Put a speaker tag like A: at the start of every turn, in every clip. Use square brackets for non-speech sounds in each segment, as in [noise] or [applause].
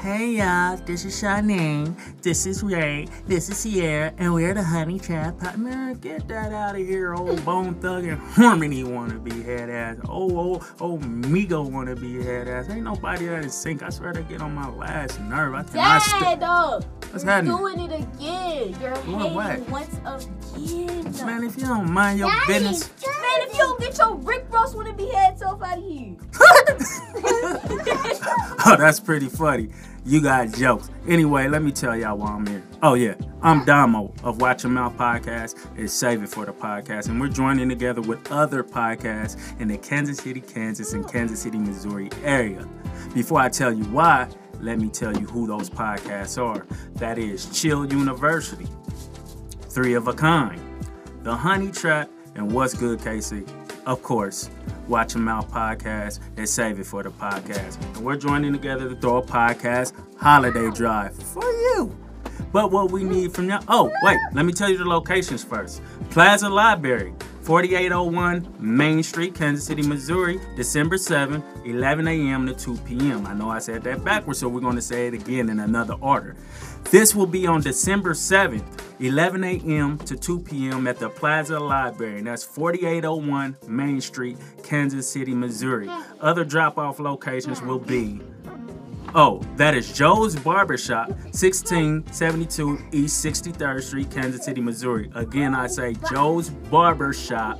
A: Hey y'all, this is Shanae, this is Ray, this is Sierra, and we're the Honey Trap Pod. Man, get that out of here, old Bone Thug and Harmony wannabe head ass. Oh, oh, oh, Migo wannabe head ass. Ain't nobody out of sync. I swear to get on my last nerve. I cannot
B: Dad,
A: st-
B: though.
A: What's
B: You're
A: happening?
B: doing it again. You're
A: Doing what?
B: hating once again.
A: Man, if you don't mind your business.
B: Man, if you don't get your Rick Ross wanna be head self out
A: [laughs]
B: of here. [laughs]
A: Oh, that's pretty funny. You got jokes. Anyway, let me tell y'all why I'm here. Oh, yeah. I'm Damo of Watch Your Mouth Podcast and Save It for the Podcast. And we're joining together with other podcasts in the Kansas City, Kansas, and Kansas City, Missouri area. Before I tell you why, let me tell you who those podcasts are. That is Chill University, Three of a Kind, the Honey Trap, and What's Good, Casey? Of course, Watch 'Em Out podcast and Save It for the podcast. And we're joining together to throw a podcast holiday drive for you. But what we need from you, oh, wait, let me tell you the locations first Plaza Library. 4801 Main Street, Kansas City, Missouri, December 7th, 11 a.m. to 2 p.m. I know I said that backwards, so we're going to say it again in another order. This will be on December 7th, 11 a.m. to 2 p.m. at the Plaza Library, and that's 4801 Main Street, Kansas City, Missouri. Other drop off locations will be Oh, that is Joe's Barbershop, 1672 East 63rd Street, Kansas City, Missouri. Again, I say Joe's Barbershop,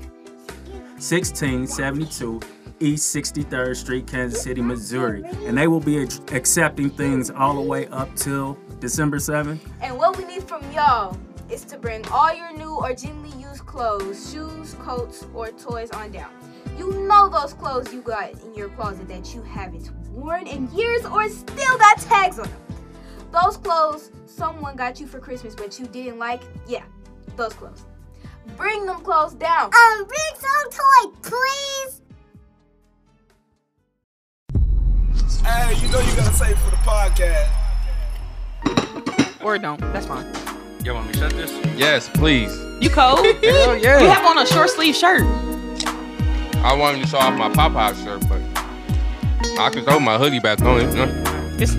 A: 1672 East 63rd Street, Kansas City, Missouri. And they will be ac- accepting things all the way up till December 7th.
B: And what we need from y'all is to bring all your new or gently used clothes, shoes, coats, or toys on down. You know those clothes you got in your closet that you haven't worn in years or still got tags on them. Those clothes someone got you for Christmas but you didn't like, yeah, those clothes. Bring them clothes down.
C: Um, bring some toy, please.
D: Hey, you know you gotta save for the podcast.
E: Or don't. That's fine.
F: Y'all want me to shut this?
G: Yes, please.
E: You cold? you
G: [laughs] Hell yeah.
E: have on a short sleeve shirt.
G: I wanted to show off my Popeye shirt, but I can throw my hoodie back on it. huh?
E: It's...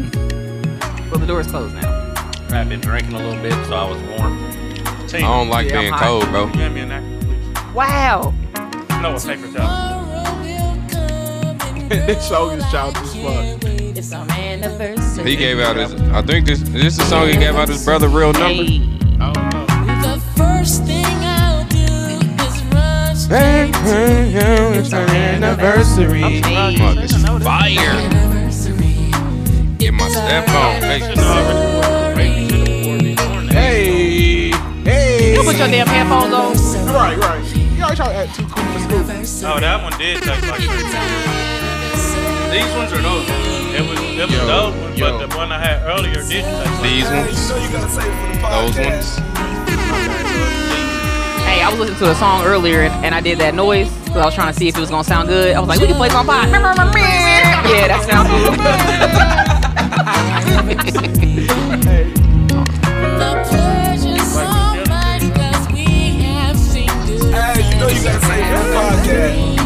E: Well, the door is closed now.
F: I've been drinking a little bit, so I was warm.
G: I don't like
E: Yeah,
G: being
E: I'm hot.
G: cold, bro.
F: Can you hand me a napkin, please?
E: Wow.
F: No, a paper towel.
D: this song is childish as fuck.
H: It's our anniversary.
G: He gave out his. I think this this is the song he gave out his brother real number.
E: Hey.
D: I don't know.
H: The first thing I'll do is run straight to
G: It's
H: our anniversary.
E: Hey.
G: fire.
H: anniversary.
G: Get my step on. Hey,
D: Hey, hey.
E: You put your damn headphones on.
D: right, right. You always try to act too cool for school.
F: Oh, that one did taste like These ones are those ones. It was, it was
G: Yo,
F: those ones,
G: yo.
F: but the one I had earlier didn't taste like
G: These ones,
D: know you gotta save for the
G: those ones.
E: Hey, I was listening to a song earlier and, and I did that noise because I was trying to see if it was gonna sound good. I was like, we can play some [laughs] pie. yeah, that sounds good.
H: The pleasures so much that we have seen do.
D: Hey, you know you gotta save for the podcast.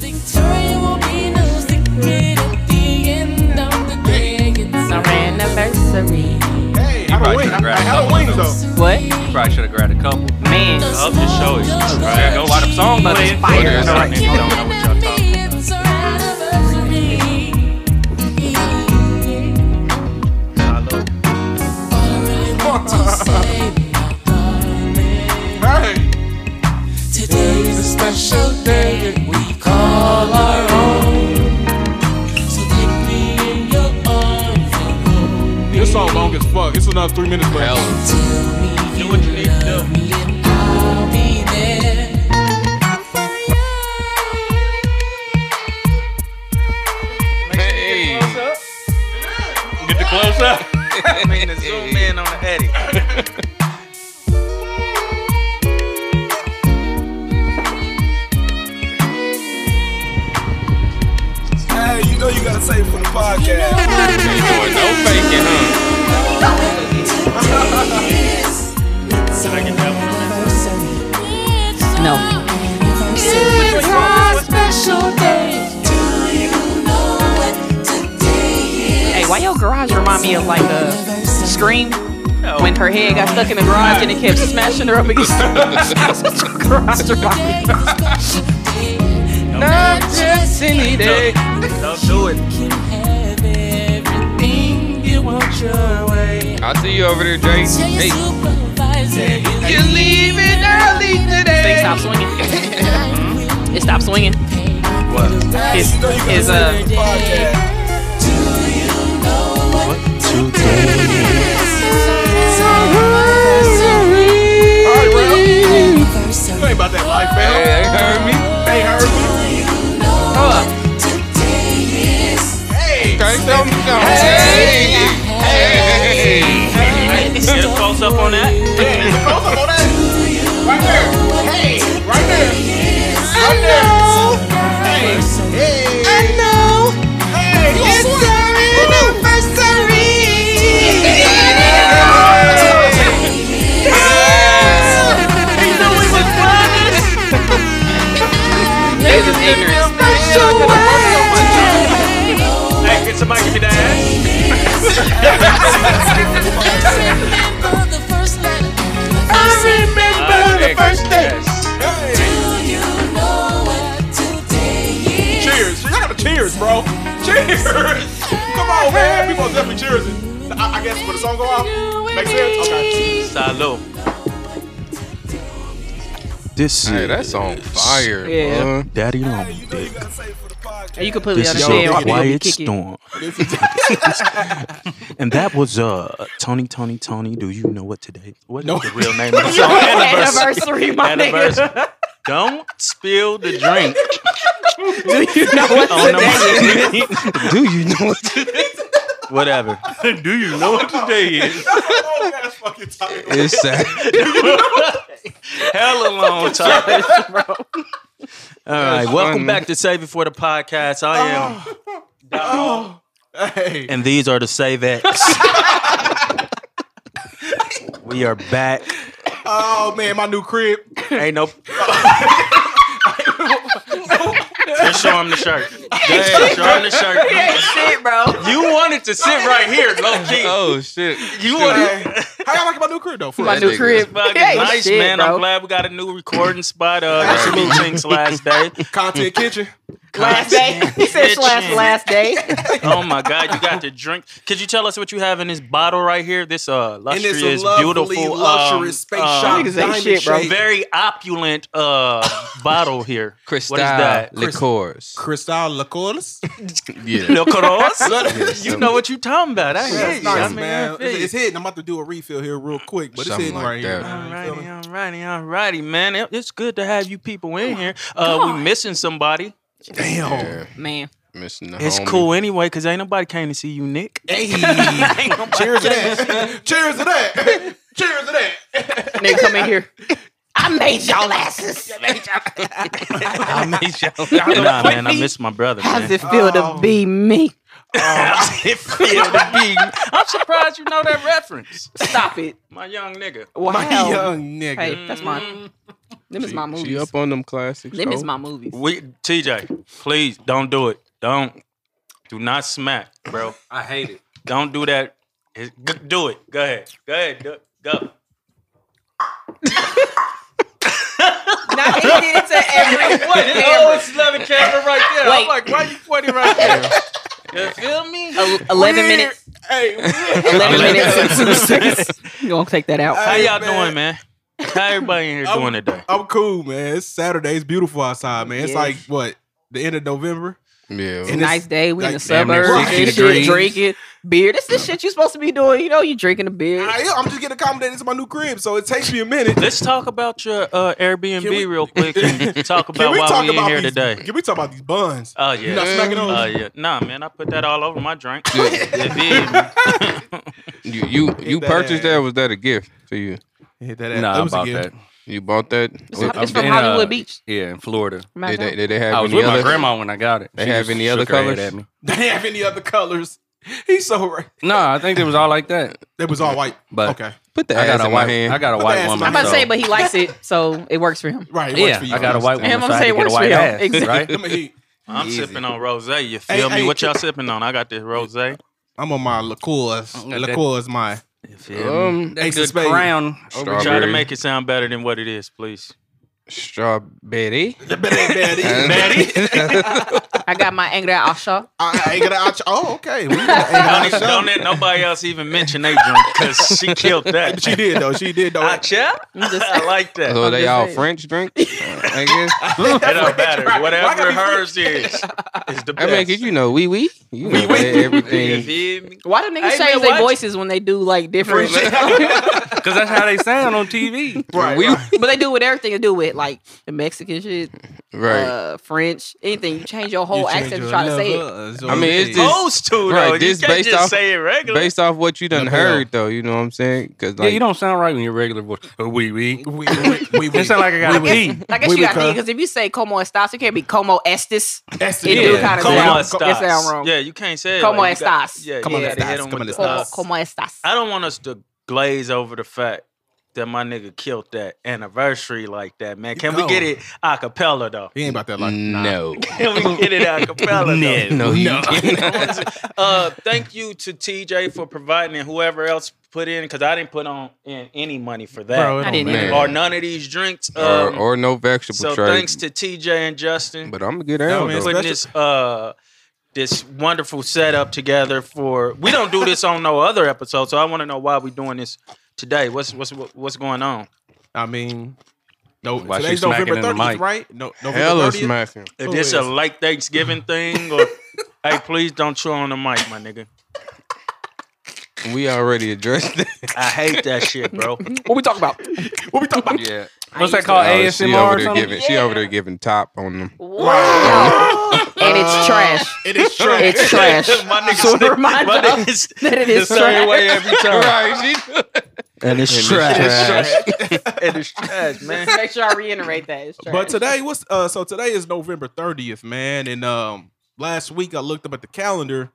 H: Victoria will be no secret at the end of the day. It's our anniversary.
D: Hey,
F: You
D: I
F: probably
D: don't wings.
F: should've grabbed
D: I had
F: a
D: a
F: couple
D: wings
F: of
D: though.
E: what?
F: Probably should have grabbed a couple.
E: Man.
F: I'll just show you. Right. Go while the song
E: But
F: playing.
E: it's fire.
F: Look at
E: Right.
F: this. I don't know what y'all talking about.
H: It's our anniversary.
F: Hello.
D: Hey.
H: Today's a special day that we call our own. So take me in your arms and hold me.
D: This song long as fuck. It's another three minutes left.
G: Hell,
H: Tell me
F: Do what you need to do.
H: me and I'll be there.
G: Hey.
F: Get the close
A: [laughs]
F: up.
G: I mean, the zoom in
F: on the
I: [laughs]
F: edit.
D: Hey, you know you gotta save for the podcast.
G: Ain't doing no faking, huh?
F: I get that one?
E: No.
H: It's our special day. Do you
E: why your garage remind me of like a scream when her head got stuck in the garage and it kept smashing her up [laughs] against the garage. That's what your garage remind me of. Not just any day.
J: Don't do it.
G: I see you over there, Jay. Hey,
H: Hey.
E: leaving early today. Thing stopped swinging. it stopped swinging.
J: What?
E: His, his uh,
I: Podcast. You ain't about that life, man.
G: hey, they heard me.
I: They heard me.
E: oh,
I: Hey,
G: Can't tell me something. Hey, hey,
J: Get a close up on that.
I: there's a close up on that. Right there. Hey, right there. Right there. Hey, hey. Hey,
E: this is ignorance.
J: Hey, can somebody give me that?
I: remember
J: the first day.
I: Hey, cheers. Y'all gotta cheers, bro. Cheers. [laughs] Come on, man. People definitely cheers. it. I, I guess when the song go off, makes sense? Okay.
J: Salud.
A: This
G: hey,
A: is
G: that's on fire,
E: Yeah.
G: yeah.
A: Daddy Long
I: You know you
A: Dick.
I: gotta say for the podcast.
E: You completely
A: This is a
E: understand why people be
A: quiet
E: kicking.
A: storm. [laughs]
E: [laughs]
A: and that was uh Tony, Tony, Tony. Do you know what today? What no. the real name
E: [laughs]
A: of the song?
E: Anniversary, my nigga.
J: Anniversary.
A: Don't spill the drink.
E: [laughs] Do you know what
A: on
E: today is?
A: [laughs] the- Do you know what today? Whatever.
J: [laughs] Do you know what today
A: [laughs]
J: is?
I: Oh, man, that's fucking tight.
G: It's sad.
A: Hell long time. All right, welcome
G: fun.
A: back to Save It for the podcast. I
E: Oh.
A: am,
I: Hey.
A: and these are the Save [laughs] X. we are back.
I: Oh man, my new crib.
A: Ain't no. Just show him the shirt. Just show him the shirt.
E: Shit, bro.
A: You wanted to sit right here, low key.
G: [laughs] Oh shit.
A: You wanted.
I: How y'all like my new crib though? For
E: My
G: That
E: new
G: nigga
E: crib.
A: Fucking
E: Hey,
A: nice,
E: shit,
A: man.
E: bro.
A: I'm glad we got a new recording spot. Uh, this is Tink's last [laughs] day.
I: content kitchen.
E: Last day. He said
A: Bitch.
E: slash last day.
A: Oh my God, you got the drink. Could you tell us what you have in this bottle right here? This uh,
I: In
A: lustrous,
I: this lovely,
A: beautiful,
I: luxurious space
A: um,
I: shop.
E: niggas ain't
I: diamond
E: shit, bro.
I: shade.
A: very opulent uh
K: [laughs]
A: bottle here.
G: Cristal
A: What is that?
G: liqueurs.
I: Cristal
A: [laughs]
I: Liqueurs.
G: Yeah.
A: Liquoros?
G: Yes,
A: you know what you talking about. I ain't
I: Yeah, it's
A: I
I: nice,
A: mean,
I: man.
A: I feel
I: It's,
A: you.
I: it's hidden. I'm about to do a refill here real quick, but
G: Something
I: it's hidden
G: like
I: right here.
G: that.
I: You feel me?
A: Alrighty, alrighty, alrighty, man. It- It's good to have you people in here. Uh, we missing somebody.
I: Damn.
G: Yeah.
E: Man.
G: Missing the
A: It's
G: homie.
A: cool anyway, cause ain't nobody came to see you,
K: [laughs]
A: Nick. [laughs]
I: Hey. Cheers to that. [laughs] Cheers to that. [laughs] Cheers to that.
A: [laughs]
E: Nigga, come in here. I made y'all asses.
A: I miss you [laughs] Nah, man, I miss my brother.
E: How
A: Man.
E: does it feel
I: Oh.
E: to be me? [laughs]
A: it feel to be? Oh. I'm surprised you know that reference.
E: Stop it.
A: My uh, Mm. young nigga.
E: Wow.
I: My young nigga.
E: Hey, that's my. Them is my
G: She, she
E: movies.
G: up on them classics.
E: Them
G: though.
E: is my movies.
A: We TJ, please don't do it. Don't. Do not smack, bro. I hate it. Don't do that. It- g- do it. Go ahead. Go ahead. Do, go.
E: Now he did it to [laughs] every
A: What? Oh, It's always 11 camera right there.
E: Wait.
A: I'm like, why you pointing right there? You feel me?
E: Oh, Eleven minutes.
A: [laughs]
I: Hey,
E: Eleven
A: Eleven
E: minutes and two seconds. [laughs] You gonna take that out?
A: How
I: Hey,
A: y'all
I: man.
A: doing, man? How everybody in here
I: I'm-
A: doing today?
I: I'm cool, man. It's Saturday. It's beautiful outside, man. It's
E: Yes.
I: like what the end of November.
G: Yeah.
I: And
E: Nice
I: it's-
E: day. We in the
I: like, damn near
E: suburbs. and
I: 60
E: shit,
G: degrees.
E: Drinking beer. This the shit you supposed to be doing. You know, you drinking a beer.
I: I am. I'm just getting accommodated to my new crib, so it takes me a minute.
A: Let's talk about your uh, Airbnb
I: Can we-
A: real quick
I: [laughs]
A: and talk about why we in here
I: these,
A: today.
I: Can we talk about these buns?
K: Uh,
A: Oh yeah.
I: You not smacking those?
J: Uh,
A: Oh yeah. Nah, man, I put that all over my drink.
G: Yeah.
A: It did.
G: You you, you
I: that
G: purchased
I: ass.
G: that? Was that a gift to you?
I: Hit that ass.
K: Nah,
I: That was a
K: about
I: gift.
K: that.
G: You bought that?
E: It's,
G: Or-
E: from- it's
K: I'm
E: from
K: in, uh,
E: Hollywood Beach.
K: Yeah, in Florida.
G: Did they,
E: Imagine.
G: did they have
K: I was
G: any
K: with my
G: other?
K: grandma when I got it.
G: They
K: She
G: have
K: just
G: any other
K: shook her head
G: colors?
K: at me.
I: [laughs] They didn't have any other colors. He's so right.
K: No, I think it was all like that.
I: It was all white.
K: But-
I: okay,
G: Put the ass
K: I got a
G: in my
K: white.
G: hand.
K: I got a
I: Put the ass
K: white
I: in
K: woman.
I: my
E: I'm about to
K: so-
E: say, but he likes it, so it works for him.
I: right. It works
K: yeah,
I: for you.
K: I got a white
E: And I'm
K: woman. So
E: gonna
K: I
E: say
K: had
E: it
K: to get a
E: works for
K: white
E: y'all.
K: ass,
E: Exactly.
K: right?
I: Let me-
A: I'm
K: Easy.
A: sipping on rose. You
I: Hey,
A: feel me?
I: hey,
A: what y'all
I: can-
A: sipping on? I got this rose.
I: I'm on my liqueurs.
E: Oh,
J: that-
I: liqueurs,
E: [laughs]
I: my
J: Um,
I: Ace of
J: the
I: Spades.
J: crown.
K: Oh,
J: Try to
G: Strawberry.
J: make it sound better than what it is, please.
G: Strawberry.
I: Betty.
E: I got my angry Asha.
I: I got Asha. Oh, okay.
J: don't, even, don't let nobody else even mention they drink because she killed that.
I: She did though. She did though.
J: Acha? [laughs] I like that.
G: So they all
J: friends.
G: French
K: [laughs]
G: drink? I guess.
J: It don't matter. Whatever hers is,
I: [laughs]
J: is the
G: I
J: best.
G: mean, 'cause you know, wee wee. You know
J: You [laughs]
G: everything.
J: feel me?
E: Why do niggas
J: Hey, man,
E: change their
J: what?
E: voices when they do like different?
K: Because that's how they sound
G: [laughs]
K: on TV.
I: Right.
E: [laughs] but they do with everything to do with like the Mexican shit,
G: Right.
E: Uh, French, anything. You change your whole accent to try Oh, to say it. Oh.
G: I mean, it's just
J: Supposed to, though. You can't just say it regular.
G: Based off what you done
K: No,
G: heard, though, you know what I'm saying? Because
K: yeah, you don't sound right when your regular voice. Wee wee.
I: Wee
K: wee. It sound like I got a pee.
E: I guess you got to because if you say Como estas, it can't be Como estes.
I: Estes,
E: It do
I: yeah.
E: kind of
I: Como
E: sound,
I: estas.
E: it sound wrong.
J: Yeah, you can't say it.
E: Como
J: like, you got-
E: estas.
J: Yeah,
E: Como
J: you gotta
E: estas.
J: hit 'em with
E: Como
J: the
E: estas.
J: estas.
E: Como estas.
J: I don't want us to glaze over the fact that my nigga killed that anniversary like that, man. Can we
I: No.
J: get it a cappella though? [laughs]
I: He ain't about that
G: Mm.
I: life.
G: No.
J: Can we get it a cappella though?
G: [laughs] No, you can't.
J: Uh, thank you to TJ for providing and whoever else put in because I didn't put on in any money for that.
K: Oh,
G: Bro, it I don't didn't matter. either.
J: or none of these drinks.
G: Or-
J: um,
G: or no vegetable
J: So
G: tray.
J: thanks to TJ and Justin.
G: But I'm gonna get
J: for
G: out. though.
J: putting this uh this wonderful setup together for. We don't do this on no other episode, so I want to know why we doing this today. What's what's what's going on?
I: I mean, no.
J: Why she
I: Today's
J: smacking
I: November
J: in the
I: 30th,
J: mic?
I: right? No, November
G: Hella
I: 30th?
G: smacking.
J: Is
I: Oh,
J: this a
I: yes.
J: late Thanksgiving thing? [laughs] Or hey, please don't chew on the mic, my nigga.
G: We already addressed that.
J: I hate that shit, bro.
E: What we talking about?
I: What we talking
G: about? Yeah.
K: What's that called?
G: Oh, She
K: ASMR
G: over
K: or
G: there
K: something?
G: giving. She over there giving top on
J: [laughs]
E: and
G: them.
E: it's trash.
I: It is
E: trash.
I: [laughs]
E: It's trash.
J: [laughs] my nigga,
E: so it reminds
J: my
E: us
J: nigga's-
E: that it is
J: the same
E: trash.
J: way every time.
G: Right,
J: [laughs] And it's
I: trash.
J: and it's trash, man.
E: Make sure I reiterate that. It's trash.
I: But today, what's uh? So today is November 30th, man. And um, last week I looked up at the calendar.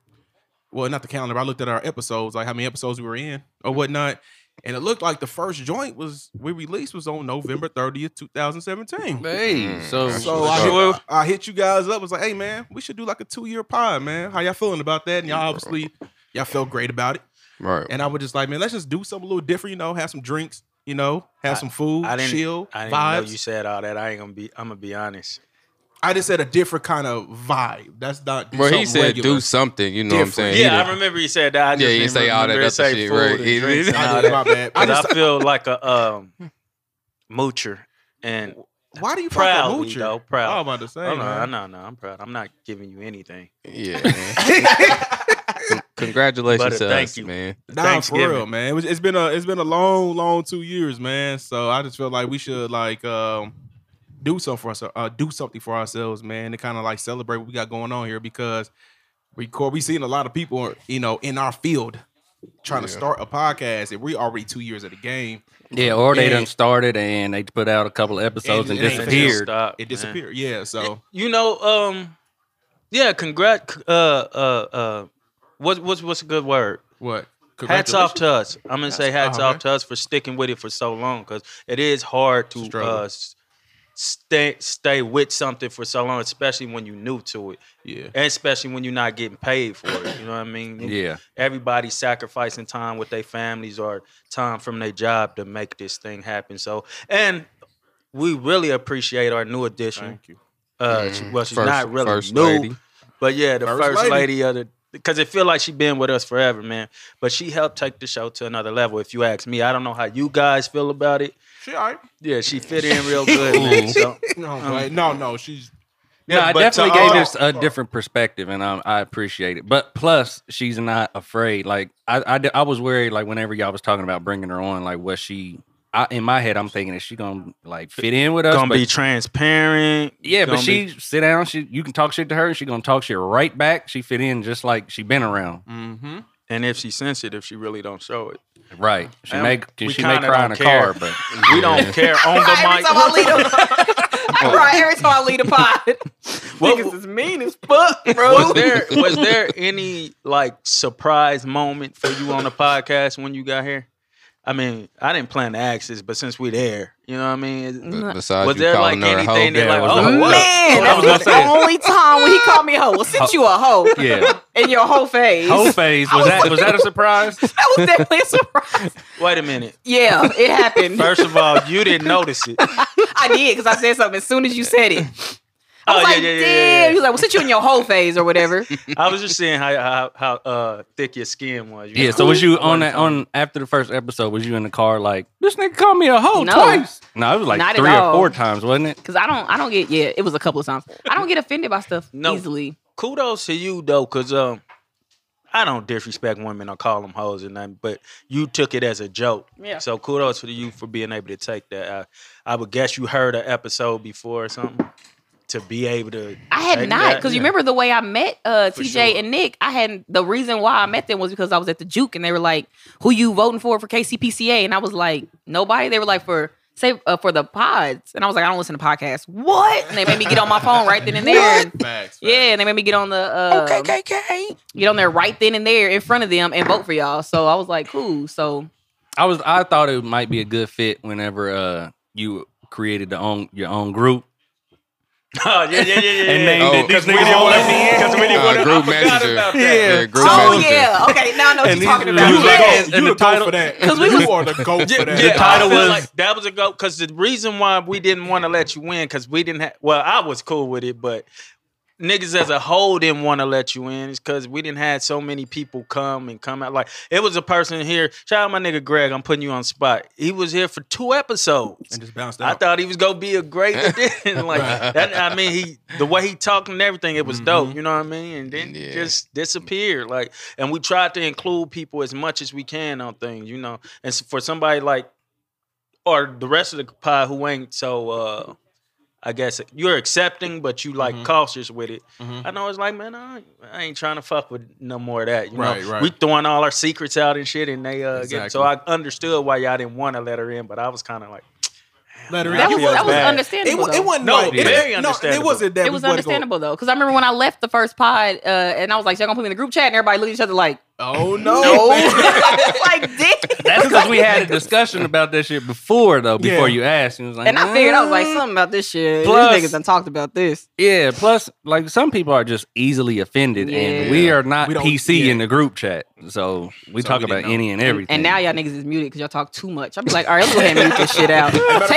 I: Well, not the calendar. But I looked at our episodes, like how many episodes we were in or whatnot. And it looked like the first joint was we released was on November 30th, 2017.
K: Hey,
G: Mm,
K: so,
I: So I hit, I hit you guys up. Was like, hey man, we should do like a two year pod, man. How y'all feeling about that? And y'all obviously y'all felt great about it.
G: Right.
I: And I was just like, man, let's just do something a little different. You know, have some drinks. You know, have some food,
J: I didn't,
I: chill,
J: I didn't
I: vibes.
J: know you said all that. I ain't gonna be. I'm gonna be honest.
I: I just said a different kind of vibe. That's not. do
G: Well, he
I: something
G: said
I: regular.
G: do something. You know what I'm
I: Different.
G: saying? He
J: Yeah,
G: didn't-
J: I remember you said that. I just
G: Yeah, you
J: didn't
G: say all that
J: remember it
G: other
J: say
G: shit,
J: food
G: right.
J: and
G: He-
J: [laughs] drinks and
I: I
J: all
I: did,
J: that.
I: my bad. I
J: 'Cause I
I: just-
J: feel like a um, moocher and
I: Why do you
J: proudly
I: fucking moocher?
J: though. Proud.
I: I'm about to say.
J: Oh, no,
I: man.
J: no, no, I'm proud. I'm not giving you anything.
G: Yeah. [laughs] man. Con- Congratulations
J: But,
G: to
J: uh, thank
G: us,
J: you.
G: man.
I: Nah, for real, man. It was, it's been a it's been a long, long two years, man. So I just feel like we should like um, do something for us, uh, do something for ourselves, man, to kind of like celebrate what we got going on here because we cor- we seen a lot of people, you know, in our field trying to
G: Yeah.
I: start a podcast, and we already two years at the game.
K: yeah, or they
I: And-
K: done started and they put out a couple of episodes and,
I: it ain't
K: disappeared.
J: Stop,
I: It
J: man.
I: disappeared, yeah. So
J: You know, um, yeah. Congrat. Uh, uh, uh. What, what's what's a good word?
I: what?
J: Hats off to
I: Congratulations.
J: us. I'm gonna say
I: That's-
J: hats
I: uh-huh.
J: off to us for sticking with it for so long because it is hard to
I: Struggle.
J: uh, s- stay stay with something for so long, especially when you're new to it,
I: yeah.
J: and especially when you're not getting paid for it. You know what I mean?
K: Yeah.
J: Everybody's sacrificing time with their families or time from their job to make this thing happen. So, and we really appreciate our new addition.
I: Thank you.
J: Uh, she- well, she's
G: First-
J: not really
G: first
J: new,
G: lady.
J: but yeah, the
I: First
J: first, lady.
I: lady.
J: of the because it feel like she been with us forever, man. But she helped take the show to another level. If you ask me, I don't know how you guys feel about it.
I: She all right.
J: Yeah, she fit in real good, man. So,
I: No,
J: Um,
I: but- no, no. She's
K: No,
I: [laughs]
K: I
I: but uh, to
K: definitely gave
I: all-
K: us a different perspective, and I, I appreciate it. But plus, she's not afraid. Like I, I, di- I was worried. Like whenever y'all was talking about bringing her on, like was she? I, in my head, I'm thinking is she gonna like fit in with us?
J: gonna
K: But-
J: be transparent.
K: yeah, but
J: gonna
K: she
J: be-
K: sit down. She you can talk shit to her, and she gonna talk shit right back. She fit in just like she been around.
G: Mm.
I: Mm-hmm.
J: and if she's sensitive, she really don't show it.
K: Right. She
J: Um,
K: make
J: we
K: she may
J: kinda
K: cry
J: don't
K: in a
J: care.
K: car, but
J: We don't care on the
E: every
J: mic.
E: time I lead
J: [laughs]
E: a, [laughs] I cry every time I lead a pod.
J: What-
E: Niggas is mean as
J: [laughs]
E: fuck, bro.
J: was there was there any like surprise moment for you on the podcast when you got here? I mean, I didn't plan to ask this, but since we there, you know what I mean?
G: B- besides
J: was
G: you
J: there like
G: calling her a hoe,
J: anything that
G: yeah,
J: like,
G: was
J: oh
G: that-
J: what?
E: Man,
J: What I was
E: that's the
J: gonna say.
E: only time when he called me a hoe. Well, since you a hoe,
K: Yeah.
G: [laughs]
E: in your whole phase,
K: Whole phase was that was that a
E: [laughs]
K: surprise?
E: that was definitely a surprise.
J: Wait a minute.
E: Yeah, it happened.
J: First of all, you didn't notice it.
E: I did because I said something as soon as you said it. I
J: Oh,
E: was
J: yeah,
E: like,
J: yeah, yeah, yeah,
E: damn.
J: yeah.
E: He was like, well, since you in your whole phase or
J: [laughs]
E: whatever.
J: I was just seeing how how, how uh, thick your skin was.
K: Yeah. So was you on that on after the first episode? Was you in the car like this nigga called me a hoe
E: No.
K: twice? No, it was like
E: Not at
K: three or
E: all.
K: four times, wasn't it?
E: Because I don't, I don't get. Yeah, it was a couple of times. I don't get offended by stuff easily.
J: Kudos to you though, cause um, I don't disrespect women or call them hoes or nothing, but you took it as a joke.
E: Yeah.
J: So kudos to you for being able to take that. I, I would guess you heard an episode before or something to be able to.
E: I had
J: take
E: not
J: that.
E: because
J: [laughs]
E: you
J: Yeah.
E: remember the way I met uh, TJ
J: sure.
E: and Nick. I had the reason why I met them was because I was at the juke and they were like, "Who you voting for for KCPCA?" And I was like, "Nobody." They were like, "For say uh, for the pods," and I was like, "I don't listen to podcasts." What? And they made me get on my phone right then and there. And, yeah, and they made me get on the uh,
K: OKKK.
E: Get on there right then and there in front of them and vote for y'all. So I was like, "Cool." So
K: I was I thought it might be a good fit whenever uh you created the own your own group. Oh,
J: Oh, yeah, yeah, yeah, yeah.
K: And
J: yeah.
K: named it
J: Because
K: these
J: we
K: niggas
J: didn't
K: all
J: want
K: at
I: [laughs]
K: the end.
J: Because we didn't
K: Uh,
J: want
K: group messenger. Yeah. Yeah, group Oh, messenger.
E: yeah, okay. Now I know what
K: And
E: you're
K: these-
E: talking about.
K: you was like,
E: Yeah.
K: oh, and the title for that.
E: Because we was-
I: you are the goat for that.
J: Yeah, the title was like, that was a go because the reason why we didn't want to let you in because we didn't have well I was cool with it but niggas as a whole didn't want to let you in is because we didn't have so many people come and come out like it was a person here shout out my nigga Greg I'm putting you on spot he was here for two episodes
I: and just bounced
J: I thought he was gonna be
I: [laughs]
J: a great addition. [laughs] like that, I mean he the way he talked and everything it was
I: Mm-hmm.
J: dope you know what I mean and then just disappeared like and we tried to include people as much as we can on things you know and s- for somebody like or the rest of the pie who ain't so uh I guess you're accepting, but you
I: Mm-hmm.
J: like cautious with it. I know it's like, man, I ain't, I ain't trying to fuck with no more of that. You
I: Right,
J: know,
I: right.
J: we throwing all our secrets out and shit, and they uh, get,
I: Exactly.
J: so I understood why y'all didn't want to let her in, but I was kind of like,
I: Let her
J: I
I: in. That
J: feel
I: was- that was
J: bad.
E: understandable,
I: It wa- it though. wasn't
J: no,
I: like- it-
J: very
I: no, it
J: understandable.
I: wasn't that
E: it
I: we
E: was
I: wasn't gonna-
E: understandable though, because I remember when I left the first pod, uh, and I was like, "Y'all gonna put me in the group chat," and everybody looked at each other like,
I: "Oh no,
E: [laughs] like dick."
J: [laughs]
K: That's because we had a discussion about that shit before though. Before
E: Yeah.
K: you asked, and, it was like,
E: [laughs] And I figured I was like,
K: "Mm."
E: "Something about this shit."
K: Plus-
E: These niggas done talked about this.
K: Yeah, plus like some people are just easily offended, and
E: Yeah.
K: we are not
E: We don't-
K: PC
E: yeah.
K: in the group chat, so we talk about any and everything.
E: And now y'all niggas is muted because y'all talk too much. I'll be like, all right, let's go ahead and mute this shit out. Take me out.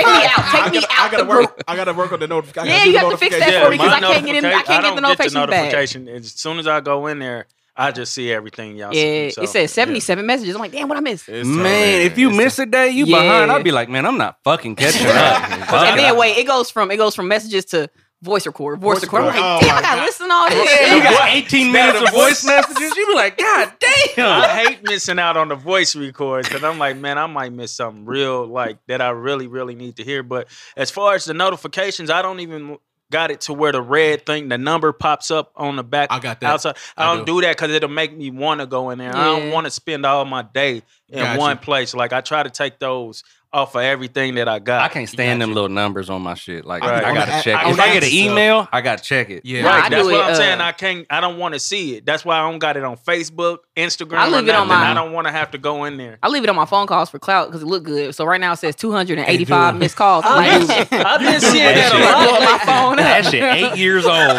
E: Take me out the group.
I: I gotta work on the notification.
E: Yeah, you have to fix that for me 'cause I can't get in- I can't get the notifications back.
J: notification. As soon as I go in there, I just see everything y'all.
E: Yeah,
J: see, so.
E: it said 77 messages. I'm like, damn, what I missed?
K: man, if [laughs] you miss a day, you
E: Yeah.
K: behind. I'd be like, man, I'm not fucking catching up. [laughs] Fuck
E: And
K: it.
E: then wait, it goes from it goes from messages to voice record, voice, record. I'm
K: record.
E: like,
K: Oh
E: damn,
K: my
E: I gotta listen to all this.
K: You got 18 minutes of voice messages. You be like, God damn.
J: I hate missing out on the voice records because I'm like, man, I might miss something real, like that I really, really need to hear. But as far as the notifications, I don't even got it to where the red thing, the number pops up on the back. I got
I: that.
J: outside. I,
I: I
J: don't
I: do.
J: do that because it'll make me want to go in there. I don't
I: Yeah.
J: want to spend all my day in
K: Gotcha.
J: one place. Like I try to take those off of everything that I got.
K: I can't stand them little numbers on my shit. Like
J: Right.
K: I
J: On
K: gotta
J: the-
K: check.
J: on
K: it. If I get
J: the-
K: an email, I gotta check it. Yeah,
J: Right, that's what I'm saying.
E: uh,
J: I can't. I don't want to see it. That's why I don't got it on Facebook, Instagram.
E: I
J: or
E: leave it on
J: nothing.
E: my-
J: I don't want to have to go in
E: [laughs]
J: there.
E: I leave it on my phone calls for clout because it looked good. So right now it says 285 missed calls. I'm
J: I've
E: like, [laughs]
J: been- I've been seeing that a
E: Blow
J: lot.
E: my phone up.
K: That shit
E: [laughs]
K: eight years [laughs] old.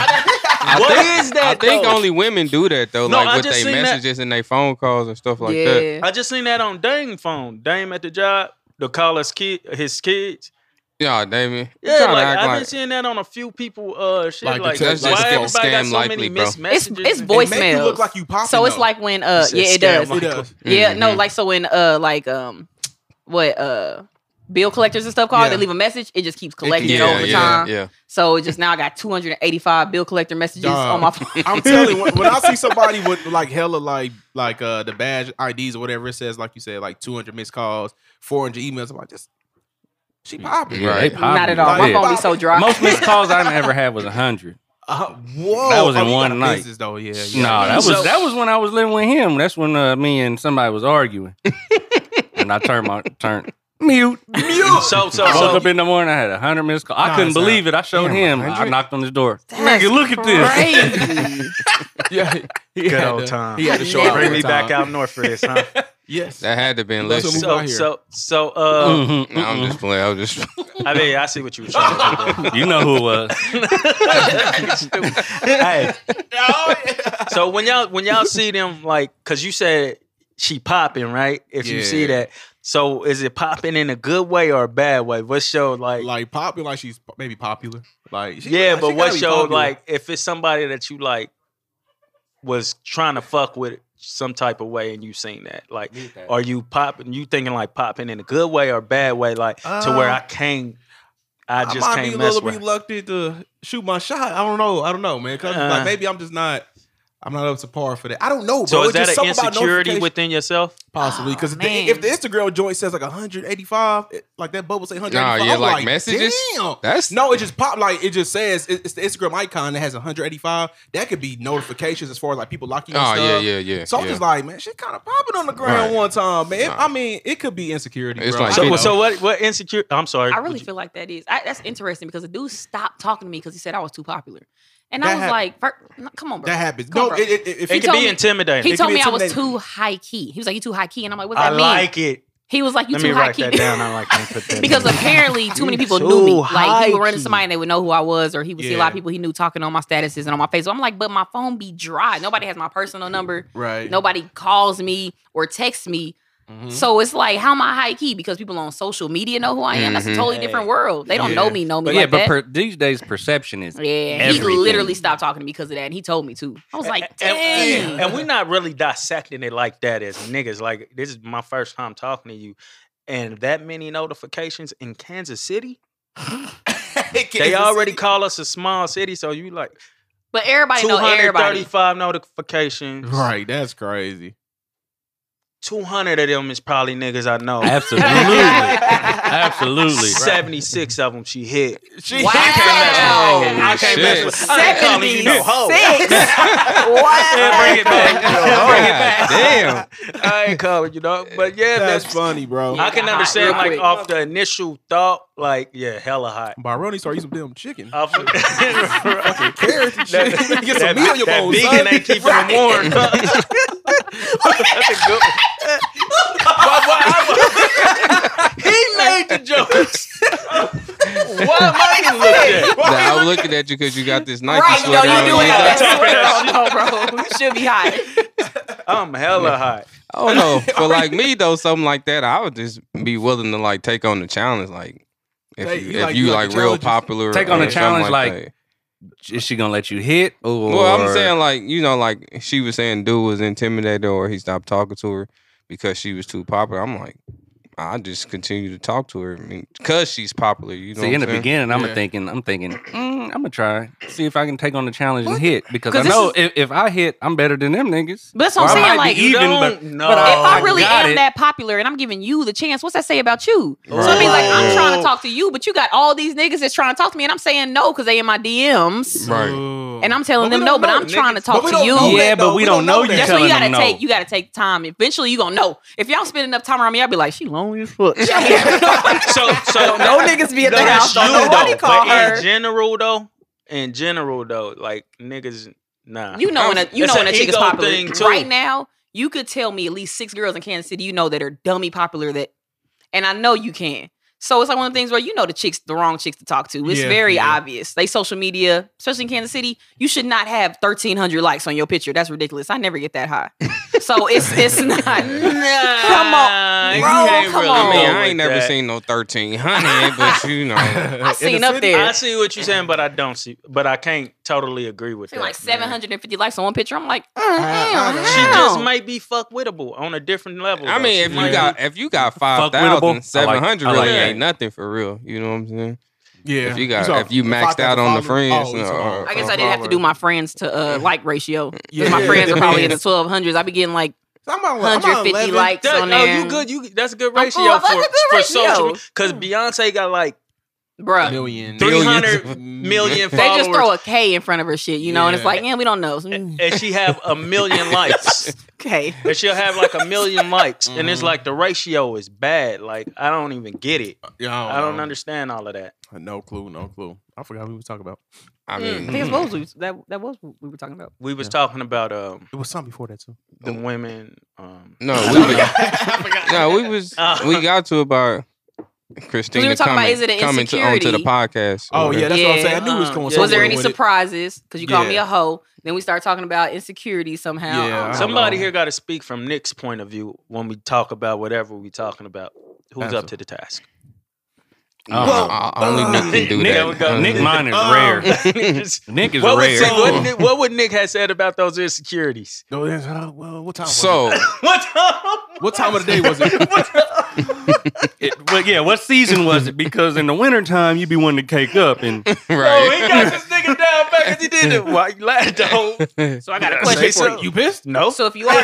J: What
G: I think,
J: is that,
G: I think
J: though?
G: only women do that though,
J: No, I
G: like with
J: just
G: their
J: seen that.
G: messages and their phone calls and stuff like that.
J: I just seen that on Dame phone. Dame at the job. The call his kid, his kids.
G: Yeah, Damien. you
J: Yeah,
G: tryna
J: like,
G: act
J: I've
G: like-
J: been seeing that on a few people. Uh, shit.
G: Like
J: Like,
G: the text-
J: why
G: that's just
J: everybody
G: called
J: got
G: scam
J: so many
G: likely, bro.
J: missed
G: It's-
E: It's,
J: messages?
E: it's
J: and- [laughs]
E: voicemails. so it's
J: up.
E: like when uh
J: It said
E: yeah it
J: scam
E: does.
J: like up.
E: Yeah, no,
G: Mm-hmm.
J: Mhm.
E: like so when uh like um what uh bill collectors and stuff call,
J: Yeah.
E: they leave a message, it just keeps collecting
G: yeah,
E: over
G: yeah,
E: time.
G: yeah.
E: So just now I got 285 bill collector messages on my phone.
I: I'm telling you, when, when I see somebody with like hella like like uh the badge IDs or whatever it says, like you said, like 200 missed calls, 400 emails. I'm like, just she popping.
K: Yeah, they popping.
E: [laughs] Not at all. My
K: Yeah.
E: phone be so dry. [laughs]
K: Most missed calls I ever had was [laughs] hundred.
I: Uh, whoa,
K: that was
I: Oh,
K: in
I: you got a
K: one night.
I: business though, yeah,
K: No,
I: yeah.
K: that was
I: So-
K: that was when I was living with him. That's when uh, me and somebody was arguing, and I turned my turned. Mute.
J: Mute. So so
K: I woke
J: so.
K: up in the morning. I had a hundred missed calls. I
I: Nah,
K: couldn't
I: it's not.
K: believe it. I showed
I: Damn,
K: him. I
I: 100?
K: knocked on his door. Nigga, look at this.
I: yeah, he
J: Good
I: had
J: old
I: to- [laughs]
J: time.
I: He had to show
J: They
I: up
J: Bring
I: one
J: me
I: time.
J: back out north for this, huh?
I: [laughs] Yes.
G: That had to have been
J: so,
G: listed.
J: so, so, so, uh,
K: Mm-hmm.
G: Mhm. No, I'm just playing. I was just.
J: I mean, I see what you were trying to do.
G: You know who it was.
J: hey. So when y'all when y'all see them like, cause you said she popping, right? If you see
I: Yeah.
J: that, so is it popping in a good way or a bad way? What's your like?
I: Like popular, like she's maybe popular. Like she-
J: yeah,
I: she
J: but
I: gotta
J: what's
I: be
J: your
I: popular.
J: like? If it's somebody that you like was trying to fuck with some type of way, and you seen that, like, are you popping? You thinking like popping in a good way or bad way, like to where
I: Uh,
J: I can't, I just
I: might
J: can't
I: be a
J: mess
I: little
J: with. her?
I: reluctant to shoot my shot. I don't know. I don't know, man. 'Cause I'm just
J: Uh.
I: like maybe I'm just not. I'm not up to par for that. I don't know, bro.
J: So is
I: It's
J: that
I: just
J: an
I: something about
J: insecurity
I: notification.
J: within yourself?
I: Possibly because if,
J: man.
I: the- if the Instagram joint says like 185, it- like that bubble say 185.
G: Nah, yeah,
I: I'm
G: like messages?
I: Damn.
G: That's-
I: no, it just pop like it just says it- it's the Instagram icon that has 185. That could be notifications as far as like people locking you. and
G: Oh, yeah,
I: stuff.
G: yeah, yeah,
I: So I'm
G: yeah.
I: just like, man, shit kind of popping on the ground
G: Right.
I: one time, man. It-
G: Nah.
I: I mean, it could be insecurity.
G: It's
I: bro.
G: like
I: I don't
J: So,
I: know.
J: so what? What insecure? I'm sorry.
E: I really feel like that is. I, that's interesting because the dude stopped talking to me because he said I was too popular, and I
J: That
E: was
J: hap-
E: like, fir- no, "Come on, bro."
I: That happens.
E: Come on,
I: No,
E: bro.
I: it- it- it- if
E: He
I: it could
E: told
I: be
E: me-
I: intimidating.
E: He
I: It could
E: told
I: be
E: me I was
I: intimidating.
E: too high key. He was like, "You too high key," and I'm like, "What's
J: I
E: that mean?"
J: like it.
E: He was like, "You
J: Let
E: too
J: me
E: high
J: write
E: key."
J: that down. I
E: [laughs]
J: like that. Put that
E: because
J: down.
E: apparently too many people
J: Too
E: knew me. Like he would
J: high
E: run into somebody and they would know who I was, or he would see a lot
J: Yeah.
E: of people he knew talking on my statuses and on my Facebook. I'm like, but my phone be dry. Nobody has my personal number.
I: Right.
E: Nobody calls me or texts me.
J: Mm-hmm.
E: So it's like, how am I high key? Because people on social media know who I am. That's a
J: Mm-hmm.
K: Mhm.
E: totally different world. They don't know me, know me.
K: But
E: like
K: yeah, but
E: that.
K: per, these days
E: [laughs]
K: perception is
E: yeah,
K: everything.
E: he literally stopped talking to me because of that, and he told me too. I was like,
J: And,
E: dang.
J: and we're not really dissecting it like that as niggas. Like this is my first time talking to you, and that many notifications in Kansas City. they already call us a small city, so you like
E: But everybody know everybody.
J: 235 notifications.
I: [laughs] Right, that's crazy.
J: 200 of them is probably niggas I know.
K: Absolutely.
J: Absolutely. 76 of them she hit. She wow. I can't mess with. I can't mess
E: Oh,
J: with. [laughs] I ain't calling you no hoe.
E: [laughs]
J: Yeah, bring it back. bring it back.
I: Damn.
J: I ain't calling you no. But yeah,
I: That's
J: that's,
I: funny, bro.
J: I can
I: Hot
J: understand
I: real
J: like
I: quick.
J: off the initial thought, like yeah, hella hot.
I: Baroni started eating some damn chicken.
J: Off of,
I: carrots and shit. Get some
J: Uh, [laughs] that-
I: meat on your
J: that
I: bones,
J: vegan
I: son.
J: ain't keeping 'em warm. [laughs] That's a good one. Why- why- I- he made the jokes. Why am I even looking
G: Nah,
J: at?
G: I was looking at you because you got this Nike
E: Right, no,
G: sweater.
E: you
G: on.
E: doing
G: Yeah.
E: that. That's no, Oh, bro. You should be high.
J: I'm hella hot.
G: I don't know. For like me though, something like that, I would just be willing to like take on the challenge. Like if
I: Hey,
G: you,
I: you
G: if
I: like-
G: you,
I: you like
G: like,
I: the
G: real
I: challenges?
G: popular,
K: Take on
G: or
K: the challenge,
G: something
K: like, is she gonna let you hit? Or
G: that. well, I'm saying like you know, like she was saying, dude was intimidated or he stopped talking to her because she was too popular. I'm like. I just continue to talk to her. I mean, cause she's popular, you know.
K: See,
G: what
K: in the
G: I'm saying?
K: beginning, I'm
G: Yeah.
K: thinking, I'm thinking, mm, I'm gonna try see if I can take on the challenge and hit because
E: 'Cause
K: I
E: this
K: know
E: is-
K: if, if I hit, I'm better than them niggas.
E: But that's what I'm
K: Or I
E: saying,
K: might
E: like
K: be even, but,
J: don't
K: but I,
E: if I really
K: got
E: am
K: it.
E: that popular and I'm giving you the chance, what's that say about you? So it means like
K: Right.
E: I'm trying to talk to you, but you got all these niggas that's trying to talk to me, and I'm saying no because they in my DMs, and I'm telling them no, but I'm trying to talk to you.
K: Yeah, but we don't know you.
E: That's what you
K: telling
E: gotta
K: them no.
E: take. You gotta take time. Eventually, you gonna know. If y'all spend enough time around me, I'll be like, she lonely as
I: [laughs]
E: fuck.
J: So,
E: [laughs]
J: so
E: no niggas be at
J: No,
E: the
J: that's
E: house. Don't
J: you,
E: nobody
J: though.
E: call
J: But
E: her.
J: In general, though, in general, though, like niggas, nah.
E: You know when a you
J: It's
E: know
J: an
E: when a chick is
J: ego
E: popular
J: thing, too.
E: right now. You could tell me at least six girls in Kansas City you know that are dummy popular that, and I know you can. So it's like one of the things where you know the chicks, the wrong chicks to talk to. It's
L: Yeah,
E: very obvious. They social media, especially in Kansas City, you should not have thirteen hundred likes on your picture. That's ridiculous. I never get that
J: [laughs]
E: high. so it's it's not. Come on,
G: You
E: bro.
G: can't
E: Come
G: really-
E: on.
G: I mean,
J: go
G: I ain't
J: with
G: never
J: that.
G: seen no thirteen hundred, but you
E: [laughs]
G: know, I
E: seen up there.
J: I see what you're saying, but I don't see. But I can't totally agree with
E: Seem
J: that.
E: Like seven hundred and fifty likes on one picture. I'm like,
J: She just
E: Wow.
J: might be fuck wittable on a different level.
G: I
J: though.
G: mean,
J: She
G: if you
J: might
G: got
J: be-
G: if you got
J: Fuck
G: five
J: with 'em. I
G: thousand
J: like-
G: seven hundred,
J: I like
G: really
J: that.
G: ain't nothing for real. You know what I'm saying?
I: Yeah.
G: If you
I: You
G: got
I: talking
G: if you maxed
I: 5,000
G: out on the
I: followers?
G: friends,
I: Oh, you
G: no,
I: talking about-
G: uh,
E: I guess I did have to do my friends to uh, like ratio. 'Cause
G: Yeah,
E: my
G: yeah,
E: friends
G: yeah.
E: are probably in the twelve hundreds. I be getting like
I: about- I'm about
E: 150
I: 11.
E: likes
J: That- oh,
E: on
J: no,
E: there.
J: you good. You that's a good
E: I'm
J: ratio
E: cool.
J: for,
E: That's a good
J: for
E: ratio.
J: social because Beyonce got like
E: Bruh.
J: million,
G: [laughs]
J: three hundred
I: [laughs]
J: million
E: They just
J: followers.
E: throw a K in front of her shit, you know, and it's
J: Yeah.
E: like, "Mm, yeah, we don't know.
J: [laughs] and she have a million likes.
E: okay.
J: And she'll have like a million likes. And
G: Mm-hmm.
J: it's like the ratio is bad. Like I don't even get it.
I: I
J: I
I: don't
J: don't,
G: Uh-huh.
I: know.
J: understand all of that.
I: uh, No clue, no clue. I forgot what we was talking about.
G: I hmm.
E: I think it's what was we, that, that was what we were talking about.
J: we was talking about um
I: It was something before that too.
J: the
G: Oh.
J: women
G: [laughs]
J: um
G: No, we was, no, we was we got to about Christina
E: We were talking about,
G: coming,
E: is it an
G: coming to, onto the
E: insecurity?
G: podcast.
I: Oh, yeah, that's what I'm saying. I knew it was
E: Uh,
I: going
E: Was there
I: somewhere
E: any
I: with it.
E: surprises? Because you called me
J: Yeah.
E: a hoe. Then we start talking about insecurity somehow. Oh, I don't know.
J: Somebody here got to speak from Nick's point of view when we talk about whatever we talking about. Who's up to the task?
K: Um,
J: Well,
K: uh, only Nick can do
G: [laughs]
K: that. Nick mine is rare. Nick
J: [laughs]
K: is
J: what Would,
K: rare.
J: say- what, Nick, what would Nick have said about those insecurities?
I: what time?
K: So-
J: what time?
I: What time of the day was it?
K: It- well, yeah, what season was it? Because in the wintertime, you'd be wanting to cake
G: [laughs]
K: up and
J: [laughs] Oh, he got this nigga down back because he did it. Why you laughing, dog?
E: So I got
J: Yeah,
E: a question for
J: say so.
E: you.
I: You pissed?
J: No.
E: So if you are [laughs]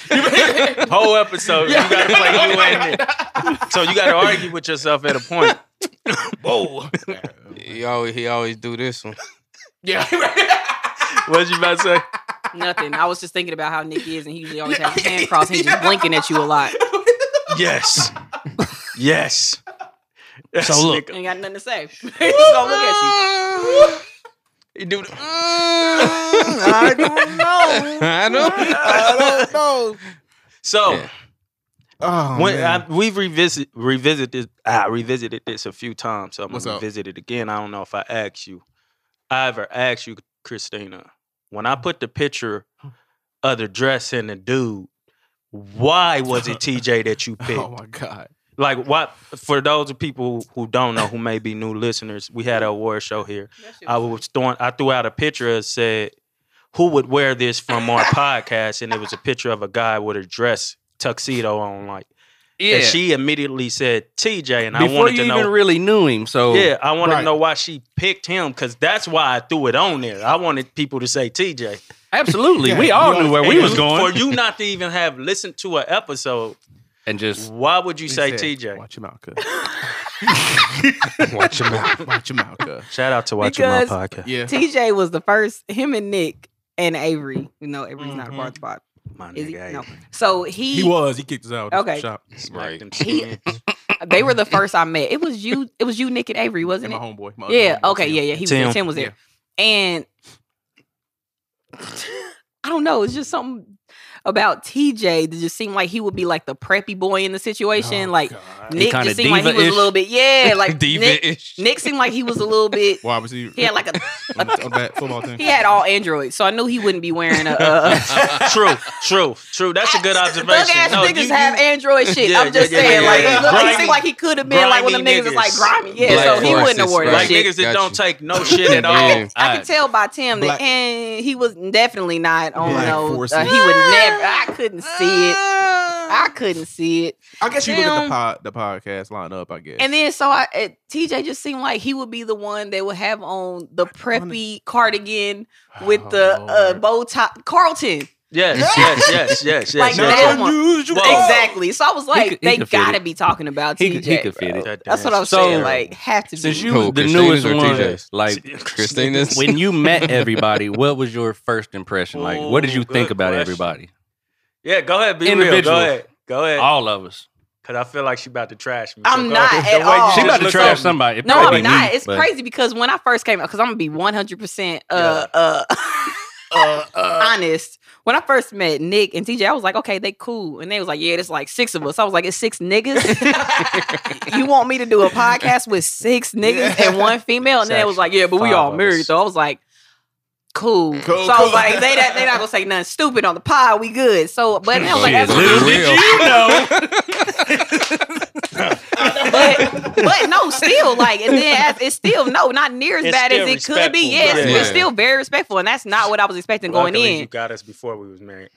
J: Whole episode, you gotta play you and Nick. So you gotta argue with yourself at a point. [laughs] Whoa.
G: He always, he always do this one.
J: [laughs] Yeah. what you about to say?
E: nothing, I was just thinking about how Nick is, and he usually always has his hand crossed. He's just blinking at you a lot.
J: Yes. Yes. Yes,
E: So [laughs]
J: nigga.
E: ain't got nothing to say. He's gonna look at you.
J: He do the,
G: I
J: don't know.
G: I don't.
J: I don't know. So
I: Oh,
J: when
I: man.
J: I, we've revisit revisited this, I revisited this a few times, so I'm
I: What's
J: gonna
I: up?
J: revisit it again. I don't know if I asked you, I ever asked you, Christina, when I put the picture of the dress and the dude, why was
I: [laughs]
J: it TJ that you picked?
I: Oh my god.
J: like what for those people who don't know who may be new listeners we had an award show here i was throwing i threw out a picture and said who would wear this from our podcast and it was a picture of a guy with a dress tuxedo on like
K: Yeah.
J: and she immediately said tj and i
K: before
J: wanted to
K: you even
J: know
K: really knew him. So
J: yeah i wanted
K: Right.
J: to know why she picked him because that's why i threw it on there i wanted people to say
E: [laughs]
J: tj
K: Absolutely, we all knew [laughs] where we
J: And
K: was
J: you-
K: going.
J: for you not to even have listened to an episode
K: and just
J: why would
I: He
J: you say
I: said,
J: tj
I: Watch him out, cuz.
G: Watch him out.
I: [laughs] Watch him out, cuz.
J: shout out to watching my
E: Because
J: podcast
I: Yeah.
E: TJ was the first. Him and Nick and Avery. You know, Avery's not a part of the pod.
J: My
E: Is he?
J: nigga,
E: No. So he,
I: Mm-hmm. He was. He kicked us out. of the
E: Okay.
I: Shop.
G: Right.
E: he- [laughs] they were the first I met. It was you. It was you, Nick, and Avery, wasn't
I: And my
E: it?
I: homeboy. My other
E: Yeah.
I: homeboy,
E: Okay.
I: Tim.
E: Yeah. Yeah. He was there.
J: Tim.
E: Tim was there, and I don't know. It's just something about TJ that just seemed like he would be like the preppy boy in the
I: Oh,
E: situation. like Nick
K: Kinda
E: just seemed like he was a
K: diva-ish.
E: little bit. Yeah. Like Nick,
G: Diva-ish.
E: Nick seemed like he was a little bit.
I: Wide receiver.
E: He had like a.
I: on, on that football team.
E: He had all androids, so I knew he wouldn't be wearing a.
J: [laughs]
E: a
J: true, true, true. That's a good
E: Thug
J: observation.
E: ass
J: No,
E: niggas
J: you-
E: have
J: you-
E: android shit.
J: Yeah,
E: I'm just
J: yeah, yeah,
E: saying,
J: yeah,
E: like,
J: yeah.
E: he, look, he
J: Grimy-
E: seemed like he could have been like one of them
J: grimy
E: niggas that's like
J: niggas.
E: grimy. Yeah,
G: Black
E: so he wouldn't have
G: forces,
E: worn
G: right.
E: that
J: like
E: shit.
J: niggas that
G: Got
J: don't
G: you.
J: take no shit
K: [laughs]
J: at all.
G: Yeah.
E: I could tell by Tim
I: Black-
E: that and he was definitely not on
I: Black
E: those.
I: forces.
E: Uh, he would never. I couldn't see it. I couldn't see it.
I: I guess you look at the
E: Tim.
I: pod, the podcast lineup. I guess.
E: And then so I it, TJ just seemed like he would be the one they would have on the preppy cardigan with the
I: Oh.
E: uh, bow tie. Carlton,
J: Yes, yes, yes, yes, yes.
E: like
J: yes,
E: that
J: yes.
E: one.
I: unusual.
E: Exactly. So I was like,
K: could- he
E: they
K: could fit
E: gotta
K: it.
E: be talking about
K: he
E: TJ.
K: could, he could fit
E: bro.
K: it.
E: That's what I'm
K: So-
E: saying. Like, have to
K: Since
E: be.
K: you
G: Who,
K: was the
G: Christina's
K: newest
G: or
K: one,
G: TJ's?
K: like
G: Christina's.
K: [laughs] when you met everybody, what was your first impression? Like, what did
J: Ooh,
K: you think
J: good
K: about
J: question.
K: everybody?
J: Yeah, go ahead, be real. Go
K: Individual.
J: ahead, go ahead.
K: All of us.
J: Because I feel like she about to trash me.
E: I'm
J: So go
E: not
J: ahead.
E: at
J: The way you
E: all.
J: just
K: She about to
J: looked
K: trash
J: at me.
K: somebody. It
E: No,
K: probably
E: I'm
K: be
E: not.
K: me,
E: it's
K: but-
E: crazy because when I first came out, because I'm gonna be 100 percent uh uh, [laughs] honest. When I first met Nick and TJ, I was like, okay, they cool, and they was like, yeah, there's like six of us. I was like, it's six niggas. you want me to do a podcast with six niggas and one female? And then it was like, yeah, but we
J: Five
E: all
J: of
E: married.
J: us.
E: So I was like. Cool.
I: Cool,
E: So I
I: cool.
E: was like, they not- they not gonna say nothing stupid on the pod. We good. So, but then I was like,
G: Shit,
E: as-
G: little did you know.
E: but but no, still like, and then as, it's still no, not near as
J: It's
E: bad as
J: still
E: it could be.
J: respectful,
E: Yeah, it's,
G: right.
E: it's still very respectful, and that's not what I was expecting going
J: Luckily,
E: in.
J: You got us before we was married.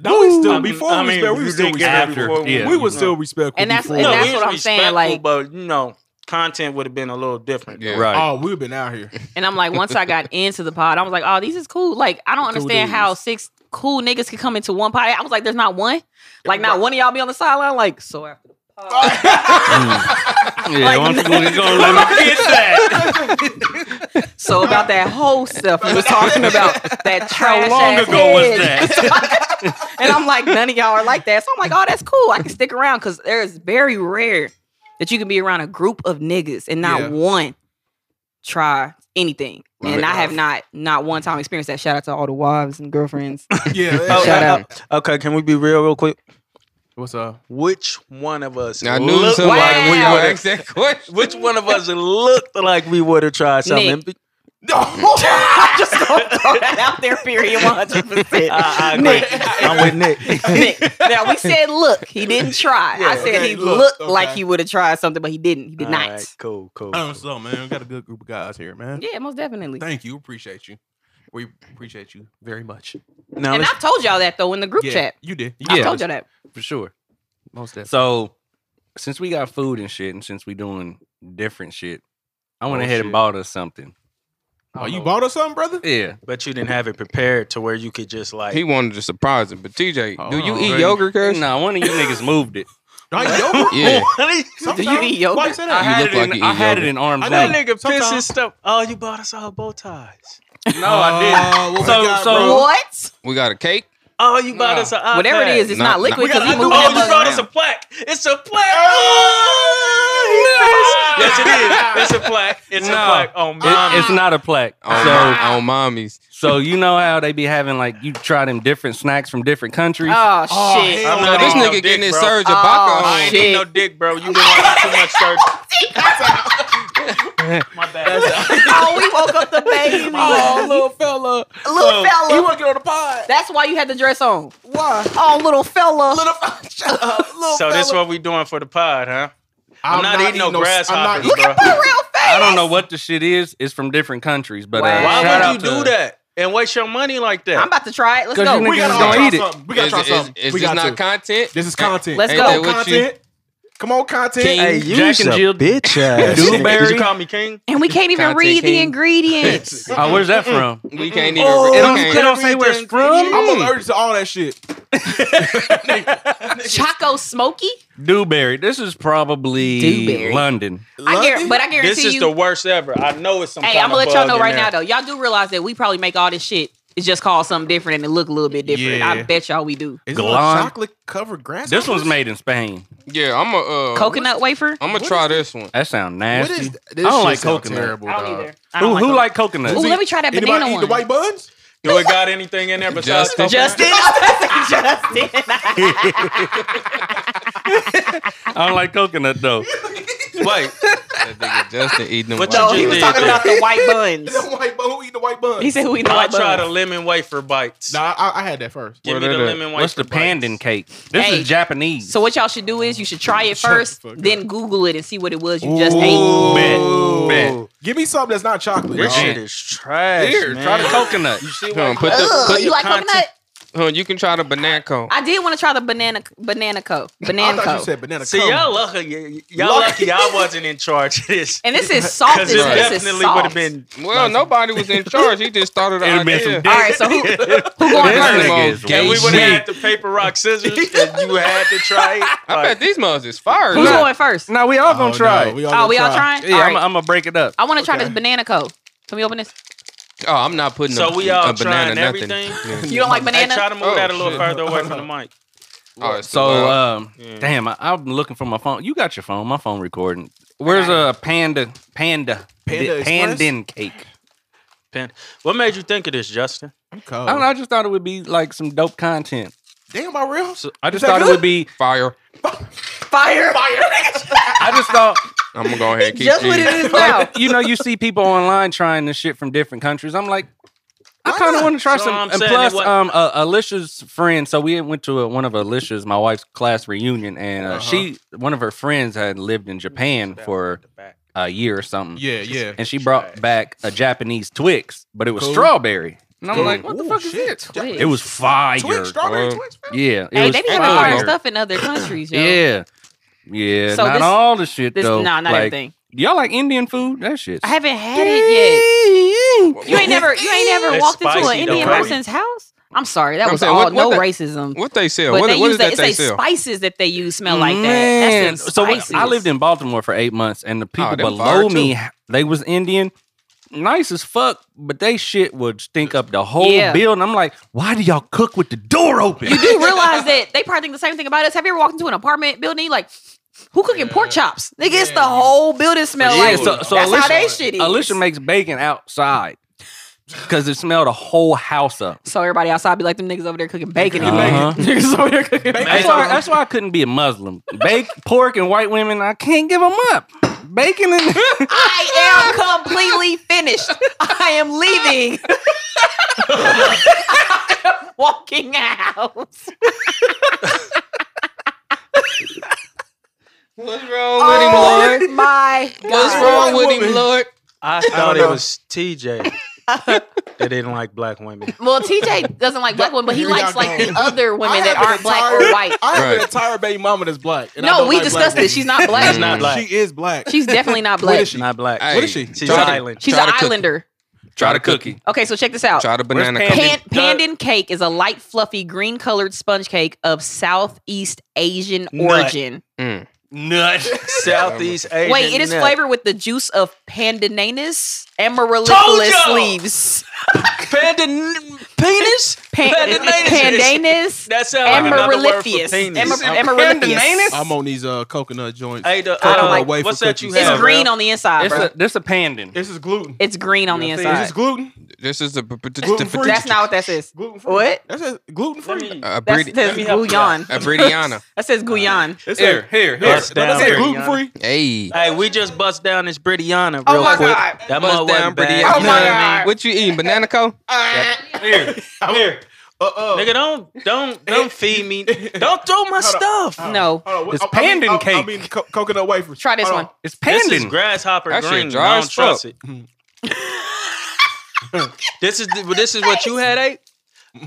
I: No, we still
J: I'm-
I: before
J: I
I: we
J: mean,
I: was married, we
J: you
I: was still
J: didn't get
I: respectful.
K: after.
J: before
K: Yeah.
I: We were still respectful.
E: And that's-
I: before.
E: and
J: No,
E: that's
J: we
E: what
J: was
E: I'm saying,
J: respectful,
E: like-
J: but you know, content would have been a little different.
G: Yeah.
K: Right.
I: oh, we've been out here.
E: And I'm like, once I
J: [laughs]
E: got into the pod, I was like, oh, these is cool. Like, I don't
I: Cool
E: understand how
I: dudes.
E: six cool niggas could come into one pod. I was like, there's not one. Like, not one of y'all be on the sideline. Like, so after the
K: Yeah, [laughs] why don't you go-
E: [laughs]
K: go let my kids
E: so about that whole stuff you was talking about, that trash.
K: long
E: ass
K: ago was
E: head. [laughs] and I'm like, none of y'all are like that. So I'm like, oh, that's cool. I can stick around because there's very rare that you can be around a group of niggas and not
L: Yeah.
E: one try anything. And
J: Right.
E: I have not not one time experienced that. Shout out to all the wives and girlfriends.
I: Yeah.
J: Oh,
E: Shout out.
J: Okay, can we be real, real quick?
I: [laughs] What's [laughs] up?
J: Which one of us?
G: I knew
J: looked
G: somebody
J: like we
G: would
J: would've-
G: ask that question.
J: Which one of us looked like we would have tried something?
E: [laughs] Nick.
I: [laughs]
E: just gonna throw that out there, period, 100. percent
J: I, I agree. I'm with Nick.
E: [laughs] Nick. Now we said, look, he didn't try.
J: Yeah,
E: I said
J: okay,
E: he
J: look,
E: looked like
I: okay.
E: he would have tried something, but he didn't. He did
I: All
E: not.
I: right,
J: cool, cool.
I: Um, so man, we got a good group of guys here, man.
E: Yeah, most definitely.
I: Thank you. Appreciate you. We appreciate you very much.
J: Now
E: and I've told y'all that though in the group
K: Yeah,
E: chat.
I: you did.
E: I
K: Yeah.
E: told y'all that.
K: for sure.
I: Most definitely.
K: So, since we got food and shit, and since we doing different shit, I went
J: Oh,
K: ahead
J: shit.
K: and bought us something.
I: Oh, you bought us something, brother?
K: Yeah,
J: but you didn't have it prepared to where you could just like. [laughs]
G: He wanted to surprise him, but TJ, do you
K: Oh,
G: eat
K: really?
G: yogurt, cuz?
K: Nah, one of you niggas moved it.
I: I yogurt? [laughs]
G: Yeah.
E: [laughs] Do you eat yogurt?
I: Why you say
K: I
I: that?
K: had
G: look
K: it in,
G: like [laughs] you
K: I
G: eat
K: had it
G: yogurt.
K: in arm's
J: I know
K: length.
J: that nigga pissed
K: Sometimes-
J: his stuff. Oh, you bought us all bow ties.
K: No, I
I: Oh, what we
K: didn't. So,
I: got,
K: so
I: bro?
E: What?
G: We got a cake.
J: Oh, you bought us a
E: Whatever it
J: iPad.
E: is, it's
G: Nah,
E: not
G: nah.
E: liquid
G: We
E: because
J: I
E: he
J: knew-
E: moved
J: oh,
E: that
J: you brought us a
E: mother- [laughs]
J: plaque. [laughs] It's a plaque. Oh, yes, it is. It's a plaque. It's a
K: No.
J: plaque. Oh,
K: it-
J: man.
K: it's not a plaque.
G: On,
K: So,
G: my, on mommies.
K: so you know how they be having like you try them different snacks from different countries.
E: Oh,
I: Oh,
E: shit.
I: hell
J: I'm
I: no.
J: not
G: This
J: eating no
G: nigga
J: dick,
G: getting his
J: bro.
G: surge of
E: Oh,
G: baka
J: I
G: on.
J: ain't eating no dick, bro. You been watching too much
E: [laughs]
J: surgery. My bad.
E: [laughs] oh, we woke up the [laughs] baby.
I: [laughs] little fella.
E: little fella.
I: working on the pod. [laughs]
E: That's why you had the dress on.
I: Why?
E: Oh, little fella.
I: Shut up, little
J: [laughs] So this
I: fella.
J: what we doing for the pod, huh? I'm, not, eating no,
I: s- I'm not
J: grasshoppers,
I: eating-
J: bro.
E: For real face.
K: I don't know what the shit is. It's from different countries, but uh,
E: Wow.
J: Why
K: shout out
J: would you do
K: to-
J: that and waste your money like that?
E: I'm about to try it. Let's
K: 'Cause
E: go.
K: you
I: We
K: niggas
I: gotta
K: is gonna
I: try
K: eat it.
I: something. We gotta
G: Is-
I: try
G: is-
I: something.
G: Is
I: we
G: this
I: got
G: not
I: to.
G: content?
I: This is content.
E: Let's
I: Come
E: go.
I: on,
G: Ain't that what you-
I: content. Come on, content.
K: King,
J: Hey, you
K: Jack and
J: some
K: Jill,
J: bitch ass.
K: Dewberry.
J: nigga. Did you call me king?
E: And we can't even
G: Content
E: read the
G: king.
E: ingredients.
K: Oh, where's that from?
G: We can't even.
I: Oh,
G: we
K: it don't,
G: can't-
K: it don't say where it's from.
I: I'm allergic to all that shit.
E: Choco Smoky?
K: Dewberry. This is probably
E: Dewberry.
K: London.
E: I guarantee, but I guarantee
J: This is
E: you.
J: the worst ever. I know it's some.
E: hey,
J: kind
E: I'm gonna
J: of
E: let y'all
J: bug
E: know
J: in
E: right
J: there.
E: now though. Y'all do realize that we probably make all this shit. It's just called something different and it look a little bit different.
I: Yeah.
E: I bet y'all we do.
I: Is
K: Galan.
I: chocolate covered grass?
K: This one's made in Spain.
G: Yeah, I'm a. Uh,
E: Coconut wafer?
G: I'm
I: What
G: gonna
I: is
G: try
I: that?
G: this one.
K: That sound
I: What
K: nasty.
I: is th-
K: I don't
I: shit
K: like
I: sound
K: coconut.
I: Terrible,
E: I don't
I: dog.
E: either. I
K: Who,
E: don't
K: who
E: like
K: like coconut?
E: Ooh, let me try that
I: Anybody
E: banana
I: eat
E: one.
I: the white buns? [laughs]
J: Do it got anything in there besides
G: Justin.
J: coconut?
E: Justin, Justin.
K: I don't like
I: [laughs]
K: coconut though.
J: Wait,
G: That
E: [laughs]
G: nigga Justin eating them.
J: What
G: white
E: no, he
J: you
E: was
J: did
G: buns.
E: talking
J: there.
E: about the white buns.
I: The [laughs] white bun. Who eat the white buns?
E: He said who eat the
J: I
E: white
J: tried the
E: buns.
J: lemon wafer bites.
I: Nah, I, I had that first.
J: Give me
G: What
J: the
G: are they?
J: lemon wafer.
K: What's the
J: bites.
K: pandan cake? This
E: Hey.
K: is Japanese.
E: So what y'all should do is you should try it
I: Shut the
E: first,
I: fuck up.
E: then Google it and see what it was you just
I: Ooh.
E: ate.
K: Bet, bet.
I: Give me something that's not chocolate.
J: This
I: dog.
J: shit is trash.
K: Here,
J: man.
K: try the coconut.
G: Come on, put the,
E: Ugh,
G: put
E: you
G: the
E: like
J: content-
E: coconut?
G: Huh, you can try the banana cone.
E: I did want to try the banana banana co
I: I
E: banana
I: thought you
E: co,
I: said banana.
J: See,
I: cum.
J: y'all lucky. y- Y'all
I: Lucky.
J: lucky. I wasn't in charge of this.
E: and this is soft.
J: Because
E: As,
J: it
E: this is
J: definitely would
E: soft.
J: have been.
G: Well, nobody
E: [laughs]
G: was in charge. He just started an
K: It'd been some
G: idea.
K: dick.
E: All right, so who who going
K: This
E: first?
K: nigga
G: Most
K: is
G: gay
J: And we
K: weak.
J: would
G: shit.
J: have had the paper, rock, scissors, and you had to try it.
G: I
J: Like,
G: bet these mugs is fire.
E: Who's going
K: [laughs]
E: first?
K: Now we all
I: Oh,
K: gonna try.
I: no,
K: it.
I: we all
E: Oh,
I: gonna
E: we all
I: try.
E: trying?
K: yeah,
E: all
K: I'm
E: right.
K: gonna break it up.
E: I want to try
I: Okay.
E: this banana co. Can we open this?
G: Oh, I'm not putting
J: So
G: a,
J: we all
G: a banana
J: trying
G: nothing.
J: everything?
E: You don't like
J: Hey,
E: banana?
J: try to move
G: Oh,
J: that a little
G: shit.
J: further away from the mic.
G: All right,
K: So,
G: uh,
K: um, damn, I, I'm looking for my phone. You got your phone? My phone recording. Where's a panda? Panda.
I: Panda
K: di-
I: Express?
K: pandan cake.
J: Pen- What made you think of this, Justin?
I: I'm cold.
K: I
E: Oh,
K: don't know. I just thought it would be like some dope content.
I: Damn, my real.
K: So I just
I: that
K: thought
I: good?
K: it would be.
G: fire.
E: Fire!
I: [laughs]
K: I just thought
G: I'm gonna go ahead and keep
E: Just what it
G: eating.
E: is
K: [laughs]
E: now.
K: you know, you see people online trying this shit from different countries. I'm like, I
I: Why
K: kind of
I: not?
K: want to try
J: So
K: some.
J: I'm
K: and
J: saying
K: plus,
J: it wa-
K: um, uh, Alicia's friend. So we went to a, one of Alicia's, my wife's class reunion, and uh,
I: Uh-huh.
K: she, one of her friends, had lived in Japan for a year or something.
I: Yeah, yeah.
K: And she brought back a Japanese Twix, but it was
I: Cool.
K: strawberry. And I'm like, what the
I: Ooh,
K: fuck
I: shit.
K: is this? It was fire.
I: Twix, strawberry
G: Uh,
I: Twix. man.
K: Yeah, it
E: Hey,
K: was
E: they be having
K: fire.
E: hard stuff in other countries, yo.
K: Yeah, yeah.
E: So
K: not
E: this-
K: all the shit
E: This
K: though.
E: nah, not
K: Like,
E: everything.
K: Y'all like Indian food? That shit.
E: I haven't had it yet. You ain't never you ain't never
J: It's
E: walked into
J: spicy,
E: an Indian
J: though, right?
E: person's house. I'm sorry, that
G: I'm
E: was
G: saying,
E: all
G: what-
E: no
G: what they-
E: racism.
G: What they sell?
E: But
G: What,
E: they
G: what
E: use
G: is that
E: it's
G: they
E: they
G: sell?
E: spices that they use smell like that. That's them
K: so when-
E: spices.
K: I lived in Baltimore for eight months, and the people
G: Oh, them
K: below
G: fire,
K: me,
G: too.
K: they was Indian, nice as fuck, but they shit would stink up the whole
E: Yeah.
K: building. I'm like, why do y'all cook with the door open?
E: you do realize that they probably think the same thing about us. Have you ever walked into an apartment building? You like, who cooking pork chops? Nigga, it's the whole building smell like.
K: so, so
E: that's
K: Alicia,
E: how they shit is.
K: Alicia makes bacon outside because it smelled the whole house up.
E: so everybody outside be like, them niggas over there cooking bacon. and
K: Uh-huh.
E: Niggas over there [laughs] cooking bacon.
K: That's why, that's why I couldn't be a Muslim. Bake pork and white women, I can't give them up. Bacon [laughs] and
E: I am completely finished. I am [laughs] leaving. I am walking out.
G: What's wrong
E: Oh my god.
G: Lord?
J: I thought it was
I: [laughs]
J: TJ. they didn't like black women.
E: Well, TJ doesn't like black women, but he
I: Here y'all
E: likes like
I: go.
E: the other women
I: I
E: that
I: have an
E: aren't black or
I: entire-
E: white.
I: I have an
G: Right.
I: entire baby mama that's black. and I
E: No,
I: don't
E: we
I: like black
E: discussed
I: women.
E: this. She's not black.
J: She's not black.
I: She is black.
E: She's definitely not
I: [laughs] What
E: black.
I: is she?
J: not black.
I: What is she?
J: She's
G: Try to-
J: island.
E: She's
G: Try
E: an
G: to cook it.
E: islander.
G: Try the cookie.
E: Okay, so check this out.
G: Try the banana
K: Where's
G: cookie.
E: Pan-
K: Duh.
E: pandan cake is a light, fluffy, green-colored sponge cake of Southeast Asian
J: Nut.
E: origin.
G: Mm.
J: [laughs]
K: nut.
J: Southeast Asian.
E: Wait, it is
J: nut.
E: flavored with the juice of pandananus amaryllis
J: y'all! [laughs]
E: leaves.
J: Panda n- penis?
E: [laughs] Pan-
J: Pandananus is-
E: pandanus
J: [laughs] That sounds like another word for
E: amaryllis.
J: penis.
E: Amar- amaryllis.
I: I'm on these uh, coconut joints.
J: Hey, the,
I: Coconut
J: uh,
I: wafer
J: what's that you
I: cookies.
J: have?
E: It's green
J: bro?
E: on the inside,
K: It's
E: bro.
K: a, this a pandan.
I: This is gluten.
E: It's green on the
K: Is
I: Is
E: inside.
I: this gluten?
G: This is the, p- p- the,
I: Gluten free.
G: p-
E: That's not what that says.
I: Gluten free.
E: What?
I: That says gluten free.
G: a
E: That
G: Bridi-
E: says
J: me help you
E: Guyan.
G: a Bridiana.
E: That says Guyan.
I: It's
K: Here, here, here.
J: Bust down
I: That's
J: Bridiana.
I: gluten free.
G: Hey.
J: Hey, we just bust down this Britiana real
E: Oh my
J: quick.
E: God. Oh
J: That
G: Bust down
J: mother wasn't bad.
G: Bridiana.
J: you know what I mean?
G: What you eating? Banana co?
I: I'm here. Uh uh.
J: Nigga, don't don't don't feed me. Don't throw my stuff.
E: No.
I: Hold on,
K: It's
I: I- I mean-
K: pandan
I: I- I
K: cake.
I: mean co- coconut wafers.
E: Try this
I: Hold
E: one.
I: on.
K: It's
J: This is
K: pandan.
J: grasshopper
G: That shit
J: green.
G: dry
J: I
G: as
J: don't trust it. this is this is what you had ate.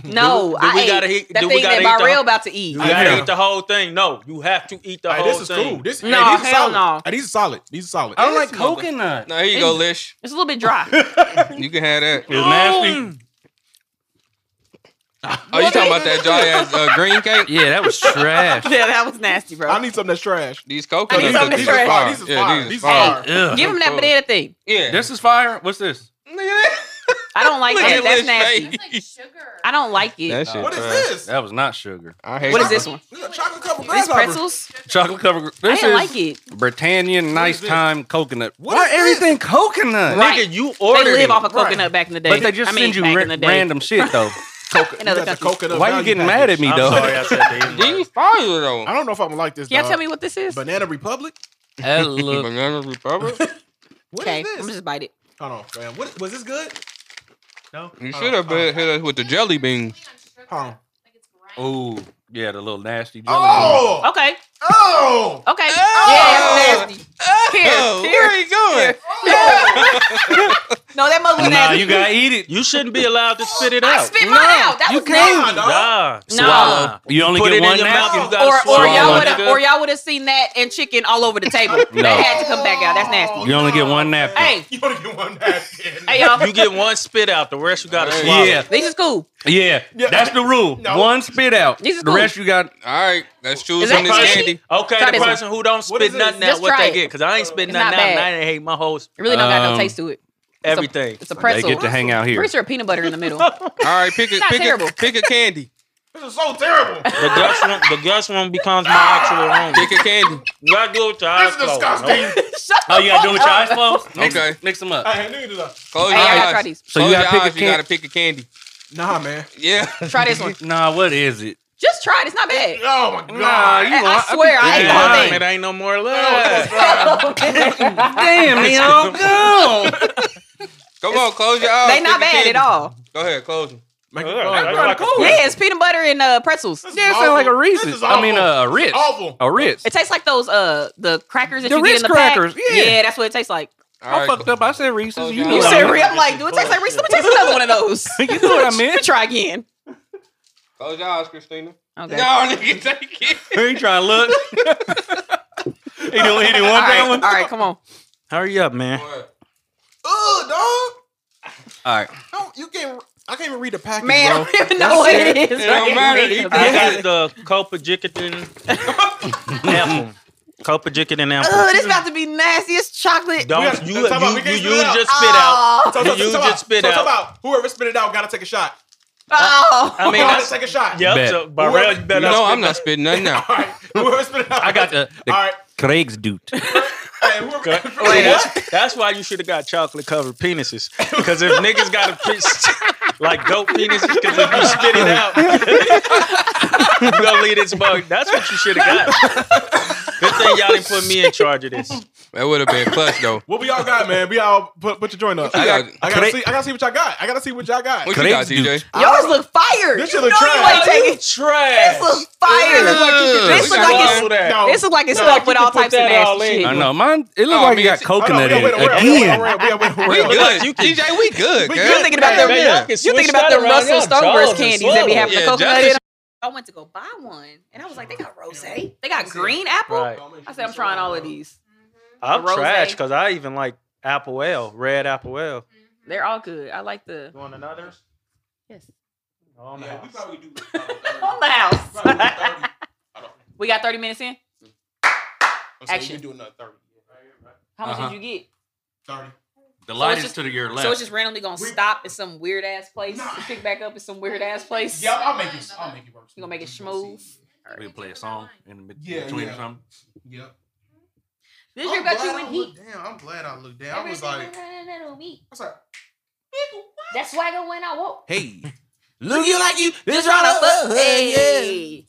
E: No,
J: Do we- do we
E: I
J: gotta
E: ate
J: eat-
E: that
J: do we
E: thing that
J: gotta eat the-
E: Barrel about to eat.
J: You
I: [laughs]
J: gotta
I: Yeah.
J: eat the whole thing. No, you have to eat the
I: Hey,
J: whole
I: this is
J: thing.
I: cool. This,
E: No,
I: hey, these are
E: hell
I: solid.
E: no.
I: Hey, these are solid. These are solid.
K: I don't like coconut.
G: No, here you go, Lish.
E: It's a little bit dry.
G: You can have that.
K: It's nasty.
G: Oh, you talking about that dry ass uh, green cake?
K: [gasps] Yeah, that was trash.
E: yeah, that was nasty, bro.
I: I need something that's trash.
G: These
E: I need
G: coconuts.
E: something
G: Oh, these
E: to
G: are
E: try.
G: fire.
I: These is fire.
G: Yeah,
I: These
G: these
I: is
G: are fire.
K: Ugh.
E: Give him that
G: cold.
E: banana thing.
G: Yeah.
K: [laughs] This is fire. What's this?
E: I don't like
G: Look
E: that.
G: at
E: That's
G: Liz's
E: nasty.
G: face.
E: I don't like it.
G: That shit.
I: What is
G: trash.
I: this?
K: That was not sugar.
G: I hate
E: what is
G: that.
E: this one?
I: These are chocolate covered
E: These
I: grasshoppers.
E: pretzels?
K: Chocolate
E: I
K: covered. This
E: didn't
K: is
E: like it.
K: Britannia nice
I: this?
K: time coconut.
I: What
K: Why
I: is this?
K: everything coconut?
E: Right.
J: Nigga, you
E: They
J: ordered
E: live
J: it.
E: off of coconut back in the day.
K: But they just
E: I mean,
K: send you
E: back
K: ra-
E: in the day.
K: random shit [laughs] though.
E: in
I: You
E: other
I: got the
E: countries.
I: coconut
K: Why you
I: value
K: getting
I: package. [laughs] Oh,
K: mad at me
J: I'm
K: though?
J: sorry I said that.
G: These fire though.
I: I don't know if I'm gonna like this.
E: Can y'all
I: dog.
E: tell me what this is?
I: Banana Republic?
K: That look.
G: Banana Republic.
I: What is
E: okay, I'm
I: this?
E: just bite it.
I: Hold on, fam. What, was this good? No.
G: You
I: Hold
G: should
I: on,
G: have
I: hold
G: been hit us with the jelly beans.
I: on, hold on.
K: Ooh, yeah, the little nasty. jelly
I: Oh!
E: Okay,
I: Oh!
E: okay. Yeah, that's nasty.
G: Oh,
E: Here, here.
G: where are you going?
E: No, that mother
K: bean.
E: was
K: Nah,
E: nasty.
K: you gotta eat it.
J: You shouldn't be allowed to spit it
E: I
J: out.
E: spit mine out. That
K: you
E: was nasty.
K: can't.
J: Nah,
E: No.
J: swallow.
K: You only
J: Put
K: get
J: it
K: one
J: in your
K: now?
J: mouth. You
E: Or,
J: gotta
E: or
J: swallow.
E: y'all would have,
J: nigga.
E: or y'all would have seen that and chicken all over the [laughs] table.
K: No.
E: That had to come back out. That's nasty.
K: You only get one napkin.
E: Hey,
I: You only get one napkin.
E: hey, y'all.
J: you get one spit out. The rest you gotta swallow.
K: Yeah,
E: These is cool.
K: yeah,
I: Yeah.
K: that's the rule.
I: No.
K: One spit out.
E: These is
K: the
E: cool.
K: rest you got.
G: All right, let's choose
E: Is that
G: on this
E: crunchy?
G: candy.
J: Okay,
E: Try
J: the
E: this
J: person who don't
I: What is
J: spit nothing
E: this?
J: out, what
E: Just try
J: they
E: it.
J: get? Because I ain't spit
E: It's
J: nothing
E: not
J: out, and
E: bad.
J: I didn't hate my whole
E: It really don't got no
K: Um,
E: taste to it.
J: everything.
E: It's a
K: They
E: pretzel.
K: get to hang out here.
E: Pretty sure peanut butter in the [laughs] middle. All
G: All right, pick a
E: Not
G: pick
E: terrible.
G: a pick a candy.
I: This is so terrible.
J: The guest one, the guest one becomes my actual
G: Pick
J: room.
G: a candy.
J: You gotta do it with your
I: this
J: eyes
I: is
J: closed.
I: disgusting.
K: Oh, you gotta do it with your eyes closed.
G: Okay.
K: mix them up.
I: Hey, nigga, do that.
G: [laughs] Close
E: Hey, I
G: your
E: gotta
G: eyes.
E: try these.
K: So
G: Close
K: you gotta
G: your
K: pick a
G: eyes. You
K: can-
G: gotta pick a candy.
I: Nah, man.
G: Yeah.
E: Try this [laughs] one.
K: Nah, what is it?
E: Just try it. It's not bad.
I: Oh my
K: Nah,
I: god.
K: you
E: I- I
K: li-
E: swear, I
K: be
E: ate
J: Damn,
E: the whole
K: lying.
E: thing.
J: it ain't no more [laughs] left.
K: Damn, they all gone.
G: [laughs] Come on, close your eyes.
E: They not
G: Pick
E: bad
G: a candy.
E: at all.
G: Go ahead, close them.
I: Make
J: Ugh,
I: it fun,
J: that's
I: bro.
J: like a-
E: Yeah, it's peanut butter and uh, pretzels.
I: This is
K: Yeah, it sound like a
I: awful.
K: Reese's.
I: This is
K: I mean,
I: awful.
K: uh, a Ritz.
I: Awful.
K: A Ritz.
E: It tastes like those uh the crackers that
K: The
E: you get in
K: Ritz
E: the
K: crackers,
E: pack.
K: yeah.
E: that's what it tastes like.
G: All
K: I
G: right,
K: fucked up. I said Reese's. You
G: You
K: know
E: You
K: what
E: said
K: I mean.
E: Ritz. I'm like, do it taste like Reese's? Let me taste another one of those.
K: You know what I meant.
E: Let me [laughs] try again.
G: Close your eyes, Christina.
E: Okay.
G: No, nigga, take it.
E: [laughs]
K: He trying to look. he didn't, he didn't
E: All
K: want
E: right,
K: that
E: all
K: one.
E: right, come on.
J: Hurry up, man.
G: What?
I: Ugh, dog.
K: All right.
I: Don't, you can. I can't even read the package,
E: [laughs] Man, [laughs] I
I: bro.
E: don't even know what it is.
I: It don't matter. Eat
J: I
I: that.
J: got the Copajikitan apple. Copajikitan apple.
E: [laughs] Ugh, this about to be nastiest chocolate.
J: Don't you? You,
I: Talk about- we
J: you,
I: can't
J: you
I: spit it out.
J: just spit out.
I: [laughs]
E: [laughs]
I: So, so,
J: you
I: so, so,
J: just spit
I: so, so,
J: out.
I: about whoever spit it out gotta take a shot.
E: Oh,
J: I
I: gotta
J: mean, that's-
I: take a shot.
J: Yep.
K: Bet.
J: So, Barrell, you better.
G: No,
J: not
G: I'm not spitting nothing out.
I: [laughs] Whoever spit it out.
K: I got the, the
I: All right.
K: Craig's dude.
I: [laughs] Hey, whoever, [laughs]
J: spit- That's, that's why you should have got chocolate covered penises. Because if niggas got a pe- like dope penises, because if you spit it out, you gonna leave this bug. That's what you should have got. Good thing y'all didn't put me in charge of this.
G: That would have been clutch
I: [laughs]
G: though.
I: what we all got, man? We all put, put your joint up.
G: I
I: I,
G: got-
I: got, I gotta
K: Correct.
I: see. I gotta see what y'all got. I gotta see what y'all got.
G: What you got, TJ?
E: Yours look fire.
I: This
E: you
I: shit look
E: know you
I: trash.
E: ain't taking it.
J: Trash.
E: This look fire. This
G: we
E: look
G: got
E: like
G: all
E: it's this look like it's
I: No,
E: stuffed with
J: you
E: all
J: can put
E: types of
J: that all
E: nasty
J: in.
E: shit.
K: I know mine. It
G: Oh,
K: looked like
G: man,
K: it got
G: see-
K: coconut in it
I: Again.
K: again.
G: We good.
J: you can-
G: TJ, we good.
I: We
G: girl.
E: You're thinking about
J: Hey,
E: the
J: man, y'all can
E: you
J: switch
E: thinking about
J: that
E: the
J: around.
E: Russell
J: Y'all
E: Stover's
J: jaws and
E: candies that be having
G: Yeah,
E: the coconut
G: Justin-
E: in 'em. I went to go buy one, and I was like, they got rose, they got green apple.
J: Right.
E: I said, I'm trying all of these.
J: I'm
E: Rosé.
J: trash because I even like apple ale, red apple ale.
E: They're all good. I like the
J: You want another?
E: yes
J: Oh, no.
I: Yeah, we probably
E: [laughs]
I: do.
E: on the house.
I: I don't-
E: [laughs] we got 30 minutes in.
I: I'm saying
E: Action.
I: you do another thirty.
E: How much
K: Uh-huh.
E: did you get?
I: Thirty.
K: The
E: light
K: light
E: is
K: is to your
E: So it's
K: left.
E: just randomly gonna
I: We-
E: stop at some weird ass place, and pick back up at some weird ass place.
I: Yeah, I'll make it. I'll make it work.
E: You gonna make it smooth?
K: We can play a song in the
I: Yeah,
K: between
I: yeah.
K: or something.
I: Yep.
E: This year got you in
I: I
E: heat.
I: looked down. I'm glad I looked down. I was
E: Everything
I: like, I
E: went in a week.
I: was like,
E: That swagger when I woke.
K: Hey, look you like you
E: Just trying to fuck. Oh, Hey.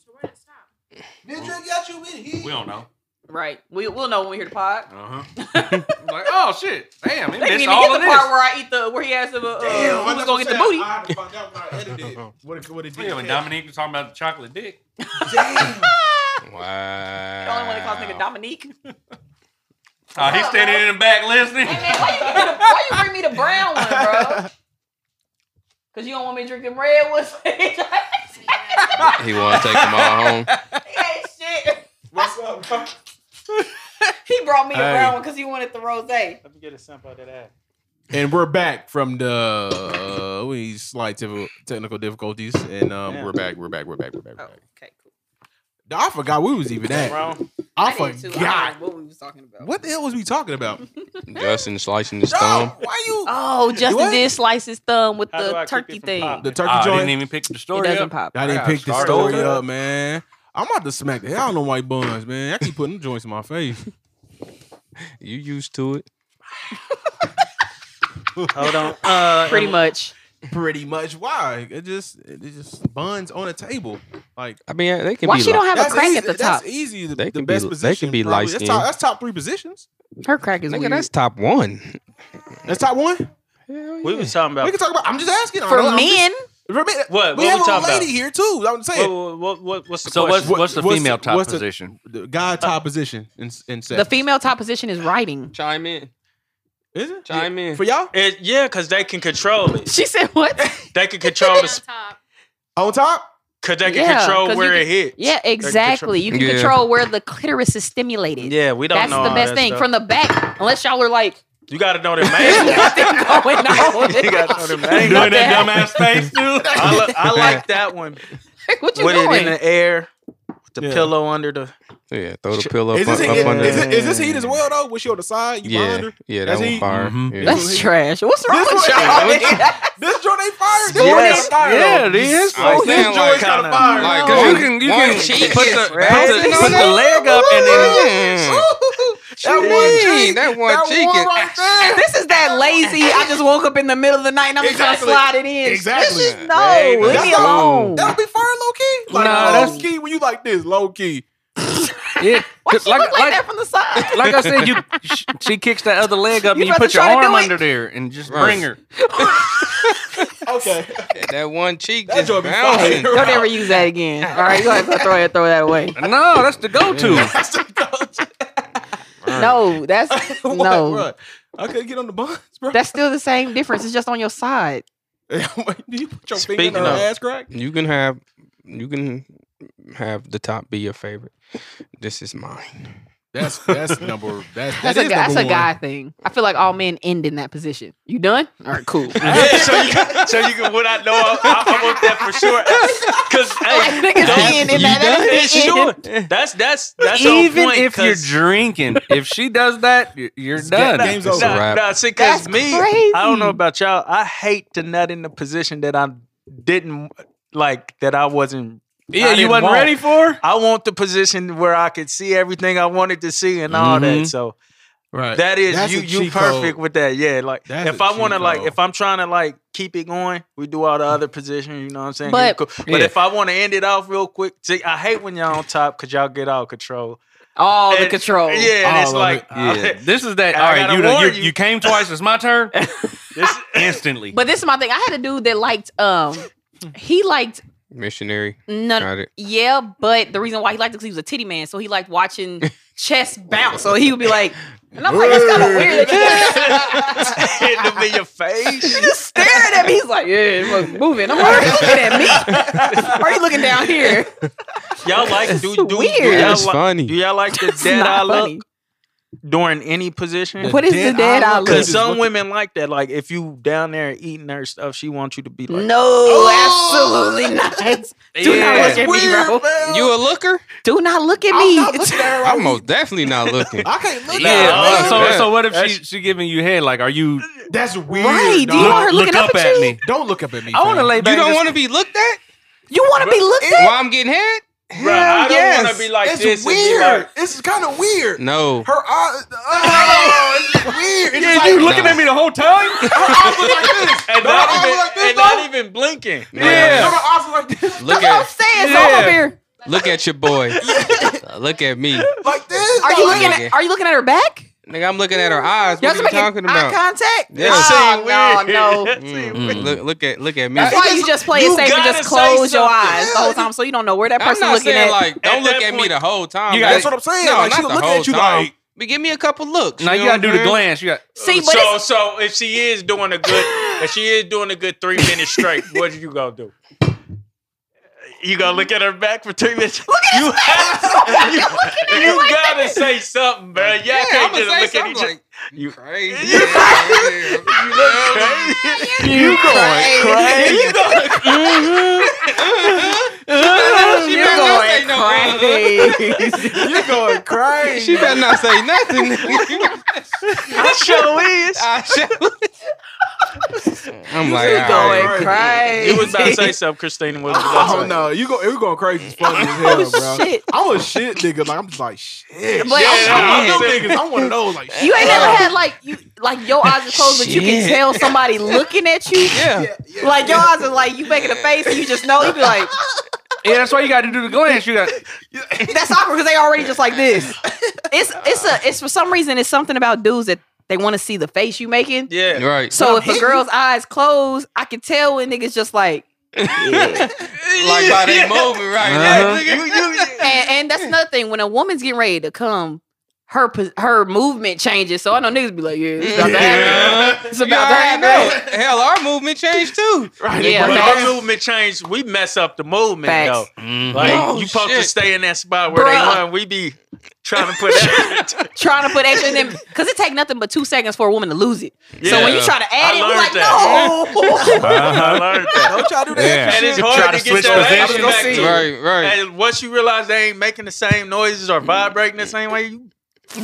I: Ninja got you in here.
K: We don't know.
E: Right. We we'll know when we hear the pod. [laughs]
K: Uh huh. like oh shit, damn,
E: They
K: it
E: didn't
K: missed
E: even
K: all
E: get the
K: of
E: part
K: this.
E: where I eat the where he asked him uh,
I: Damn,
E: who
I: that's
E: was
I: what
E: gonna get the
I: I'm
E: booty.
I: saying. I had to find out when I edited it. [laughs] What it, what it did.
K: Yeah, when Dominique was talking about the
E: [laughs]
K: chocolate dick.
I: Damn.
G: Wow.
E: The only one that calls nigga Dominique. [laughs] Hey
K: Oh, he's standing in the back listening.
E: man, why you, give me the, why you bring me the brown
I: [laughs]
E: one, bro? Cause you don't want me to drink them red ones. [laughs] he ain't
G: He want to take them
E: [laughs]
G: all home.
E: shit.
I: What's up, bro?
E: He brought me the
K: Hey.
E: brown one because he wanted the rosé.
J: Let me get a sample of that.
I: And we're back from the uh, we slight tif- technical difficulties, and um,
J: Yeah.
I: we're back, we're back, we're back, we're back. We're
E: Oh,
I: back.
E: okay, cool.
I: I forgot we was even at.
J: Wrong.
I: I
E: did too. I
I: forgot.
E: don't know what we was talking about.
I: What the hell was we talking about?
G: Justin slicing his thumb.
I: Dog, why you
E: Oh, Justin
I: What?
E: did slice his thumb with
J: How do I
E: the
J: keep
E: turkey
J: it from
E: thing.
J: popping?
I: the turkey
K: I
I: joint?
K: Ah, didn't even pick the
E: It
K: story
E: doesn't
K: up.
E: pop.
I: I didn't
K: I
I: pick the
K: started.
I: story
K: Started.
I: up, man. I'm about to smack the hell out of them white buns, man. I keep putting them joints in my face.
G: You used to it.
J: Hold on. Uh,
E: Pretty much.
I: [laughs] Pretty much why? It just it just buns on a table. Like
G: I mean, they can
E: Why
G: be.
E: she don't
G: Like,
E: have a crack
I: easy,
E: at the
I: that's
E: top?
I: easy. The,
G: They
I: the
G: can
I: best
G: be- they
I: position.
G: can be
I: probably.
G: light-skinned.
I: That's top, that's top three positions.
E: Her crack is
G: nigga,
E: weird.
G: that's top one.
I: That's top one.
G: Hell yeah.
J: we was talking about
I: We can talk about. I'm just asking. I
E: For
I: don't know, I'm just-
E: men,
I: Remember,
J: What-
I: We
J: what we
I: have
J: talking
I: a lady
J: about?
I: here too. I'm saying
J: What, what, what, what's the
K: So what's
J: question?
I: What-
K: what's the
I: what's
K: female
I: the-
K: top
I: what's the-
K: position?
I: the
J: Uh,
I: guy top position in in sex.
E: the female top position is
I: [laughs]
E: writing.
G: Chime in.
I: is it
G: Chime in.
I: for y'all
J: It, yeah, because they can control it.
E: She said
I: [laughs]
E: what?
J: They can control the
B: on top.
I: on top.
J: because they can
E: Yeah,
J: control
E: 'cause
J: where
E: you
J: it hits.
E: Yeah, exactly. You can
G: Yeah.
E: control where the clitoris is stimulated.
J: Yeah, we don't
E: That's
J: know.
E: the
J: all
E: best
J: that
E: thing.
J: stuff.
E: From the back, unless y'all are
I: [laughs]
E: like,
J: you got to know the man.
E: nothing [laughs] going on.
J: you got to know the man.
K: Doing that
E: What [laughs]
K: dumbass face too.
J: I, lo- [laughs] I like that one.
E: you
J: With it in
E: doing?
J: the air, with the
I: Yeah.
J: pillow under the.
G: Yeah, throw the pillow
I: Is
G: up,
I: this,
G: up
I: heat,
G: under.
I: is, it, is this heat as well though? Was she on the side? You behind
G: yeah,
I: her?
G: yeah,
I: Mm-hmm. That's
G: that one
I: heat.
G: fire.
K: Mhm.
G: Yeah.
E: That's trash. What's wrong
I: This one-
E: with y'all?
I: This joint ain't fire. This joint
J: Yes,
I: ain't fire.
K: yeah,
I: though.
K: it is.
G: I
I: Oh, this joint's
G: understand, like,
I: kind
J: kinda-
I: of fire. though.
G: like, cause
K: you can you
G: one
K: can
G: cheek
K: put
G: is
K: the, put
G: raising
K: the, put
G: [laughs]
K: the
G: up.
K: leg up and then
I: that one
G: Dang,
I: cheek,
G: that Mm. one cheek is-
I: right there.
E: [laughs] This is that lazy. I just woke up in the middle of the night and I'm just gonna
I: Exactly.
E: slide it in.
I: Exactly.
E: This is,
G: Hey,
E: no, leave
I: that's
E: me
I: not-
E: alone.
I: That'll be fire, low key. Like
K: Nah,
I: low
K: that's-
I: key when you like this, low key.
K: it,
E: Why
K: like
E: she look like, that
K: like,
E: from the side?
I: [laughs]
K: like I said, you sh- she kicks that other leg up
E: You
K: and you
E: about
K: put
E: to
K: your
E: try to
K: arm
E: do it?
K: under there and just
G: Right.
K: bring her.
I: [laughs] Okay,
G: [laughs] That one cheek
I: that
G: just
I: joint be
G: bouncing.
I: fire.
E: Don't ever use that
I: [laughs]
E: again. All right, you have to throw it, throw that away.
K: No, that's the go-to.
E: No, that's
I: [laughs] What,
E: no.
I: bruh? I couldn't get on the buns, bro. [laughs]
E: That's still the same difference. It's just on your side.
I: Do you put your finger in
J: Speaking
I: her
J: of-
I: ass crack?
G: You can have, you can have the top be your favorite. This is mine.
I: That's that's number that's
E: That's, a,
I: is
E: gu- that's
I: number
E: a guy
I: one.
E: thing. I feel like all men end in that position. You done? All
I: [laughs]
E: right, cool. [laughs]
J: Yeah, [laughs] so you can, so you can, when I know I, I, I want that for [laughs] sure. Because
E: Niggas in in that- that is the
J: sure.
E: end.
J: That's that's that's on
K: Even
J: point,
K: if you're
J: 'cause-
K: drinking, if she does that, y- you're done.
J: Nah, nah, nah, see, because me, I
E: Hmm.
J: don't know about y'all. I hate to nut in the position that I didn't like, that I wasn't.
K: Yeah,
J: I
K: you
J: didn't
K: wasn't
J: want.
K: ready for?
J: I want the position where I could see everything I wanted to see and all that.
K: Mhm.
J: So,
I: Right.
J: that is
I: That's
J: you.
I: a
J: You
I: cheat code.
J: perfect with that. Yeah, like
I: That's
J: if
I: a
J: I want to
I: cheat
J: like
I: code.
J: if I'm trying to like keep it going, we do all the other positions. You know what I'm saying?
E: But-
J: Cool. but
E: Yeah.
J: if I want to end it off real quick, see, I hate when y'all on top because y'all get out of control.
E: All
J: the control.
E: Oh,
J: Yeah, and it's
K: All of
J: like
K: it. yeah. this is that.
J: I
K: All right,
J: gotta
K: you, done-
J: warn
K: you,
J: you.
K: you came twice. It's my turn. instantly.
E: But this is my thing. I had a dude that liked um he liked
G: Missionary. Got
E: none
G: it.
E: yeah, but the reason why he liked it because he was a titty man, so he liked
G: [laughs]
E: watching chess bounce. So he would be like, and I'm like, that's kind of weird.
J: [laughs] Hit him in
E: [laughs]
J: your face.
E: He's staring at me. He's like, yeah, it's moving. I'm like, are you looking at me? Why are you looking down here?
J: Y'all like do do, do
E: weird.
J: y'all
E: That's
J: li-
G: funny.
J: Do y'all like the dead
E: not
J: eye
E: funny.
J: look during any position?
E: What is the dead eye look?
J: Because
E: Just
J: some
E: look-
J: women like that. Like if you down there eating her stuff, she wants you to be like,
E: No, absolutely
J: [laughs]
E: not. Do
J: Yeah.
E: not look at me,
J: Weird,
E: bro.
G: You a looker?
E: Do not look at me.
G: I'm most definitely not looking.
I: [laughs] I can't look
K: Yeah.
I: oh,
G: at
K: so,
G: that.
K: so what if she she giving you head? Like, are you?
I: That's weird.
E: Right,
K: dog.
E: you
K: Look-
E: are
K: look
E: looking up
K: up
E: at
K: at
E: you.
K: me.
I: Don't look up at me.
K: I want to lay back.
G: You don't
K: just-
G: want to be looked at
E: You want to be looked at?
G: while I'm getting head? Hell
J: Bruh, I don't
G: yes.
J: wanna be like
I: it's
J: this. and be
I: weird.
J: like-
I: it's kind of weird.
G: no.
I: Her eyes.
K: [laughs]
I: Oh, it's weird. It's
K: Yeah,
I: like,
K: you looking
G: No.
K: at me the whole time?
I: Her eyes was like
K: [laughs]
I: this.
J: and
I: Her eyes
J: not
I: was
J: even,
I: like this.
J: and not even blinking.
G: No,
I: No,
K: Yeah.
I: her eyes was like this.
G: Look
E: That's what I'm
G: at
E: saying. So I'm
K: Yeah.
E: up here.
G: look at your boy. Uh, look at me.
I: Like this.
E: Are
I: dog.
E: you looking at? Are you looking at her back?
G: Nigga, I'm looking at her eyes.
E: Y'all
G: What you
E: making
G: talking
E: eye
G: about?
E: contact?
G: Yeah.
E: Oh,
J: That seem
E: no, no.
J: weird. That seem weird.
G: Mm, Look, look at look at me.
E: That's why you just play
J: You
E: it safe and
J: gotta
E: just
J: say
E: close your
J: something.
E: eyes the whole time so you don't know where that
G: I'm
E: person
G: not
E: looking
G: saying
E: at.
G: like don't
J: that
G: look at me
J: point-
G: the whole time.
K: You
G: but-
K: gotta-
I: That's what I'm saying.
G: No,
I: like,
G: not
I: she
G: the
I: was looking
G: whole
I: at you
G: time.
I: like.
G: But give me a couple looks.
K: Now you
G: know
K: gotta
G: what
K: do
G: I'm
K: the
G: saying?
K: glance. You got.
E: See, but
J: so [laughs]
E: it's,
J: so if she is doing a good if she is doing a good three minutes straight, what you gonna do? You gonna look at her back for three minutes? Look at you have, you, [laughs] you gotta say something, bro. Y'all
G: Yeah,
J: can't
G: I'ma
J: just
G: say
J: look at
G: something
J: each other.
G: like,
J: You-
G: You crazy.
J: You-
G: Yeah, yeah.
J: You
G: [laughs]
J: look crazy.
E: you
J: Going crazy. You going
G: She
E: You're
G: better not
E: going
G: say no. [laughs]
E: crazy.
I: You're going
K: [laughs]
I: crazy.
G: She better not say [laughs] nothing. Ah,
J: I sure is.
G: I shall- I'm like, all
E: going
G: right.
E: crazy.
J: You was about to say something, Christina. What was you about to
I: Oh
J: say?
I: no, you go, you going crazy as funny as
E: [laughs]
I: hell,
E: Oh,
I: bro.
E: shit.
I: I'm a shit nigga. Like I'm just like shit.
E: But-
I: shit. I'm one
J: Yeah.
I: of them niggas. I'm one of those like.
E: You ain't never had like you like your eyes are closed, but you can tell somebody looking at you.
G: Yeah.
E: Like your eyes are like you making a face, and you just know you be like,
K: Yeah, that's why you got to do the glance. You got.
E: that's awkward because they already just like
G: [laughs]
E: this. It's it's a it's for some reason it's something about dudes that they want to see the face you making.
J: Yeah.
G: Right.
E: So if a girl's eyes close, I can tell when niggas just like,
G: like by they moving right
K: Uh-huh.
G: now.
J: You, you,
E: and, and that's another thing. When a woman's getting ready to come, her pos- her movement changes. So I know niggas be like, yeah, it's about to
J: Mm-hmm.
E: happen. It's
G: You
E: about to
G: already
E: happen.
G: know. Hell, our movement changed too.
I: Right.
E: Yeah.
J: But
E: Like,
J: our
E: that's-
J: movement changed. We mess up the movement
E: Facts.
J: though.
K: Mhm.
J: Like
G: Oh,
J: you supposed to
G: shit.
J: stay in that spot where
E: Bruh.
J: they want. We be trying to put [laughs] that.
E: Trying to put extra in them because it take nothing but two seconds for a woman to lose it. So when you
G: Yeah.
E: try to add
J: I
E: it, we're
J: learned
E: like,
J: that.
E: no.
J: I learned that.
I: Don't try to do that.
K: Yeah.
J: And it's
K: You
J: hard
K: try
J: to,
K: to
J: get
K: switch
J: your ass
K: positions.
J: back to.
G: Right, right.
J: And once you realize they ain't making the same noises or vibrating the same way, you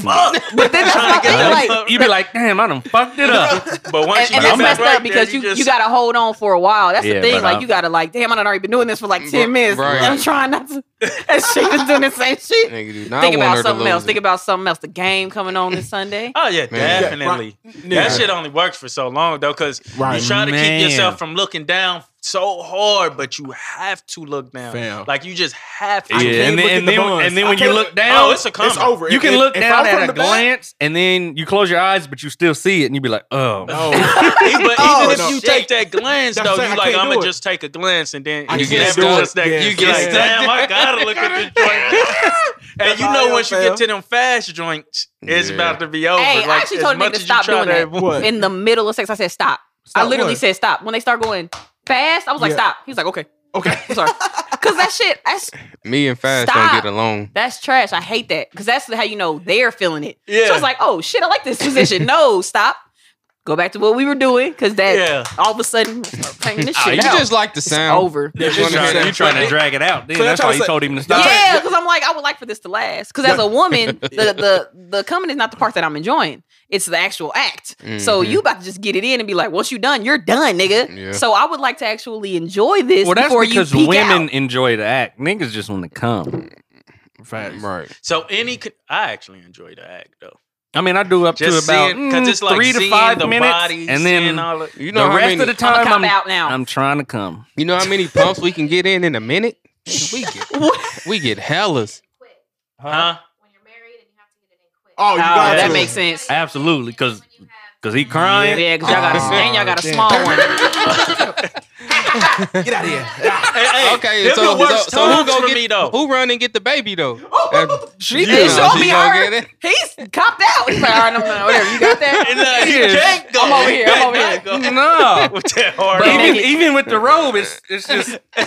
E: but then that's my thing. Like,
K: you be like, damn, I done fucked it up.
J: But once
E: and,
J: you
E: and that's
J: get back
E: messed
J: right
E: up because
J: there,
E: you, you,
J: just,
E: gotta hold on for a while. That's the
K: Yeah,
E: thing.
K: but
E: Like
K: I'm-
E: you gotta like, damn, I've already been doing this for like ten
G: Br-
E: minutes.
G: right.
E: I'm trying not to. And she just doing the same shit.
G: Nigga, do not
E: Think
G: want
E: about
G: her
E: something
G: to
E: else.
G: lose
E: Think
G: it.
E: about something else. The game coming on this Sunday.
J: Oh yeah,
G: Man.
J: definitely. That shit only works for so long though, because
I: Right.
J: you try to
K: Man.
J: keep yourself from looking down so hard, but you have to look down.
I: Fam.
J: Like you just have to. [laughs]
K: Yeah,
I: can't
K: and then
I: look at
K: and
I: the
K: then,
I: buns.
K: and then
I: I
K: when you
I: can't-
K: look
J: Oh,
K: down,
J: it's a comedy.
I: It's over.
K: you
I: If-
K: can
I: if-
K: look
I: if I'm
K: down
I: from
K: at a
I: the back-
K: glance, and then you close your eyes, but you still see it, and [laughs] you be like, oh.
I: No.
J: Even- even
I: Oh,
J: if
I: no.
J: you take that glance
I: That's
J: though,
I: what I'm
J: you
I: saying, I
J: like
I: can't
J: I'm
I: do
J: gonna
I: it.
J: just take a glance and then
I: I
J: you
I: can't
J: get
I: do
J: stuck.
I: it.
J: That
I: Yeah.
J: you get
I: Yeah.
J: like, damn, I gotta look at this joint. [laughs] and you
I: all
J: know
I: I
J: once you
I: fam.
J: get to them fast joints, it's
G: Yeah.
J: about to be over.
E: Hey,
J: like,
E: I actually
J: as
E: told a
J: much
E: nigga to
J: as you
E: stop
J: try
E: doing
J: to
E: that
J: avoid-
I: What?
E: in the middle of sex. I said stop. I
I: Stop
E: literally
I: what?
E: said stop. When they start going fast, I was like
I: Yeah.
E: stop. He was like okay. [laughs]
I: Okay. [laughs]
E: I'm sorry. Cause that shit, that's
G: Me and Fast don't
E: Stop.
G: get along.
E: that's trash. I hate that. Cause that's how you know they're feeling it.
G: Yeah.
E: So it's like, oh shit, I like this
I: [laughs]
E: position. no, stop. Go back to what we were doing. Cause that
G: Yeah.
E: all of a sudden start playing this
G: Ah,
E: shit.
G: you
E: out.
G: just like the
E: It's
G: sound.
E: over.
K: You trying, you trying to drag it out. Then
E: So
K: that's
E: that's
K: why
E: how
K: you
E: I
K: told him to stop.
E: Yeah, because I'm like, I would like for this to last. Because as a woman, the, the the coming is not the part that I'm enjoying. It's the actual act. So
K: Mhm.
E: you about to just get it in and be like, once you done, you're done, nigga.
K: Yeah.
E: So I would like to actually enjoy this
K: Well, that's
E: before you
K: because
E: peek
K: women
E: out.
K: enjoy the act. Niggas just want to come.
G: Right.
J: So any, co- I actually enjoy the act though.
K: I mean, I do up
J: Just
K: to about
J: seeing- 'cause
K: mm,
J: it's like
K: three to
J: seeing
K: five
J: the
K: minutes,
J: bodies,
K: and then
J: seeing all the-
G: You know
K: the
G: how
K: rest
G: many-
K: of the
G: I'ma
K: time,
G: cop
K: I'm,
G: out now.
K: I'm trying to come.
G: You know how many pumps we can get in in a minute? We get we get hellas.
J: Huh?
I: Oh, you
E: got that to. makes sense.
K: Absolutely, because because he crying.
E: Yeah, 'cause y'all
G: Oh,
E: got a- and y'all got a small one.
I: Get out of here.
G: okay,
J: them
G: so,
J: the worst
G: so, so who
J: times
G: go
J: for
G: get
J: me, though.
G: Who run and get the baby though?
E: She did. Show me her.
G: it.
E: He's copped out. He's like, all right, I'm done. Whatever. You got
G: [laughs]
E: that? I'm over here. I'm over here.
K: No,
J: [laughs] with that hard.
K: But [laughs] even, [laughs]
J: on.
K: even with the robe, it's it's just yeah.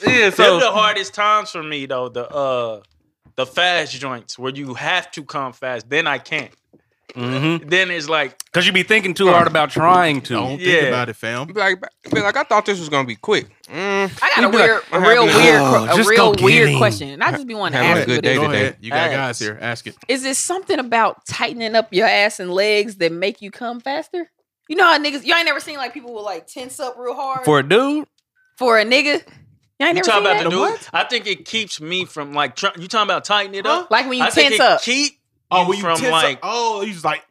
J: Them the
K: So
J: hardest times for me though. The uh, the fast joints where you have to come fast. Then I can't.
K: because
J: Then
G: [laughs]
J: it's like
K: you be thinking too hard about trying to.
J: Don't think Yeah. about
I: it, fam.
G: Be like, be like, I thought this was gonna be quick. Mm.
E: I got
G: You
E: a
G: be like,
E: weird,
G: "What
E: a real
G: happened?"
E: weird,
G: Oh,
E: a
G: just go
E: real
G: get
E: weird
G: him.
E: question. And I just be wanting to
G: Having a
E: ask
G: good
E: what
G: day
E: it is.
G: today.
I: You got
E: Ask.
I: guys here. Ask it.
E: Is it something about tightening up your ass and legs that make you come faster? You know how niggas, y'all ain't never seen like people will like tense up real hard
K: for a dude.
E: for a nigga. Y'all ain't never
J: You talking
E: seen that.
J: about the new? I think it keeps me from like. Try, you talking about tightening it up?
E: Like when you
J: I think
E: tense
J: it
E: up.
J: Keep
I: Oh,
J: you
I: when you
J: from
I: tense up-
J: like.
I: oh, he's like.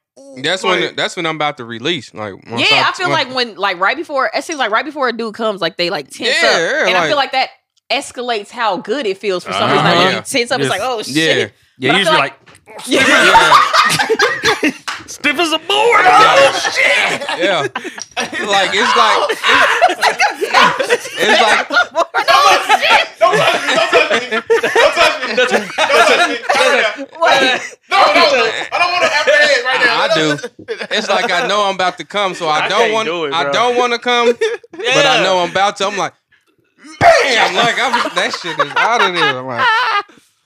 G: That's
J: Wait.
G: when that's when I'm about to release. Like once
E: Yeah, I
G: t-
E: feel like when like right before it seems like right before a dude comes, like they like tense
G: Yeah,
E: up,
G: yeah,
E: and I feel like
G: like-
E: that escalates how good it feels for some reason. Like when
J: Uh-huh.
K: Yeah.
E: you tense up, it's like oh
K: Yeah.
E: shit.
K: Yeah, you
E: But I
K: just
E: feel [laughs]
K: like, stiff as a board.
G: Oh shit! Yeah, like it's like it's, it's like I do. It's like I know I'm about to come, so I,
J: I
G: don't
J: can't
G: want.
J: do it,
G: I
J: bro.
G: don't want to come, but I
J: Yeah.
G: know I'm about to. I'm like, bam! Like I'm, that shit is out of there. I'm like,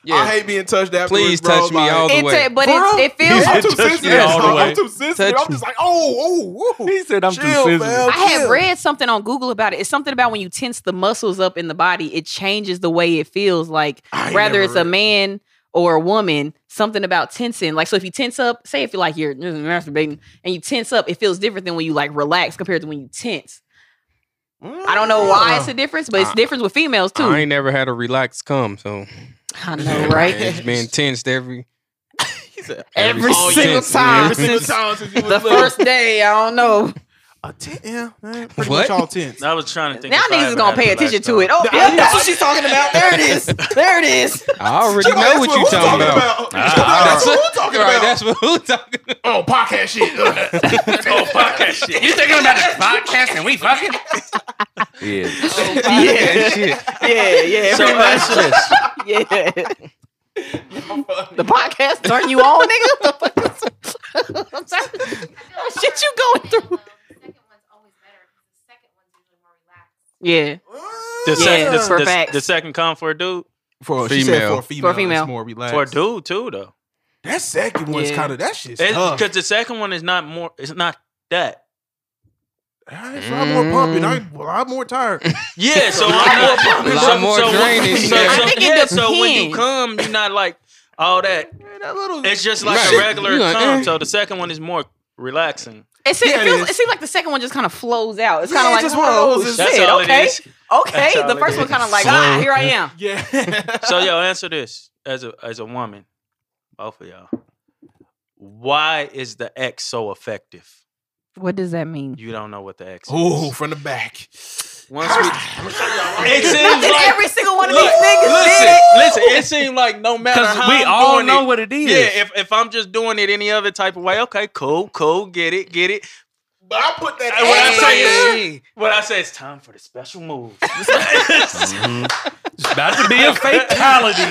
G: yeah.
I: I hate being touched afterwards.
G: Please
I: bro.
G: touch me
I: Like-
G: all the
E: It way. ta- but it's- it feels-
I: I'm too
E: Touch me
I: sensitive.
E: all the
I: bro.
E: way.
I: I'm too sensitive.
E: Touch
I: I'm just like, oh, oh, oh. He said,
K: I'm
I: too sensitive.
E: I had read something on Google about it. It's something about when you tense the muscles up in the body, it changes the way it feels. Like whether
L: never
E: it's a man or a woman, something about tensing. Like so, if you tense up, say if you're like you're masturbating and you tense up, it feels different than when you like relax compared to when you tense. I don't know why it's a difference, but it's
G: Mm. I-
E: difference with females too.
G: I ain't never had a relaxed cum, so
E: I know, right?
G: It's been tensed every
E: Every
G: Oh, yeah.
E: single
G: Since-
E: time,
G: every single
E: since
I: time since you was
E: the
I: little.
E: first day. I don't know.
I: Yeah, man. Pretty
J: What?
I: much all tense.
J: I was trying to think.
E: Now
J: if I
E: niggas
J: ever
E: is gonna
J: had
E: pay
J: the last
E: attention
J: time.
E: to it. Oh, yeah, that's what she's talking about. There it is. There it is.
G: I already know what you talking
I: [laughs]
G: about.
I: That's what we're talking about.
G: That's what we're talking
I: about. Oh, podcast shit.
J: oh, podcast shit.
K: [laughs] You thinking about this podcast and we fucking? Yeah.
E: yeah. Yeah, yeah.
K: So
E: pretty
K: ask
E: much. [laughs] Yeah. the podcast [laughs] turn you on, nigga? What the fuck is I'm sorry. What shit you going through? Yeah.
J: The,
E: yeah,
J: sec- the,
E: for
J: the-
E: facts.
J: the second come for a dude.
I: For
G: she said Female. for a
I: female, it's
J: female.
I: more relaxed.
J: For a dude too, though.
I: That second one's kind of that shit's tough.
J: Because the second one is not more. It's not
I: [laughs]
J: that.
I: It's a lot more pumping. I'm a lot more tired.
J: Yeah, so I'm more
I: I'm
J: pumping.
I: more
J: so,
I: pumping.
J: [laughs] so,
I: draining.
J: So, so,
I: I think it
J: yeah, so when you
I: depends.
J: come, you're not like all that. It's just like
G: Right.
J: a regular
G: You like,
J: cum.
G: eh.
J: So the second one is more relaxing.
E: It, seems,
J: Yeah,
E: it,
J: it
E: feels,
J: is.
E: it seems like the second one just kind of flows out. It's
I: Yeah,
E: kind
I: it's
E: of like,
I: just one of
E: oh,
I: those-
E: shit,
J: That's all it
E: okay.
J: is. That's
E: Okay.
J: all
E: The
J: it
E: first one
J: is.
E: kind of like, ah, here I am.
I: Yeah.
J: so
I: Uh-uh.
J: yo, answer this as a as a woman, both of y'all. Why is the X so effective?
E: What does that mean?
J: You don't know what the X.
I: [laughs] Ooh, from the back.
J: Once we, it
E: Not
J: seems
E: that
J: like
E: every single one of
J: Look,
E: these niggas
J: listen,
E: did it.
J: Listen, [laughs] it seems like no matter
K: [laughs] 'Cause
J: how
K: we
J: I'm
K: all
J: doing
K: know what it is.
J: Yeah, if, if I'm just doing it any other type of way, okay, cool, cool, get it, get it.
I: But I put that.
J: And what I
I: X
J: say
I: on
J: is, what I say is time for the special move.
K: It's about to [laughs] be a fatality.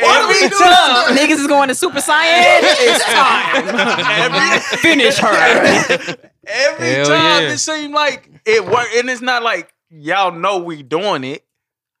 J: Every
E: time niggas is going to Super Saiyan, it's time. Finish her.
J: Every
K: Hell
J: time
K: yeah.
J: it seemed like it worked, and it's not like y'all know we doing it.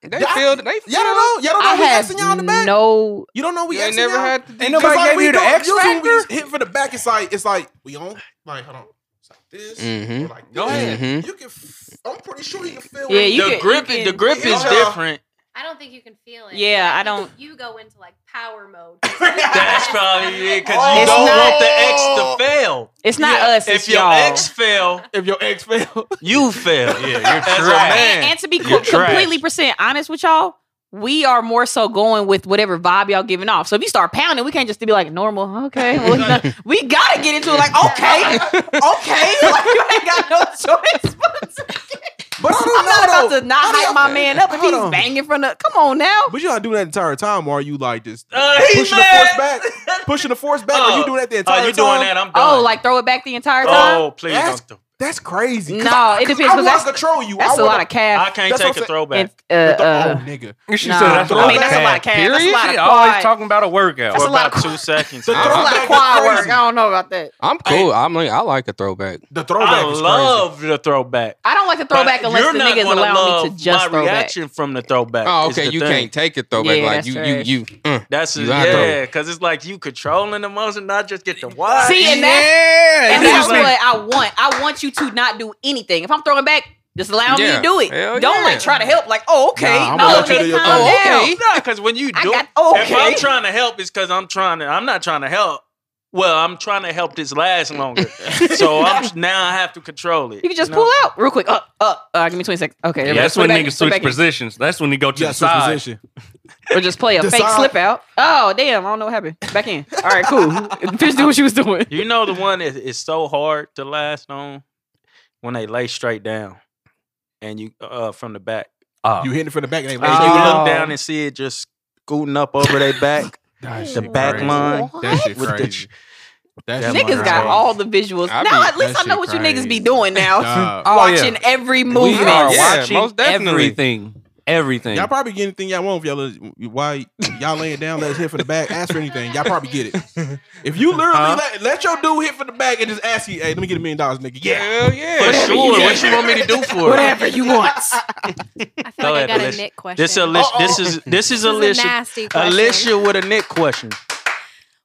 G: They feel. They feel.
J: Y'all don't know. Y'all don't know.
E: I
J: we
E: had
J: asking y'all in the back.
E: No,
J: you don't know we
G: You ain't
J: asking
G: never
J: y'all.
G: had to do
I: It's
G: Ain't nobody
I: like
G: gave
I: we
G: you the
I: don't-
G: X
I: usually when we
G: factor?
I: just Hit for the back. It's like it's like we on. Like hold on. It's like this.
G: Mm-hmm.
I: Like
J: Go
I: this.
J: ahead. Mhm.
I: You can. f- I'm pretty sure you can feel.
J: Yeah,
I: it. [laughs]
J: you The can- grip you is- the can- grip is
I: Yeah.
J: different.
M: I don't think you can feel it.
E: Yeah, I
M: think
E: don't-
M: You go into like power [laughs] mode.
J: That's probably it because you
E: It's
J: don't
E: not-
J: want the X to fail.
E: It's not
J: Yeah,
E: us, it's
J: if your
E: y'all.
J: ex fail,
I: if your ex fail,
J: you fail. Yeah, you're
E: And- And, to be co- completely percent honest with y'all, we are more so going with whatever vibe y'all giving off. So if you start pounding, we can't just be like normal. Okay, well, you know, [laughs] we gotta get into it. Like okay, okay, [laughs] like, you ain't got no choice.
I: [laughs]
E: [laughs]
I: But I don't
E: I'm not
I: know,
E: about to not
I: Hold
E: hype
I: on.
E: my man up if
I: Hold
E: he's
I: on.
E: banging from the. Come on now.
I: But you not doing that entire time, or are you like just
J: Uh, he
I: pushing
J: mad.
I: the force back? Pushing the force back? are Oh, you doing that the
J: uh,
I: entire time?
E: Oh, like throw it back the entire
A: Oh,
E: time.
J: Oh, please
I: that's, don't. That's crazy. 'Cause
E: No,
I: I-
E: it
I: 'cause
E: depends,
I: I
E: 'cause
I: want
E: that's-
I: to control you.
E: that's
I: I
E: a lot
I: wanna-
E: of cash.
J: I can't
I: That's
J: take
I: what
J: a throwback.
E: And,
I: oh,
E: uh, uh,
I: nigga.
K: She
E: Nah.
K: said that's a
E: I
K: lot
E: mean,
K: of
E: that's a lot of
K: cash.
E: cash. That's a
K: Period?
E: lot of
K: She always
E: quad.
K: talking about a workout.
E: That's a
J: For
E: lot
J: about
E: of [laughs]
J: two seconds.
E: [laughs] That's a lot of quad work. I don't know about that.
G: I'm cool. I'm like, I like a throwback.
I: The
J: I love the throwback.
E: I don't like to throw back
J: But
E: unless
J: you're
E: the
J: not
E: niggas
J: gonna
E: allow me
J: love
E: to just
J: my
E: throw back.
J: reaction from the throwback.
G: Oh,
J: is
G: okay.
J: the
G: You
J: thing.
G: can't take it throwback.
E: Yeah,
G: like
E: that's
G: you,
E: trash.
G: you, you. mm,
J: That's a,
G: you gotta throw
J: yeah,
G: it.
J: because it's like you controlling the motion, not just get the why.
E: See, and that, and that's what I want. I want you to not do anything. If I'm throwing back, just allow me
J: Yeah.
E: to do it.
J: Hell
E: Don't
J: yeah.
E: like try to help. Like, oh, okay,
J: Nah, I'm
E: no,
J: gonna let you
E: nigga,
J: do your
E: calm
I: Oh,
J: thing.
E: down.
J: Oh, Okay. Nah, because when you do,
E: got-
J: if
E: okay.
J: I'm trying to help, it's because I'm trying to. I'm not trying to help. Well, I'm trying to help this
E: [laughs]
J: last longer, so I'm now I have to control it.
E: You can just pull out real quick. Up, up. Uh, give me twenty seconds. Okay,
K: Yeah,
E: everybody
K: that's
E: swing
K: when
E: back,
K: niggas
E: swing
K: switch
E: back in.
K: positions. That's when they go to
I: Yeah,
K: the
I: switch
K: side.
I: position.
E: or just play a fake
K: Decide.
E: slip out. Oh damn, I don't know what happened. Back in. All right,
I: [laughs]
E: cool. Fish do what she was doing.
J: You know the one that is so hard to last on when they lay straight down, and you uh from the back.
K: Oh.
I: You hitting it from the back. And they
J: And
I: lay
J: you
I: down.
J: look down and see it just scooting up over their [laughs] back, the
I: shit
J: back
I: crazy.
J: line.
I: That shit
J: with the
I: crazy. That shit
E: Niggas got
I: crazy.
E: all the visuals.
I: I
E: now
I: be-
E: at least
I: that
E: I know
I: shit
E: what you
I: crazy.
E: niggas be doing now.
I: Nah. Oh, yeah.
E: Watching every
I: We
E: movement.
I: are
K: Yeah,
I: watching
K: most definitely.
I: everything.
K: Everything.
I: Y'all probably get anything y'all want if y'all is- why y'all laying down, let us hit for the back, ask for anything. Y'all probably get it. If you literally
K: Huh?
I: let, let your dude hit for the back and just ask you, hey, let me get a million dollars, nigga. Yeah.
G: Hell yeah.
J: For Whatever sure. you What want. you want me to do for it? Whatever
E: you want.
M: I feel like I got a Nick question.
J: This, Alicia, this is this is
M: a
J: Alicia.
M: nasty question.
J: Alicia with a Nick question.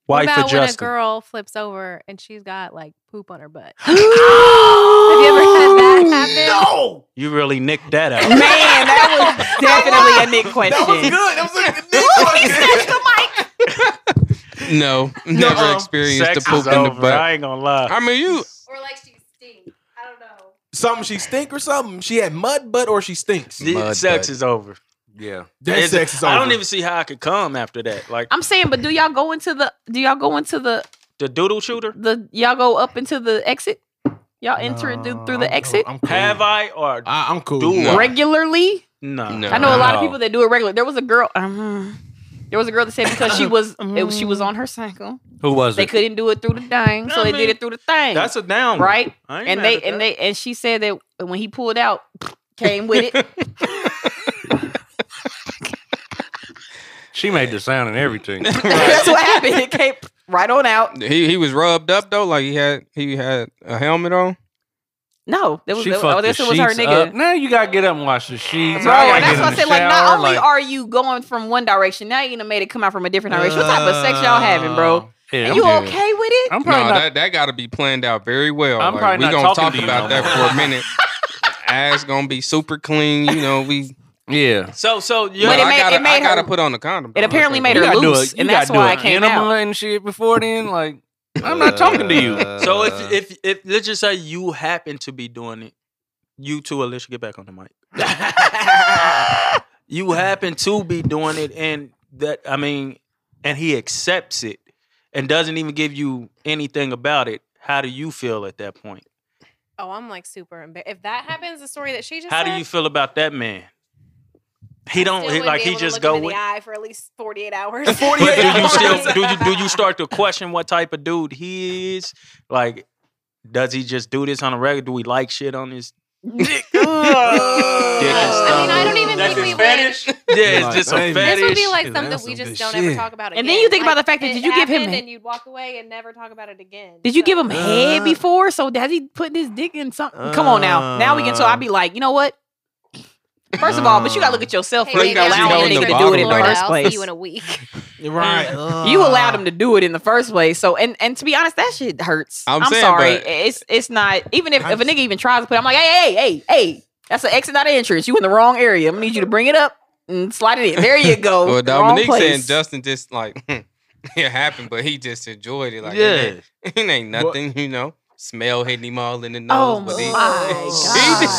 M: What
J: Wife
M: about
J: of
M: when a
J: Justin.
M: girl flips over and she's got like poop on her butt? [gasps] Have you ever had that happen?
I: No.
J: You really nicked that out.
E: Man, [laughs] that was definitely a Nick question. That was good.
I: That was a
E: [laughs] Nick question.
G: No, never experienced the
J: Sex
G: poop
J: is
G: in the
J: over,
G: butt.
J: I ain't gonna lie.
G: I mean, you.
I: Something she stink or something. She had mud butt or she stinks.
J: The sex is over.
K: Yeah.
I: That
J: It's-
I: sex is
J: I don't
I: over.
J: even see how I could come after that. Like
E: I'm saying, but do y'all go into the? Do y'all go into the?
J: the doodle shooter.
E: The y'all go up into the exit. Y'all enter it through, through the exit
J: Have I or
I: I, am cool.
J: Do I?
E: regularly.
J: No.
E: I know a lot of people that do it regularly. There was a girl. Um, there was a girl that said because
J: [laughs]
E: she was it, she was on her cycle.
K: Who was
E: they
K: it?
E: couldn't do it through the thing, so
J: Mm-hmm. I
E: they
J: mean,
E: did it through the thing.
J: that's a down one.
E: right?
J: I ain't
E: And
J: mad
E: they
J: at
E: and
J: that.
E: they and she said that when he pulled out, [laughs] came with
J: [laughs]
E: it. [laughs]
K: She made the sound
E: [laughs]
K: and everything.
E: That's what happened. It came right on out.
G: He he was rubbed up though, like he had he had a helmet on.
E: No, that was
K: she
E: that,
K: fucked
E: oh, this
K: the
E: was her
K: sheets
E: nigga.
K: Up. Now you gotta get up and wash the sheets.
E: Bro,
K: I gotta
E: that's
K: get
E: what I
K: in the
E: said. Like,
K: shower,
E: not only
K: like-
E: are you going from one direction, now you done made it come out from a different direction. What type of sex y'all having, bro?
G: Yeah,
E: and you
G: I'm-
E: okay with it?
G: no, that that got to be planned out very well.
K: I'm
G: Like,
K: probably
G: we
K: not
G: gonna
K: talking
G: talk
K: to you
G: about
K: no
G: that for a minute. Ass gonna be super clean. You know we.
K: Yeah.
J: So so
G: yeah.
E: But it
G: I
E: made-
G: gotta
E: it made
G: I gotta
E: her-
G: put on the condom.
E: It
G: though.
E: apparently made
K: You
E: her
K: gotta do
E: loose,
K: it. You
E: and
K: gotta
E: that's
K: do
E: why
K: it
E: it came
K: enema
E: out.
K: and shit before then. Like I'm not talking
M: [laughs]
K: to you.
J: So if if if let's just say you happen to be doing it, you too, Alicia, get back on the mic. you happen to be doing it, and that I mean, and he accepts it and doesn't even give you anything about it. How do you feel at that point?
M: Oh, I'm like super embarrassed. If that happens, the story that she just
J: How do
M: said,
J: you feel about that man? He
M: I
J: don't
M: still
J: he,
M: wouldn't
J: like
M: be
J: he
M: able to
J: just
M: look
J: go
M: him in
J: with.
M: the eye for at least 48 hours.
J: But do you
I: [laughs]
J: still do you do you start to question what type of dude he is? Like, does he just do this on a regular? Do we like shit on his dick and stuff?
M: I mean, I don't even think we would.
J: Yeah, it's
I: Like,
J: just a
I: baby.
J: fetish.
M: This would be like
J: Is
M: something
J: that
M: we
J: some
M: just
J: good
M: don't
J: shit?
M: ever talk about again.
E: And then you think about
M: Like,
E: the fact that
M: it
E: did you give him
M: happened
E: he-
M: and you'd walk away and never talk about it again.
E: Did you give him head
M: Uh.
K: Uh.
E: before? So has he putting his dick in something? Come on now. Now we can. So I'd be like, you know what? He First of all, but you gotta look at yourself for
M: Hey,
E: you
M: baby, I don't
E: allowing a nigga
M: wanna
E: to
M: go
E: do
M: to
E: it in the
M: Florida.
E: first
M: I'll
E: place.
M: See you in a week.
J: Right.
E: You allowed him to do it in the first place. So and and to be honest, that shit hurts.
G: I'm
E: I'm,
G: saying,
E: sorry.
G: but-
E: It's it's not even if, if a nigga even tries to put, it, I'm like, hey, hey, hey, hey, that's an exit, not an entrance. You in the wrong area. I'm gonna need you to bring it up and slide it in. There you go.
G: [laughs] well,
E: Wrong
G: Dominique
E: place.
G: saying Justin just like [laughs] it happened, but he just enjoyed it. Like
E: Yeah.
G: it ain't, [laughs] it ain't nothing, you know. Smell hitting him all in the
E: Oh
G: nose. but he,
E: my
G: he
E: God.
G: did-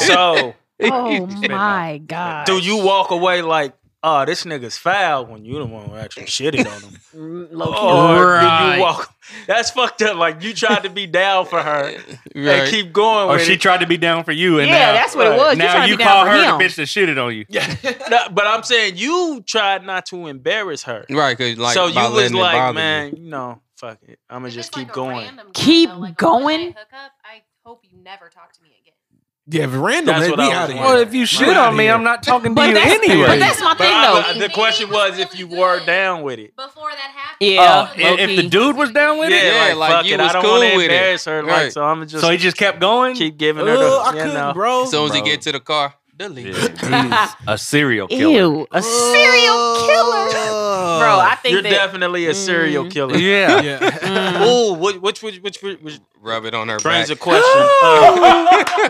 J: So-
M: Oh my god.
J: Do you walk away like, oh, this nigga's foul when you the one who actually shitted on him?
E: Mm, Low
J: Or do
K: Right.
J: you walk? That's fucked up. Like you tried to be down for her and
K: Right.
J: keep going.
K: Or
J: with
K: Oh, she
J: it.
K: tried to be down for you, and
J: Yeah,
K: now-
J: that's what it was. You
K: Now
J: trying to
K: you
J: be
K: call
J: down for
K: her the
J: him.
K: bitch that shitted on you.
J: No, but I'm saying you tried not to embarrass her.
G: Right, 'cause, like,
J: so
G: by
J: you was
G: letting it
J: like,
G: bother
J: man, you know, fuck it. I'm gonna just keep going.
E: Keep going.
I: Yeah, random.
J: That's
I: man,
J: what
I: we
J: I was
I: outta here.
J: wondering. Well, if you shit on me, I'm
K: not talking
J: But that's-
E: But that's my thing
J: I-
E: though.
J: but the question was if you were down with it.
E: yeah.
K: Oh, i- if the dude was
E: [laughs]
K: down with it,
J: Yeah, like, fuck it. I don't want to embarrass her. Like,
K: Right.
J: so I'm just.
K: So he just kept going,
J: keep giving her the.
K: Ugh, I
J: you
K: couldn't,
J: know.
K: bro.
G: As soon as he
K: Bro.
G: get to the car, delete.
K: [laughs] a serial killer.
E: Ew, a serial killer. Bro, I think
J: You're
E: that mm.
J: definitely a serial killer.
K: Yeah.
I: [laughs]
J: Ooh, which which which which, which, which
G: Rub it on her
J: brings a
G: back.
K: [laughs]
J: question. [laughs]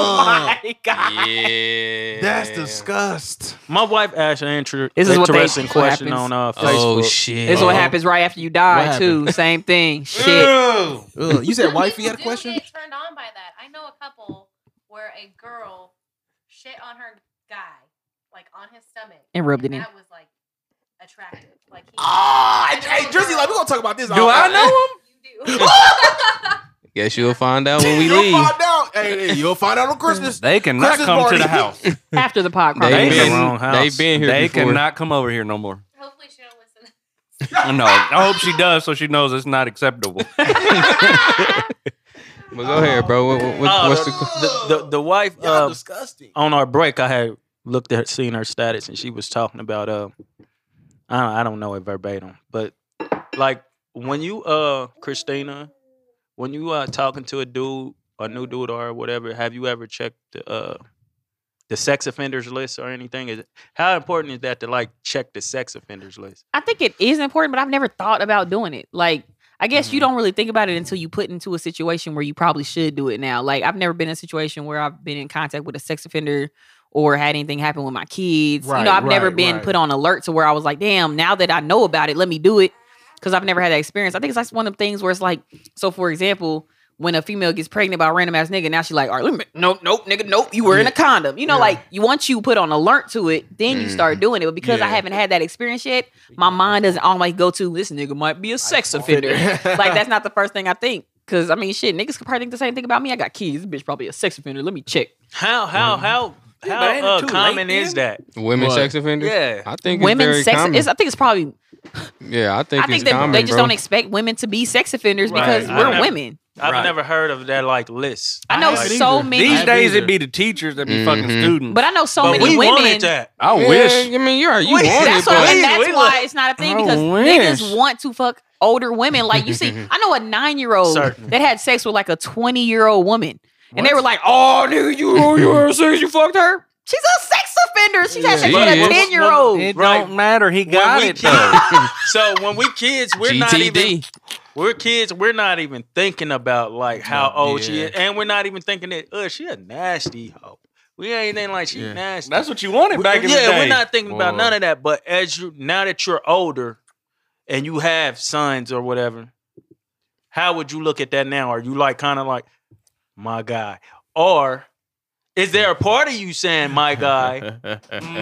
E: Oh my god.
G: Yeah.
J: That's
I: disgust.
J: My wife asked an inter-
E: This is what they-
J: interesting
E: what
J: question
E: happens.
J: on uh, Facebook.
G: Oh, shit.
E: This is what happens right after you die
J: What
E: too.
J: happened?
E: Same thing. Shit.
I: Ugh, you
H: [laughs]
I: said wifey had a question?
N: turned on by that. I know a couple where a girl shit on her guy, like on his stomach,
E: And rubbed it in.
N: That was like attractive. Like he,
I: [laughs] Ah, hey, Drizzy, like, we're going to talk about this.
G: Do
I: [laughs]
G: I
I: know
H: [laughs]
I: him?
G: Guess you'll find out when we
I: You'll
G: leave.
I: find out. Hey, hey, you'll find out on Christmas.
K: They cannot
I: Christmas
K: come
I: party. [laughs]
K: to the house.
E: After the podcast.
G: They've
K: in the
G: been-
K: wrong house.
G: they've been here
K: They
G: before.
K: cannot come over here no more. Hopefully she don't listen. no, I hope she does, so she knows it's not acceptable.
G: But go ahead, bro. What, what,
J: Oh,
G: what's
J: the,
G: the
J: the, the the wife? Uh,
I: disgusting.
J: on our break, I had looked at seen her status, and she was talking about uh, I don't, I don't know it verbatim, but like when you uh, Christina, when you uh talking to a dude, a new dude or whatever, have you ever checked the uh the sex offenders list or anything? Is it, how important is that to like check the sex offenders list?
E: I think it is important, but I've never thought about doing it. Like, I guess you don't really think about it until you put into a situation where you probably should do it now. Like, I've never been in a situation where I've been in contact with a sex offender or had anything happen with my kids. you
L: Right,
E: know, I've never
L: right,
E: been
L: right.
E: put on alert to where I was like, damn, now that I know about it, let me do it. Cause I've never had that experience. I think it's like one of the things where it's like, so for example, when a female gets pregnant by a random ass nigga, now she's like, all right, let me, nope, nope, nigga, nope, you were in a condom. You know, like you once you put on alert to it, then you start doing it. But because I
L: Yeah.
E: haven't had that experience yet, my mind doesn't always go to this nigga might be a sex offender. like that's not the first thing I think. Cause I mean shit, niggas could probably think the same thing about me. I got kids. This bitch probably a sex offender. Let me check.
J: How how how
E: Yeah, but ain't it
J: how uh,
E: too late
J: common is that?
G: Women sex offenders?
J: Yeah.
G: I think
E: women
G: it's very
E: sex
G: common.
E: it's, I think it's probably
G: yeah, I think
E: I think
G: it's
E: they,
G: common,
E: they just
G: bro.
E: don't expect women to be sex offenders
J: Right.
E: because
J: I
E: we're
J: never-
E: women.
J: I've
K: Right.
J: never heard of that like list.
E: [laughs] I know I haven't so either. many- I
K: These
E: haven't
K: days,
E: either.
K: it'd be the teachers that be fucking students.
E: But I know so
K: But
E: many
K: we
E: Oh, women.
K: wanted that. I Yeah, wish. I mean, you're- you [laughs]
E: We-
K: wanted,
E: that's what I-
K: but-
E: that's
K: We- we
E: why
K: like-
E: it's not a thing
K: I
E: because
K: wish.
E: niggas want to fuck older women. Like you see, I know a nine year old
K: Certain.
E: that had sex with like a twenty year old woman, and they were like, "Oh, nigga, you you had sex, you fucked her." She's a sex offender. She's had sex with a ten year old.
K: It don't matter. He got
J: we
K: it though.
J: so when we kids, we're not even
K: GTD.
J: we're kids, we're not even thinking about like how old she
K: yeah.
J: is. And we're not even thinking that, uh, she a nasty hoe. We ain't thinking like she nasty.
K: That's what you wanted
J: We-
K: back in the
J: yeah,
K: day.
J: we're not thinking about
K: Boy.
J: none of that. But as you now that you're older and you have sons or whatever, how would you look at that now? Are you like kind of like, my guy? Or is there a
K: Mm.
J: part of you saying my
K: [laughs]
J: guy?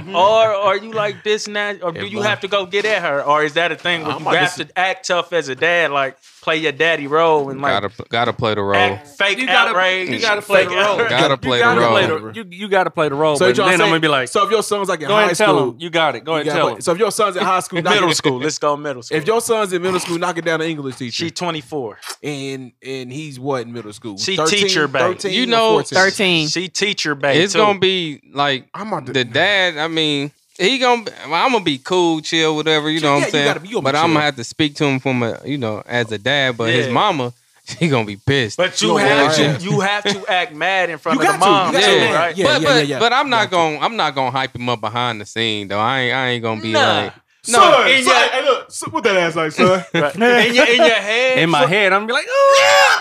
J: or are you like this now? Or do you have to go get at her? Or is that a thing where
K: I'm
J: you
K: about to
J: have to act tough as a dad, like play your daddy role and like
G: gotta gotta play the role.
J: fake
K: You gotta-
J: outrage?
K: you gotta play
J: fake
K: the role.
J: outrage?
G: Gotta play the role.
K: You you gotta play the role.
I: So
K: So
I: you're
K: but
I: trying
K: then
I: to
K: I'm
I: say-
K: gonna be like,
I: so if your son's like in
K: go
I: high
K: ahead and tell
I: school-
K: him you got it. Go ahead
I: You gotta
K: and tell
I: play-
K: him.
I: So if your son's in high
K: [laughs]
I: school, knock
J: middle
I: it-
J: school. Let's go middle school.
I: If your son's in middle school, knocking down an English teacher.
J: She's 24.
I: And and he's what in middle school?
J: She
I: 13,
J: teacher bait.
I: 13
G: You
I: or
G: know-
I: 14?
E: 13.
J: She teacher bait.
G: It's gonna be like the dad. I mean, he gonna. be- well, I'm gonna be cool, chill, whatever. You know
I: Yeah,
G: what
I: you
G: I'm saying?
I: gotta be- you gonna be
G: but I'm
I: chill.
G: gonna have to speak to him from a you know as a dad. But his
I: Yeah.
G: mama He gonna be pissed.
J: But you have to, you have to act mad in front of the mom, too, right?
G: but, but, but I'm not gonna I'm not gonna hype him up behind the scene though. I ain't I ain't gonna be
J: Nah.
G: like
I: No, son, son, hey, look, son, what that ass like, son?
J: in, your, in your head,
G: In my head,
K: I'm be like, "Oh,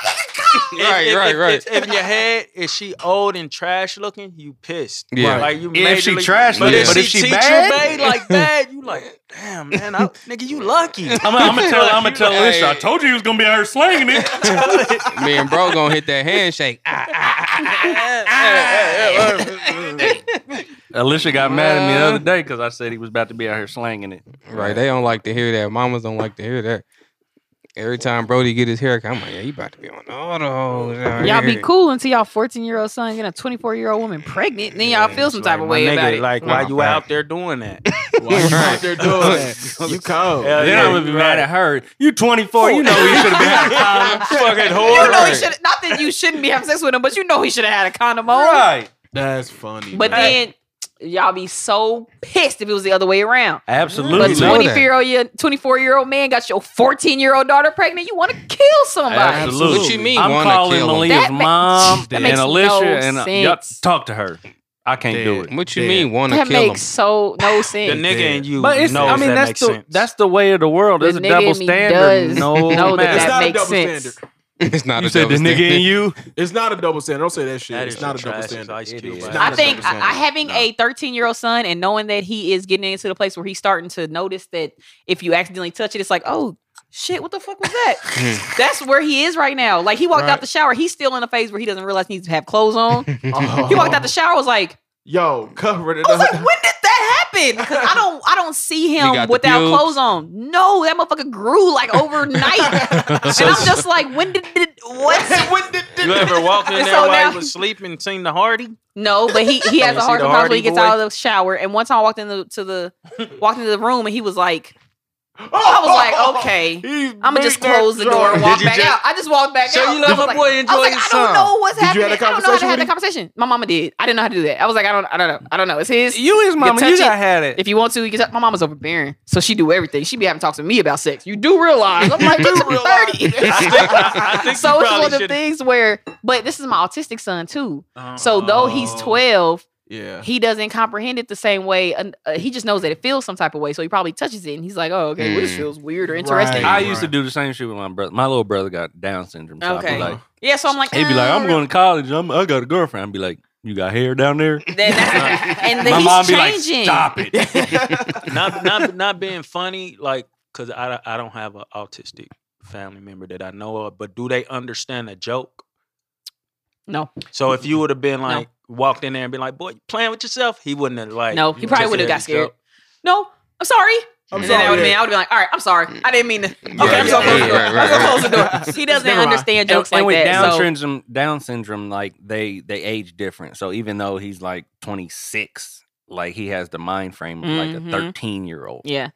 G: Right, right, right.
J: If, in your head, is she old and trash looking? You pissed.
K: Yeah.
J: Right. Like you.
K: If she
J: majorly-
K: trash
J: but
K: looking,
J: if
K: but
J: she,
K: if she
J: teacher
K: bad?
G: [laughs]
J: bae, like bad, you like, damn man, I, nigga, you lucky.
K: I'm gonna tell. I'm gonna
J: [laughs]
K: tell
J: Like,
K: Alicia. I told you he was gonna be out here slanging it.
G: me and bro gonna hit that handshake. Ah,
K: Alicia got mad at me the other day because I said he was about to be out here slanging it.
G: Right. They don't like to hear that. Mamas don't like to hear that. Every time Brody get his haircut, I'm like, yeah, he about to be on all the hoes out
E: Y'all be
G: here.
E: cool until y'all 14 year old son get a 24 year old woman pregnant. and Then y'all feel some type of
J: my
E: way
J: nigga,
E: about it.
J: like why you out there doing that? Why you out there
G: [laughs]
J: doing that? You cold.
K: then I would be mad at her. You 24. You know you should have been out of time.
J: Fucking
E: You know he should not that you shouldn't be having sex with him, but you know he should have had a condom on.
K: Right.
I: That's funny.
E: But then y'all be so pissed if it was the other way around.
K: [laughs] Absolutely.
E: But 24 year old 24 year old man got your 14 year old daughter pregnant. You want to kill somebody.
K: Absolutely.
G: What you mean
K: I'm
G: wanna
K: calling
G: kill him?
K: Malia's
E: That ma-
K: mom
E: that
K: and
E: makes
K: Alicia
E: no
K: and uh, y'all
E: sense.
K: talk to her. I can't do it.
G: What you mean wanna
E: That makes so [laughs] no sense.
J: and you
K: But it's,
J: knows
K: I mean,
J: that
K: that's
J: makes
K: the
J: sense.
K: that's the way of the world.
E: The
K: There's a
E: nigga
K: double
E: in me
K: standard.
E: does
K: No,
E: [laughs] know that
K: matter.
E: that makes sense.
G: [laughs] It's not
K: You
G: a
K: said
G: double
K: the nigga
G: standard.
K: in you.
I: It's not a double standard. Don't say that shit.
J: That
I: it's
J: is
I: not a
J: some
I: double
J: trash
I: standard.
J: as Ice Cube.
I: It's
E: [laughs]
J: I
I: not
E: I
I: a
E: think
I: double
E: I, I
I: standard.
E: having a 13 year old son and knowing that he is getting into the place where he's starting to notice that if you accidentally touch it, it's like, oh shit, what the fuck was that? That's where he is right now. Like he walked
I: Right.
E: out the shower, he's still in a phase where he doesn't realize he needs to have clothes on. He walked
I: [laughs]
E: out the shower, was like,
I: Oh. Yo, cover it
E: I was
I: up. [laughs]
E: like, when did that happen? Because I don't, I don't
J: [laughs]
E: see him
I: got the
E: without
I: pubes.
E: clothes on. No, that motherfucker grew like
J: [laughs]
E: overnight, and I'm just like, when did it? What?
I: when did
J: You
I: [laughs]
J: ever walked in
E: And
J: there
E: so
J: while
E: now-
J: he was sleeping, seen the Hardy?
E: No, but he he has
J: You
E: a
J: see
E: hard time when
J: the
E: he
J: Hardy
E: gets
J: boy?
E: out of the shower. And one time I walked into to the walked into the room and he was like,
I: Oh.
E: I was
J: [laughs]
I: [laughs]
E: like, okay, I'm gonna just
J: big neck
E: close the door and
J: drawer.
E: walk
J: Did you
E: back
J: just-
E: out. I just walked back
J: So
E: out.
J: you let
E: I was
J: my
E: like,
J: boy enjoy
E: I was like,
J: his
E: I don't
J: son.
E: know what's
J: Did you
E: happening.
J: have that
E: I don't know how to have
J: conversation
E: that
J: with
E: conversation. My mama did. I didn't know how to do that. I was like, I don't, I don't know, I don't know. It's his.
K: You is
E: can
K: mama.
E: touch
K: You
E: it.
K: done had it.
E: If you want to, you can. Touch. My mama's overbearing, so she do everything. She be having talks with me about sex. [laughs] You do realize I'm like, bitch, I'm thirty. [laughs] so it's one of the things where, but this is my autistic son too. So though he's twelve,
I: Yeah.
E: he doesn't comprehend it the same way. and, Uh, he just knows that it feels some type of way, so he probably touches it and he's like, "Oh, okay, well, this
K: Mm.
E: feels weird or interesting."
K: I used to do the same shit with my brother. My little brother got Down syndrome. So I'd
E: Okay.
K: be like,
E: yeah, so I'm like,
K: he'd be like,
E: "Uh,
K: I'm going to college. I'm, I got a girlfriend. I'd be like, you got hair down there?
E: Then
K: [laughs]
E: that's- [laughs] and then
K: my
E: he's
K: mom be like,
E: changing.
K: stop it. [laughs]
J: not not not being funny, like because I I don't have an autistic family member that I know of, but do they understand a joke?
E: No.
J: So if you would have been
E: No.
J: like walked in there and been like, "Boy, you playing with yourself," he wouldn't have like.
E: No, he probably
J: just
E: would have
J: said
E: got
J: his
E: scared.
J: joke.
E: No, I'm sorry.
J: I'm
E: And then that
J: sorry.
E: would have been, I would have been like, all right, I'm sorry. I didn't mean to. Okay, I'm
K: yeah,
E: so close
K: yeah,
E: the door.
K: right, right,
E: I'm so
K: right.
E: close the door.
K: [laughs]
E: He doesn't
K: Never mind.
E: understand jokes
K: and,
E: like
K: and with
E: that.
K: Down
E: so
K: syndrome, Down syndrome, like they they age different. So even though he's like 26, like he has the mind frame of like a
E: Mhm.
K: 13 year old.
E: yeah,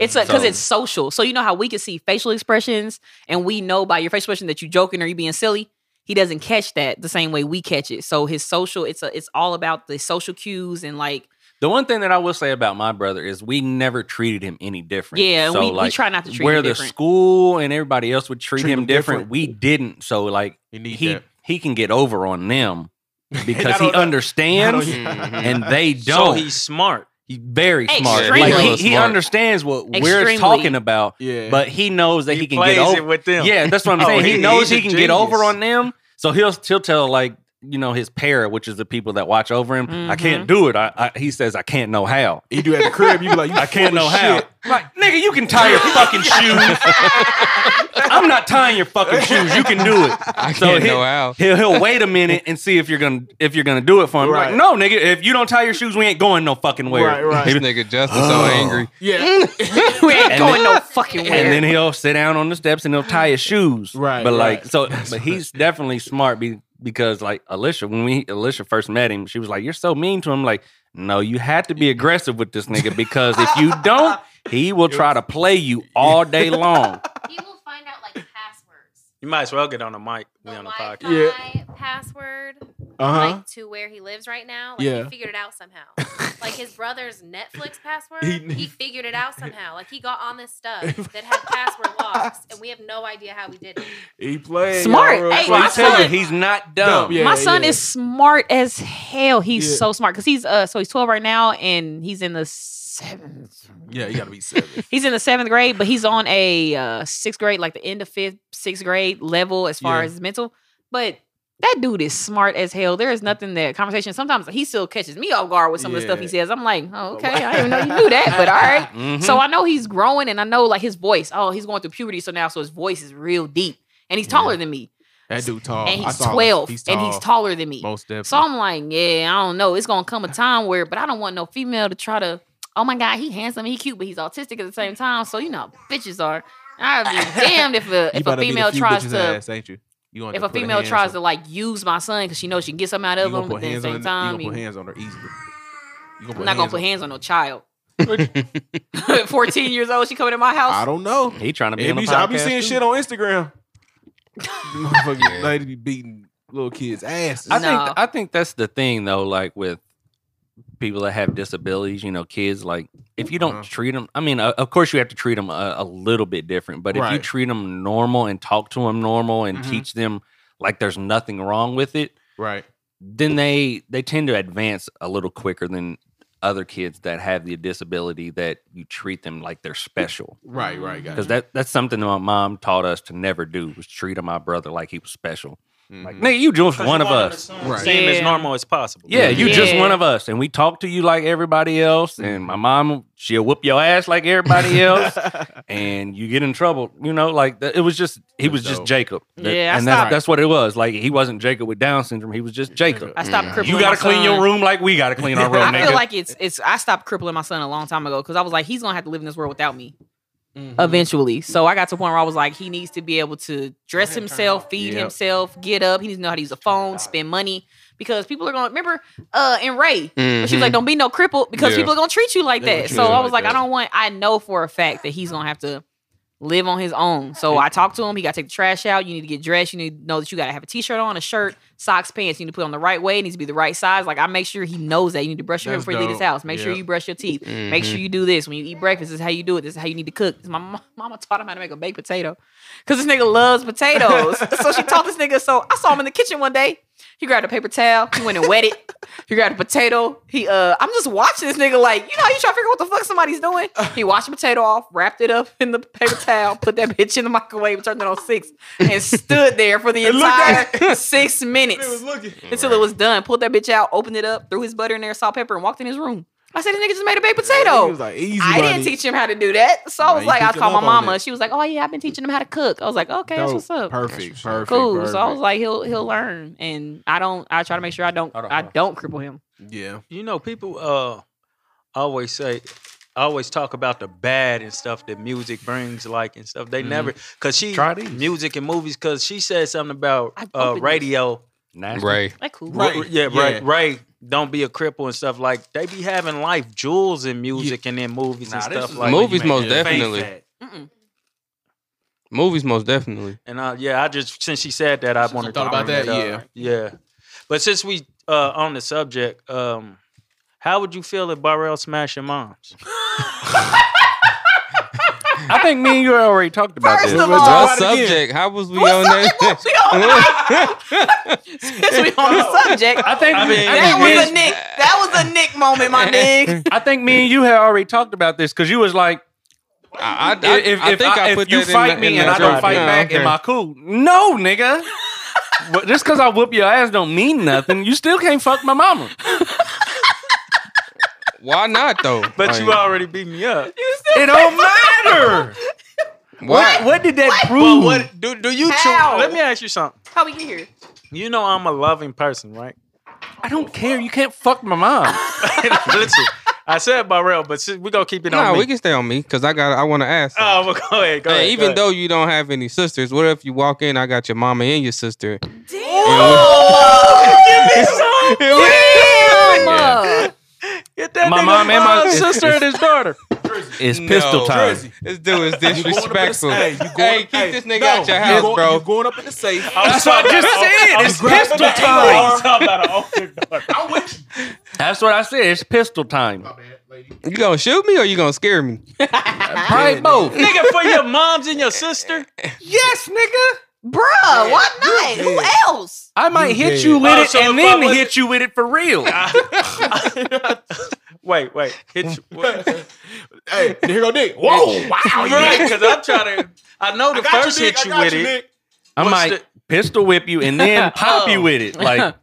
E: it's because
K: Mm-hmm. So-
E: it's social. So you know how we can see facial expressions, and we know by your facial expression that you joking or you being silly. He doesn't catch that the same way we catch it. So his social, it's a, it's all about the social cues and like,
K: The one thing that I will say about my brother is we never treated him any different.
E: Yeah, and we- we try not to treat him
K: where the
E: different.
K: school and everybody else would treat,
I: Treat
K: him
I: him
K: different,
I: different.
K: We didn't. So like he
I: that.
K: he can get over on them because he
J: don't-
K: understands
J: I don't-
K: and they
J: So
K: don't.
J: he's smart.
K: He's very smart.
J: Extremely.
K: Like
J: Yeah,
K: he,
J: he's
K: he
J: smart.
K: understands what
J: Extremely.
K: we're talking about.
I: Yeah.
K: But he knows that he, can
J: plays
K: get over
J: it with them.
K: Yeah, that's what I'm
J: [laughs] Oh,
K: saying. He,
J: he-
K: knows
J: he's a
K: he can get over
J: genius.
K: on them. So he'll he'll tell like you know his pair, which is the people that watch over him.
G: Mm-hmm.
K: I can't do it. I, I he says I can't know how.
I: He do at the crib. You be
J: [laughs]
I: like, you
K: [laughs] I
J: Oh,
K: can't
I: full
K: know
I: of
K: how.
I: shit.
K: Like nigga, you can tie your
J: [laughs]
K: fucking shoes. I'm not tying your fucking shoes. You can
G: [laughs]
K: do it. I
G: can't know how.
K: He'll he'll wait a minute and see if you're gonna if you're gonna do it for him.
G: Right.
K: Like no, nigga, if you don't tie your shoes, we ain't going no fucking where.
G: Right, right. [laughs] This nigga Justin so
K: Oh.
G: angry.
I: Yeah.
E: we ain't
K: And
E: going
K: then-
E: no fucking way.
K: and then he'll sit down on the steps and he'll tie his shoes. Right. But like
I: right.
K: so but he's definitely smart be, because like Alicia, when we Alicia first met him, she was like, You're so mean to him. Like, no, you had to be aggressive with this nigga because if you don't,
I: [laughs]
K: he will try to play you all day long.
H: He will find out like passwords.
J: You might as well get on the mic. We on the podcast.
H: Wi-Fi password.
I: Uh-huh.
H: like to where he lives right now. Like
I: Yeah.
H: he figured it out somehow.
I: [laughs]
H: like his brother's Netflix password,
I: He-
H: he, figured it out somehow. Like he got
I: [laughs]
H: on this stuff that had password locks, and we have no idea how we did it.
I: He played
E: Smart. Hey, my
K: I tell you,
E: son-
K: he's not dumb.
E: my son is smart as hell. He's
K: Yeah.
E: so smart because he's uh so he's twelve right now and he's in the seventh.
I: Yeah, you gotta be seven.
E: He's in the seventh grade, but he's on a uh, sixth grade, like the end of fifth, sixth grade level as far
I: Yeah.
E: as his mental. But that dude is smart as hell.
I: Mm.
E: There is nothing that conversation. Sometimes he still catches me off guard with some of the stuff he
O: Yeah.
E: says. I'm like, oh, okay, I didn't even know you knew that, but
I: [laughs]
E: all right.
K: Mm-hmm.
O: Mhm.
I: Mm-hmm.
E: So I know he's growing, and I know like his voice. Oh, he's going through puberty, so now so his voice is real deep, and he's taller than me
I: That dude tall.
E: and
I: Oh, I
E: he's
I: saw him.
E: 12 and he's taller than me.
I: Most definitely.
E: So I'm like, yeah, I don't know. It's gonna come a time where, but I don't want no female to try to. Oh my god, he handsome, he cute, but he's autistic at the same time. So you know, how bitches are.
I: [laughs]
E: I'd be damned if a
I: You
E: if a
I: about to be the
E: female
I: few
E: tries
I: bitches
E: to
I: ass, ain't you? You gonna
E: if
I: put
E: a female
I: hands
E: tries
I: on-
E: to like use my son because she knows she can get something out
I: you
E: of
I: gonna
E: him,
I: put
E: but at the
I: hands on
E: same
I: her- you
E: time, you-
I: gonna put hands on her easily. You
E: I'm not gonna
I: hands
E: put
I: on-
E: hands on no child. [laughs] 14 years old, she coming to my house.
I: I don't know.
K: He trying to be
I: It
K: on the
I: be- I be
K: podcast,
I: seeing
K: too.
I: shit on
E: [laughs]
I: Instagram. Motherfucking lady be beating little kids' asses.
K: I think I think that's the thing though, like with people that have disabilities, you know, kids. Like if you
I: Uh-huh.
K: don't treat them, I mean, uh, of course you have to treat them a, a little bit different. But if you
I: Right.
K: treat them normal and talk to them normal and
I: Mhm.
K: teach them like there's nothing wrong with it,
I: right?
K: Then they they tend to advance a little quicker than other kids that have the disability that you treat them like they're special.
I: Right, right, gotcha.
K: Because that that's something that my mom taught us to never do was treat my brother like he was special. Like,
I: Mm-hmm.
K: nigga, you just one of us.
A: Right. Same as normal as possible.
K: Yeah, you just one of us, and we talk to you like everybody else. And my mom, she'll whoop your ass like
E: [laughs]
K: everybody else, and you get in trouble. You know, like that, it was just he was just
I: dope.
K: Jacob. That-
E: Yeah, I
K: and that's
E: stopped-
K: that's what it was. Like he wasn't Jacob with Down syndrome. He was just Jacob.
E: I stopped crippling
K: You gotta
E: my
K: clean your
E: son.
K: room like we gotta clean our
E: [laughs]
K: room.
E: I
K: nigga.
E: feel like it's it's. I stopped crippling my son a long time ago because I was like, he's gonna have to live in this world without me
O: Mm-hmm.
E: eventually. So I got to a point where I was like, he needs to be able to dress himself, feed
O: Yep.
E: himself, get up. He needs to know how to use a phone, spend money because people are gonna remember uh in Ray. when She
O: Mhm.
E: was like, don't be no cripple because
O: Yeah.
E: people are gonna treat you like
O: They gonna
E: that.
O: treat
E: So
O: you
E: I
O: like
E: was like,
O: that.
E: I don't want. I know for a fact that he's gonna have to. Live on his own. So I talked to him. He got to take the trash out. You need to get dressed. You need to know that you got to have a t shirt on, a shirt, socks, pants. You need to put on the right way. It needs to be the right size. Like I make sure he knows that. You need to brush your hair
O: That's
E: before you leave his
O: dope.
E: house. Make sure
O: Yep.
E: you brush your teeth. Make sure
O: Mhm.
E: you do this when you eat breakfast. This is how you do it. This is how you need to cook. This- My mo- mama taught him how to make a baked potato because this nigga
O: [laughs]
E: loves potatoes. so she taught this nigga. So I saw him in the kitchen one day. He grabbed a paper towel. He went and wet it. He grabbed a potato. He uh, I'm just watching this nigga like you know how you try to figure out what the fuck somebody's doing. He washed the potato off, wrapped it up in the paper towel, put that bitch in the microwave, turned it on six, and stood there for the
O: And looked
E: entire
O: at [laughs]
E: six minutes until it was done. Pulled that bitch out, opened it up, threw his butter in there, salt, pepper, and walked in his room. I said, "This nigga just made a baked potato."
I: He was like, easy
E: I
I: money.
E: didn't teach him how to do that, so I
I: Nah,
E: was
I: you
E: like, I
I: picking
E: called my
I: up on
E: mama.
I: it.
E: She was like, "Oh yeah, I've been teaching him how to cook." I was like, "Okay, that's
I: Dope.
E: what's up."
I: Perfect, perfect,
E: cool. So I
I: perfect.
E: was like, "He'll he'll learn," and I don't. I try to make sure I don't. I don't cripple him.
I: Yeah.
A: You know, people uh always say always talk about the bad and stuff that music brings like and stuff. They
K: Mhm.
A: never cuz she
K: Try these.
A: music and movies cuz she said something about uh
K: opened this.
A: radio
K: Nasty. Ray.
E: Like [laughs] cool.
A: Ray,
K: Ray,
A: yeah,
K: yeah.
A: right. Ray, don't be a cripple and stuff like they be having life jewels in music and in movies and
K: Nah, this
A: stuff
K: is
A: like
G: movies most
A: Faith
G: definitely.
A: Act.
G: Movies most definitely.
A: And I, yeah, I just since she said that, I wanted to
I: thought about
A: bring
I: that,
A: it up. yeah. But since we uh on the subject, um, how would you feel if Barrel smashed your moms?
K: I think me and you already talked about
A: First
K: this.
A: of Let's all- talk
G: what
A: about it again.
G: subject? How was we on that? [laughs]
E: we on the subject,
K: I think
E: I
K: I mean,
E: that was a Nick. That was a Nick moment, my nigga.
K: I think me and you had already talked about this because you was like, I,
G: I-
K: if,
G: I
K: if
G: think I
K: if
G: put
K: you
G: that in
K: fight
G: the-
K: me
G: in
K: and
G: the
K: I don't
G: draft.
K: fight
G: Yeah,
K: back,
G: okay.
K: am I cool?
G: [laughs]
K: No, nigga. But just because I whoop your ass don't mean nothing. You still can't fuck my mama.
G: Why not though?
A: But
G: Like,
A: you already beat me up.
K: It don't matter.
G: Why?
K: What? What did that prove?
A: But what do do you? Cho-
K: How?
A: let me ask you something.
E: How we get here?
A: You know I'm a loving person,
J: [laughs]
A: right?
K: I don't care. You can't fuck my
G: [laughs]
K: mom.
A: Listen, I said Barrel, but si- we gonna keep it on
G: Nah,
A: me.
G: we can stay on me because I got. I want to ask.
A: Oh, well, go ahead. Go
G: Hey,
A: ahead.
G: even
A: go ahead.
G: though you don't have any sisters, what if you walk in? I got your mama and your sister.
A: Give me some.
G: Yeah.
A: Get that
K: My
A: nigga
E: uh,
K: mom and my
A: mom,
K: sister and his daughter. It's pistol time.
G: Drizzy. This dude is disrespectful.
I: Hey,
G: Hey,
I: you going-
G: keep this nigga out your
I: you
G: house,
I: go-
G: bro.
I: You going up in the safe.
G: I was That's what I talking just about- said, I was it's grabbing pistol that time. AR. I was talking
K: That's what I said. It's pistol time.
G: You gonna shoot me or you gonna scare me?
K: Probably both.
J: nigga, for [laughs] your moms and your sister.
K: Yes, nigga.
L: Bruh, why not? Who else?
K: I might hit you
G: Oh,
K: with it and then hit you with it for real.
G: [laughs]
J: wait, wait. [laughs] Hit you.
I: hey, here go Nick. Whoa, wow,
J: Right, because I'm trying to. I know the
I: got you,
J: first
I: Nick,
J: hit
I: I
J: you
I: got
J: with
I: you,
J: it.
I: Nick.
K: I
J: What's
K: might
J: the- Oh.
K: pistol whip you
J: [laughs]
K: and then pop you with it.
E: [laughs]
K: Like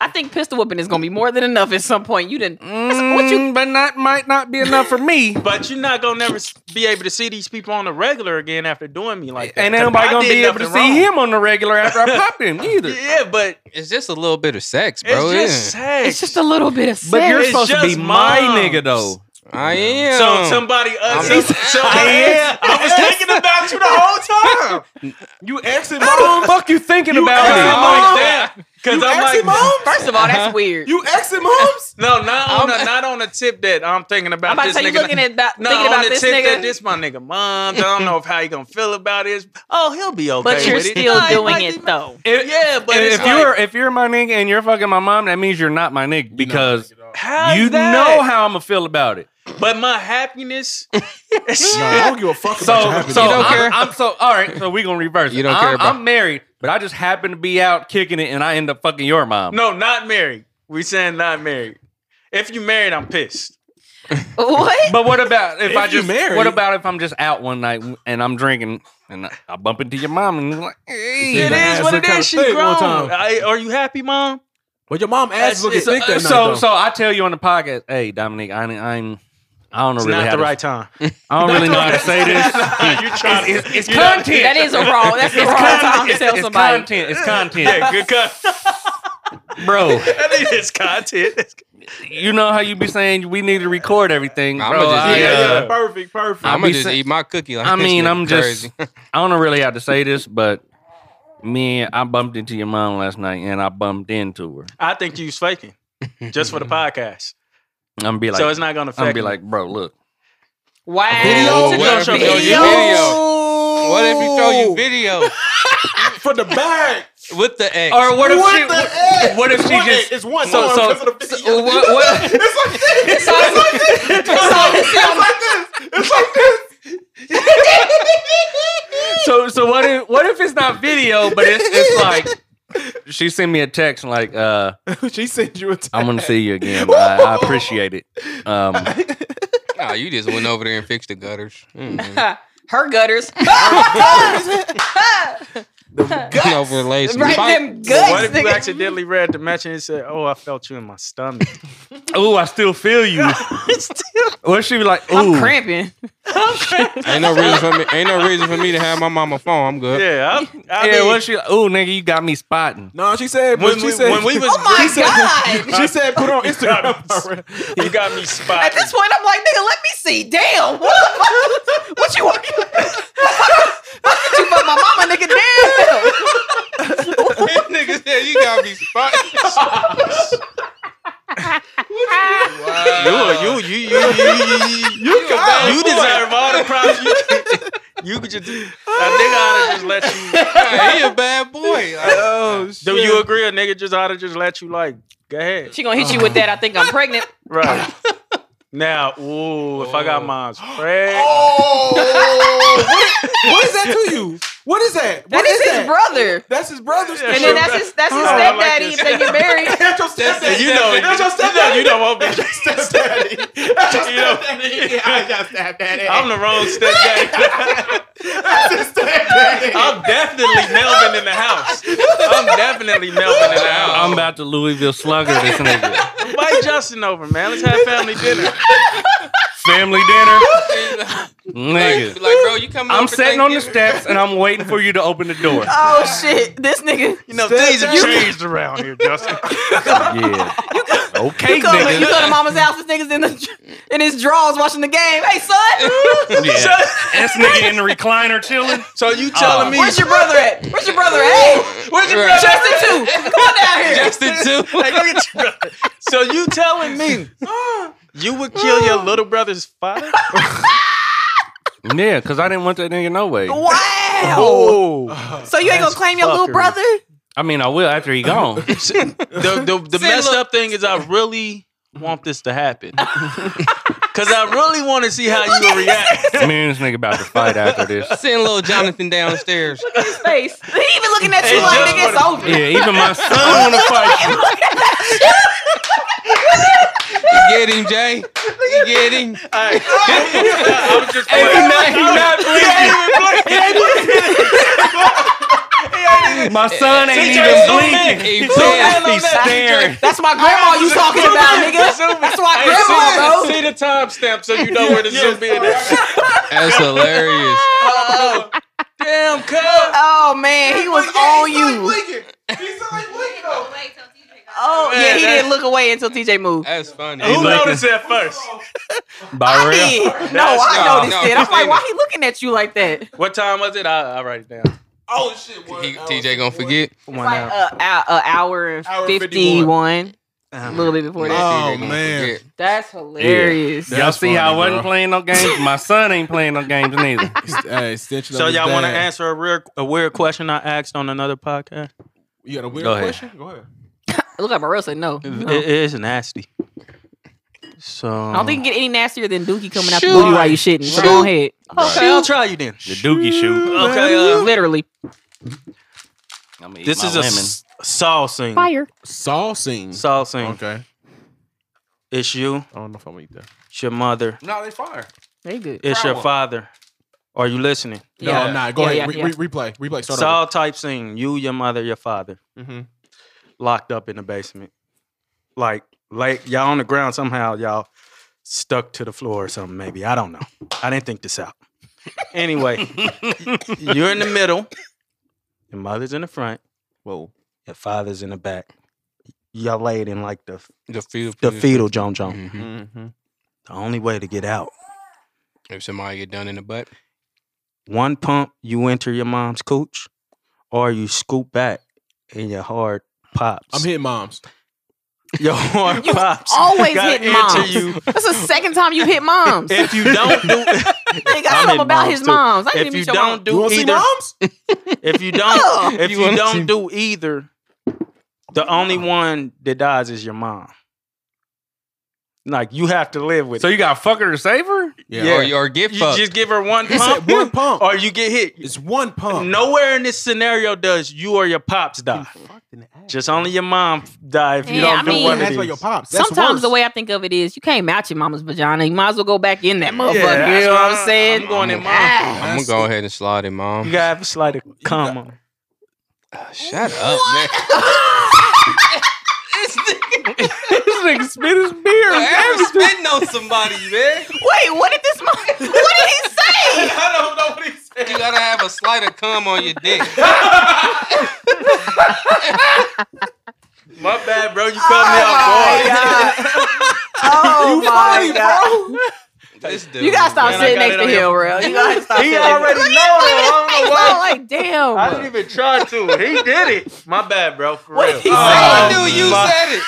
L: I think pistol whipping is gonna be more than enough at some point. You didn't.
K: what you? mm, But not might not be enough for
J: [laughs]
K: me.
J: But you're not gonna never s- be able to see these people on the regular again after doing me like that.
K: ain't
J: 'Cause
K: nobody
J: I
K: gonna
J: did
K: be able to
J: nothing wrong.
K: see him on the regular after I pop him
J: [laughs]
K: either.
J: Yeah, but
G: it's just a little bit of sex,
J: It's
G: bro.
J: just
G: yeah.
J: sex. It's
L: just a little bit of
K: But you're supposed to be
J: just
K: my
J: moms.
K: nigga though.
G: I am.
J: So somebody, uh, so, so
K: [laughs] Yeah.
J: [laughs] I was thinking about you the whole time.
I: You asking
K: How
I: mom?
K: the fuck you thinking about
J: asking
K: me?
J: mom that? Because
I: You
J: I'm like,
I: asking moms?
L: First of all, that's weird.
I: You asking [laughs] moms?
J: No, not on a, not on a tip that I'm thinking
L: I'm
J: about.
L: about to
J: this
L: say, you
J: nigga.
L: looking at about-
J: no,
L: thinking
J: on
L: about
J: the
L: this
J: tip
L: nigga?
J: That this my nigga mom. I don't know if how you gonna feel about this. Oh, he'll be okay.
L: But you're
J: with it.
L: still
J: Nah, he
L: doing
J: might
L: it,
J: be-
L: though.
J: yeah, but
K: And
J: it's
K: if
J: like,
K: you're if you're my nigga and you're fucking my mom, that means you're not my nigga because
J: How's
K: you
J: that?
K: know how I'm gonna feel about it.
J: But my happiness.
I: I don't give a fuck about your
K: So,
I: happiness.
K: so
I: You don't
K: I'm,
I: care?
K: I'm so all right. So we gonna reverse. You
G: don't care about-
K: I'm married, but I just happen to be out kicking it, and I end up fucking your mom.
J: No, not married. We saying not married. If you married, I'm pissed.
L: What?
K: But what about if,
J: If
K: I
J: you
K: just?
J: married-
K: What about if I'm just out one night and I'm drinking and I, I bump into your mom and you're like, "Eh." hey,
J: It is what it is. She
I: thing
J: grown.
I: one time.
J: I, are you happy, mom? [laughs]
I: But your mom asked looking
J: That's
I: sick that night.
K: so
I: though.
K: so I tell you on the podcast, hey Dominique, I ain't- I ain't- I don't know
J: It's
K: really
J: not
K: how
J: the
K: to-
J: right time.
K: [laughs] I don't really know how to say this.
J: you trying
K: It's, it's,
J: you
K: content.
J: know-
L: That is a wrong. That's the
K: It's
L: wrong time to
K: it's-
L: tell
K: it's
L: somebody.
K: content. It's content.
J: Yeah, good cut.
K: [laughs] Bro,
J: I think
L: [laughs]
J: it's content.
K: you know how you be saying we need to record everything.
G: I'ma
K: bro.
G: just
K: I,
G: eat
K: uh,
G: it.
I: perfect, perfect.
K: I
G: I'ma
K: be
G: just
K: say-
G: eat my cookie like
K: I
G: this
K: mean,
G: nigga
K: I'm just.
G: crazy.
K: I don't really have to say this, but me, I bumped into your mom last night, and I bumped into her.
J: I think you was faking just for the podcast.
K: I'm gonna be like,
J: So it's not gonna
K: I'm gonna
J: affect
K: be
J: me.
K: like, bro, look.
L: Wow.
J: Video. What if he show you video?
G: What if you show you video
J: [laughs]
I: for
A: [laughs]
I: the bag?
G: with the X?
K: Or what if
I: What
K: she?
I: the
K: What,
I: heck?
K: what if
I: It's
K: she
I: one
K: just?
I: egg. It's one
K: So
I: arm
K: so.
I: because of the
K: so what, what,
I: It's like this. [laughs] It's like this. It's like this.
K: [laughs]
I: [laughs]
K: so so what if what if it's not video, but it's it's like [laughs] she sent me a text like uh
I: It's like this. she sent you a text.
K: I'm gonna see you again. I,
I: [laughs]
K: I appreciate it. Um
G: Nah, you just went over there and fixed the
J: [laughs]
G: gutters. Mm.
L: [laughs] Her gutters.
G: Guts. over the lace.
L: [laughs] Right, them guts,
J: What if you
L: nigga.
J: accidentally read the mention and said, "Oh, I felt you in my stomach"?
K: oh I still feel
I: [laughs]
K: you.
L: [laughs]
K: What she be like,
L: I'm
K: ooh
L: cramping.
G: Ain't no reason for me. Ain't no reason for me to have my mama phone. I'm good.
J: yeah, [laughs] I, I
K: Yeah,
J: mean,
K: what she like, ooh nigga, you got me spotting.
I: No, she said.
J: When
I: but she
J: we-
I: said [laughs]
J: when we was-
L: Oh my
I: she said,
L: God.
I: [laughs] She said, put on Instagram.
J: you got me
L: At
J: spotted.
L: this point, I'm like, nigga, let me see. Damn. What the fuck? What you want? [laughs] What you fuck my mama, nigga? Damn.
G: nigga said you got me spotted.
J: you, you, you, you, you, you, you,
I: got
J: you
I: boy.
J: deserve all the props. You, you [laughs] could just, a nigga ought to just let you.
G: he a bad boy. Like,
I: Oh shit.
J: Do you agree? A nigga just ought to just let you like go ahead,
L: She gonna hit you with that. I think I'm pregnant.
J: right? [laughs] Now, ooh, if I got [gasps] mom's preg,
I: Oh, what, what is that to you? What is that?
L: That
I: What
L: is his brother.
I: That's his brother's.
J: Yeah,
L: And then that's his that's his
J: Oh, I like
L: stepdaddy.
J: this.
L: if they get married.
I: [laughs] That's your stepdad.
J: you know,
I: that's your
J: you know,
I: stepdad.
J: you don't want me. [laughs]
I: stepdaddy. That's your
J: You know-
I: stepdaddy. Yeah, I got stepdaddy.
J: I'm the wrong [laughs] stepdad.
I: That's his stepdaddy.
J: I'm definitely Melvin in the house. I'm definitely Melvin in
I: [laughs]
J: the house.
K: I'm about to Louisville slugger this nigga.
J: Invite Justin over, man. Let's have family dinner. [laughs]
K: Family dinner. Nigga.
G: like, bro, you coming?
K: I'm
G: up for
K: sitting on the
G: Thanksgiving?
K: steps and I'm waiting for you to open the door.
L: Oh shit. This nigga.
J: You [laughs] know, things have
I: You-
J: changed around here, Justin.
K: Yeah. Okay,
L: You go, to, you
K: nigga.
L: go to mama's house, this nigga's in the in his drawers watching the game. Hey son,
K: Yeah. This nigga in the recliner chilling.
J: So you telling me
L: where's your brother at? Where's your brother at? Hey,
J: where's your
G: Right.
L: Justin too. Come on down here.
G: Justin too.
J: [gasps] Like, look at you. So you telling me You would kill your little brother's father? [laughs]
K: Yeah, because I didn't want that nigga no way.
E: Wow. so you ain't gonna
K: Oh, That's
E: claim your little
K: fuckery.
E: brother?
K: I mean, I will after he gone.
J: the the, the messed up thing is, I really want this to [laughs] happen because I really want to see how you would react.
K: Me and this nigga about to fight after this.
G: Send little Jonathan downstairs.
E: Look at his face. He even looking at
G: Hey,
E: you like
G: just
E: nigga, it's
G: wanna-
E: over.
G: Yeah, even my son
E: Look
G: wanna
E: at-
G: fight you.
E: look at-
G: Get him, Jay. You get him.
J: I was just
G: Hey,
J: playing.
G: he not- he not
J: He ain't even blinking. He ain't
K: My son ain't
E: TJ,
K: even
E: zoom
K: blinking.
E: in.
K: Zoom in on
E: He's
K: that.
E: staring. That's my grandma you talking about, nigga. That's my
J: Hey,
E: grandma,
J: see,
E: bro.
J: See the timestamp so you know where the zoom in is.
G: That's hilarious.
E: Oh,
J: damn, cuz.
E: Oh man, he was on you. Oh
G: Man,
E: yeah, he
G: that's-
E: didn't look away until TJ moved.
G: That's funny.
J: Who noticed that first?
K: By
E: I did. No, I noticed it. I'm like, why he looking at you like that?
J: What time was it? I, I'll write it down.
G: Oh shit! He, TJ gonna forget.
J: One
E: Like uh, a, a hour and fifty-one,
J: Uh-huh.
E: a little bit before that.
G: Oh, man.
E: that's hilarious.
K: Y'all see how I wasn't playing no [laughs] games? My son ain't playing no games neither.
J: So y'all want to answer a weird, a weird question I asked on another podcast?
I: You got a weird
J: Go ahead.
I: question? Go ahead.
E: Look like Morel said no.
J: It-
E: No.
J: It is nasty. So
E: I don't think it can get any nastier than Dookie coming out the
J: Shoot.
E: booty while you shitting. So go ahead.
J: Okay, I'll try you then.
K: The Dookie shoot.
J: Okay, uh,
E: literally.
J: This
K: my
J: is a
K: lemon.
J: s- saucing.
E: Fire.
I: Saucing.
J: Saucing.
I: Okay.
J: It's you.
I: I don't know if I'm gonna eat that.
J: It's your mother.
I: No, they fire.
E: They good.
J: It's your father. Are you listening?
I: No, I'm not. Go ahead. Re- re- replay. Replay. Start
J: It's all type scene. You, your mother, your father.
I: Mhm.
J: Locked up in the basement. Like, like y'all on the ground somehow, y'all stuck to the floor or something, maybe. I don't know. I didn't think this out. Anyway, you're in the middle. Your mother's in the front.
I: Whoa.
J: Your father's in the back. Y'all laid in like the
G: the fetal
J: the
G: position.
J: fetal John John.
G: Mhm.
J: The only way to get out.
G: If somebody get done in the butt,
J: One pump, you enter your mom's cooch, or you scoop back and your hard pops.
I: I'm hitting moms.
J: [laughs] Your hard pops.
E: Always
J: gotta
E: hit
J: enter
E: moms.
J: You.
E: That's the second time you hit
J: [laughs]
E: moms.
J: If you don't do
E: Nigga, [laughs] I
J: I'm
E: know
J: hitting
E: about
J: moms
E: his
J: too.
E: moms. I need to
J: If
E: meet
J: you
E: your
J: don't
E: mom.
J: do either,
E: [laughs]
J: if you
E: Ugh.
J: don't, if
E: You
J: you
E: wanna
J: don't do either, the only one that dies is your mom. Like you have to live with.
K: So you got fuck her to save her?
G: or get
J: you
K: fucked.
J: just give her one
K: He
J: pump,
I: [laughs]
K: said
J: one pump, [laughs] or you get hit. It's
I: one pump.
J: Nowhere in this scenario does you or your pops die. Just only your mom die if you
E: Yeah,
J: don't
E: I
J: do
E: mean-
J: one
E: That's
J: of
E: why
J: these.
E: your Sometimes the way I think of it is, you can't match your mama's vagina. You might as well go back in that motherfucker. you
J: that's
E: know what
J: why
E: I'm saying?
J: I'm going in mom.
G: I'm gonna go ahead and slide it, mom.
J: You gotta have a slight of come on.
G: Shut up, man.
K: this nigga spit his beer.
G: I ever spitting on somebody, man.
E: Wait, what did this? Mo- [laughs] what did he say?
G: I don't know what he said. You gotta have a slight of cum on your dick.
J: My bad, bro. You cut me off guard.
E: Oh
J: You
E: my
J: funny,
E: god! You gotta stop sitting next to him, bro. You gotta stop.
J: He
E: sitting
J: already
E: next to him.
J: know
E: [laughs] Look at his
J: it. I don't know
E: face.
J: why.
E: I'm like, damn.
J: I didn't even try to. He did it. My bad, bro. For
E: What
J: real.
E: did he say?
G: I knew you
J: said it.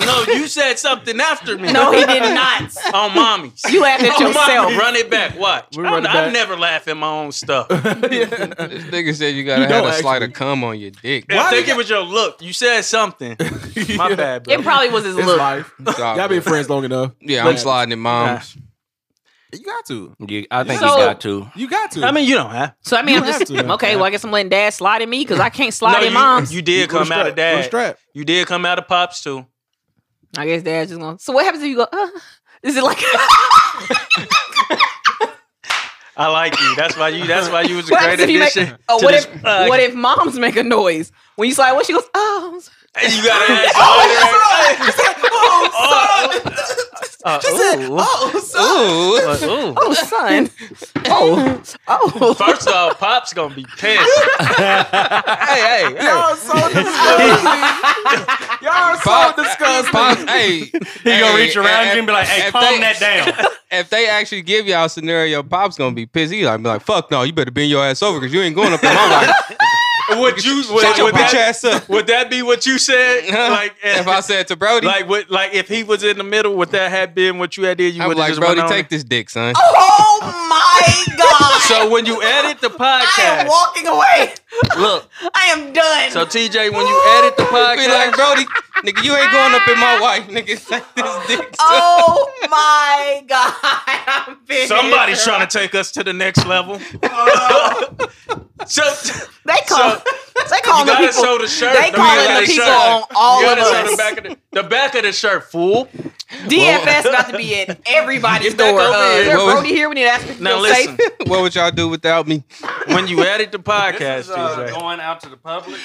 J: No, you said something after me.
E: No, he did not.
J: On mommy.
E: You laughed
J: [laughs] Oh,
E: at yourself.
J: Run it back. Watch.
G: We're
J: I,
G: running
J: I
G: back.
J: never laugh at my
G: [laughs]
J: own
I: [laughs]
J: stuff. [laughs]
G: This nigga said you gotta
J: You
G: have
J: don't
G: a slight of cum on your dick.
J: I think it was your look. You said something. My bad, bro.
E: It probably was his
I: It's
E: look.
I: life. Y'all been friends long enough.
G: Yeah, I'm sliding it, moms.
I: You got to.
K: You, I think
E: So-
K: you got to.
I: You got to.
J: I mean, you don't have.
E: So I mean,
J: You
E: I'm just
J: have to.
E: okay. Well, I guess I'm letting dad slide at me because I can't slide
J: No,
E: at
J: Oh, you,
E: moms.
J: You did
E: With a
J: come out
E: strap,
J: of
E: with a
J: dad.
E: strap.
J: You did come out of pops too.
E: I guess dad's just gonna. So what happens if you go? Uh, is it like? [laughs]
J: I like you. That's why you. That's why you
E: [laughs]
J: was a
E: what
J: great
E: happens if you make?
J: addition.
E: Oh,
J: to
E: what
J: this
E: if?
J: podcast.
E: What if moms make a noise when you slide? What she goes? Oh, I'm sorry.
J: And you gotta
I: [laughs]
J: ask
E: oh, son.
J: Uh,
E: She said,
J: ooh.
E: "Oh,
J: Ooh.
E: son.
J: Uh, ooh.
E: Oh,
J: [laughs]
E: son. Oh, oh."
J: First of all, Pop's gonna be pissed. hey, hey, hey.
G: [laughs]
I: Y'all
G: Pop-
I: disgusting.
G: Pop- hey, he
K: gonna reach around you and be like, "Hey, calm that down."
G: [laughs] If they actually give y'all a scenario, Pop's gonna be pissed. He like be like, "Fuck no, you better bend your ass over because you ain't going up in my life."
J: Would you would,
G: Shut your
J: would
G: bitch
J: that,
G: ass up. [laughs]
J: Would that be what you said? Like
G: if I said to Brody,
J: [laughs] like what, like if he was in the middle, would that have been what you had did? You
G: I'm
J: would
G: like,
J: just
G: Brody,
J: went on
G: take this dick, son.
J: Oh
E: Oh
J: [laughs] it? So when you edit the podcast,
E: I am walking away.
J: [laughs] Look,
E: I am done.
J: so TJ, when you edit the podcast,
G: Be like, Brody, nigga, you ain't going up in my wife, nigga. Take this dick.
J: [laughs]
E: oh my god! I'm
K: [laughs]
E: finished.
J: Somebody's trying to take us to the next level.
K: Oh.
J: so [laughs]
E: They call. they call
J: you
E: the
J: gotta
E: people.
J: show the shirt.
E: They
J: don't you?
E: calling
J: Like,
E: the people
J: shirt.
E: on all
J: you
E: of
J: gotta show
E: us.
J: The back, of the, the back of the shirt, fool.
E: DFS about to be at everybody's
J: [laughs] Get back
E: door.
J: over
E: Uh,
J: here.
E: is there
J: What was-
E: Brody here? We need to ask if
J: Now
E: you feel safe. [laughs]
J: listen,
G: what would y'all do without me?
J: When you edit the podcast,
K: This is, uh,
J: TJ.
K: going out to the public.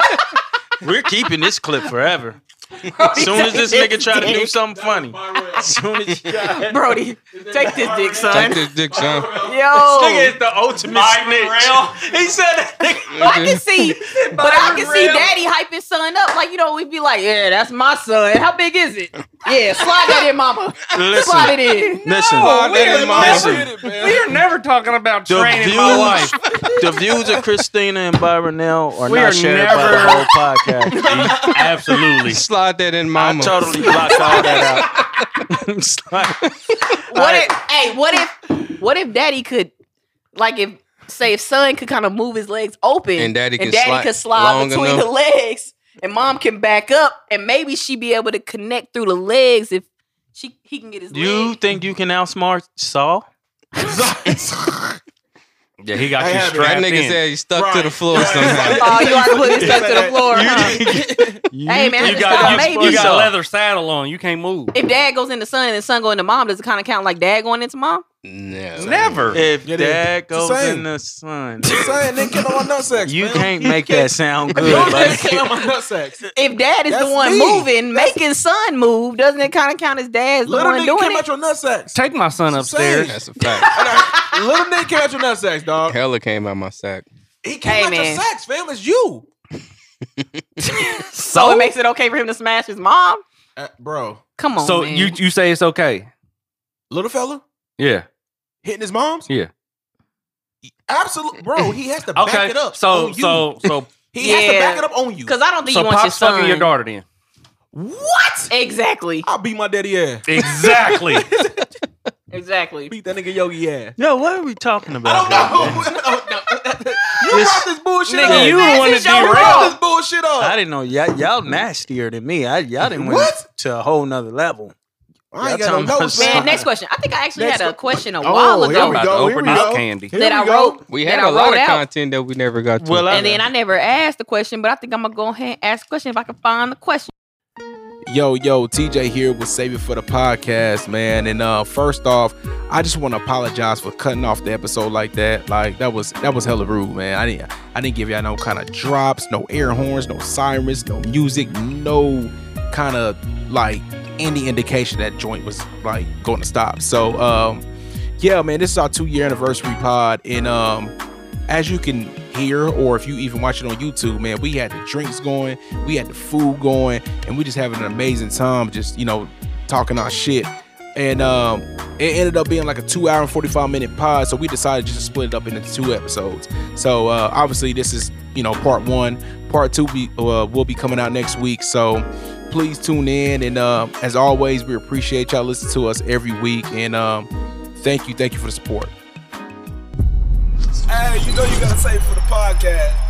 J: [laughs] We're keeping this clip forever.
K: Brody,
J: As soon as this
K: take
J: nigga try to
K: this
J: do
K: dick.
J: something funny, as soon as
K: [laughs]
E: Brody, take this dick, son.
G: Take this dick, son.
E: Yo.
J: this nigga is the ultimate snitch. He said that nigga.
E: I can
J: [laughs]
E: see, but I can see daddy hyping son up. Like, you know, we'd be like, yeah, that's my son. How big is it? Yeah, slide that in,
J: [laughs]
E: mama.
J: Listen,
E: slide it in.
J: listen,
E: No, we are
J: listen.
K: we are never talking about
J: The
K: training
J: views,
K: my wife.
J: the views of Christina and Byron now are
K: We
J: not
K: are
J: shared
K: never-
J: by the whole
K: [laughs]
J: podcast.
K: Absolutely.
G: Slide that in mama.
J: I totally blocked all that out. Slide-
E: [laughs] What if? Hey, what if? What if Daddy could, like, if say if son could kind of move his legs open,
G: And Daddy can slide
E: could slide
G: long
E: between
G: enough.
E: the legs, and Mom can back up, and maybe she be able to connect through the legs if she he can get his.
J: You think you can outsmart Saul?
K: yeah, he got
J: I
K: you
J: have it.
K: strapped
J: That nigga
K: in.
J: said
G: he stuck to the floor somehow.
E: [laughs] [laughs] Oh, you ought to put his stuck to [laughs] the floor. huh? hey man,
K: you
E: you got,
K: got, you,
E: maybe.
K: you got a leather saddle on. You can't move.
E: If Dad goes into son and son go into mom, does it kind of count like Dad going into mom?
G: [laughs] No.
K: Never.
J: If
K: Yeah,
J: dad
K: it's the
J: goes
K: same.
J: in the sun,
I: Saying they can't want no sex.
J: you
I: man. [laughs]
J: can't make that sound good.
I: Don't
J: buddy.
I: they can't want no
E: [laughs]
I: sex.
E: If Dad is
I: That's
E: the one
I: me.
E: moving, making son move, doesn't it kind of count as Dad's the
I: Little
E: one
I: nigga
E: doing
I: came
E: it?
I: out your nutsacks.
K: [laughs] Take my son upstairs.
G: That's a
I: [laughs]
G: fact.
I: Little nigga came out your nutsacks, dog.
G: Hella came out my sack.
I: He came out
E: man.
I: your sex, fam. It's you,
E: So Oh, it makes it okay for him to smash his mom.
I: Uh, bro.
E: Come on,
K: so
E: Oh, man.
K: you you say it's okay?
I: Little fella
K: Yeah.
I: hitting his mom's.
K: Yeah.
I: Absolutely, bro. He
J: [laughs]
I: has to back
K: Okay.
I: it up.
K: So
I: on you.
K: so so
I: he has to back it up on you.
E: because I don't think
K: so
E: you want your
K: pops fucking
E: son.
K: your daughter then.
I: What?
K: [laughs]
E: Exactly.
I: I'll beat my daddy ass.
J: [laughs]
K: Exactly.
E: Exactly.
I: Beat that nigga Yogi ass.
J: Yo, what are we talking about?
I: I don't
J: here, man?
I: know. [laughs] you brought this bullshit
K: Nigga,
I: up.
K: you the one that
I: This is your
K: derailed.
I: brought this bullshit up.
J: I didn't know y'all, y'all nastier than me. I y'all didn't went
I: What?
J: to a whole nother level.
I: I ain't
J: Y'all
I: got
J: talking
I: no
J: about
I: notes.
E: Man,
J: something.
E: next question. I think I actually
I: Next
E: had a
I: que-
E: question a
I: Oh,
E: while
I: here
E: ago
I: we
K: about to
I: go,
K: open
I: here we
K: this
I: go.
K: candy.
I: Here
E: that I
I: we go.
E: wrote.
G: We
E: that
G: had
E: I
G: a lot
E: wrote
G: of
E: out.
G: content that we never got to.
J: Well, I-
E: And then I never asked the question, but I think I'm gonna go ahead and ask the question if I can find the question.
I: Yo, yo, TJ here with Save It for the Podcast, man. And uh first off, I just want to apologize for cutting off the episode like that. Like that was that was hella rude, man. I didn't I didn't give y'all no kind of drops, no air horns, no sirens, no music, no kind of like any indication that joint was like going to stop. So um yeah, man, this is our two year anniversary pod, and um as you can hear, or if you even watch it on YouTube, man, we had the drinks going, we had the food going, and we just having an amazing time, just you know, talking our shit. And um, it ended up being like a two hour and 45 minute pod, so we decided just to split it up into two episodes. So uh, obviously, this is you know part one, part two be, uh, will be coming out next week. So please tune in, and uh, as always, we appreciate y'all listening to us every week, and um, thank you, thank you for the support.
P: Hey, you know you gotta save it for the podcast.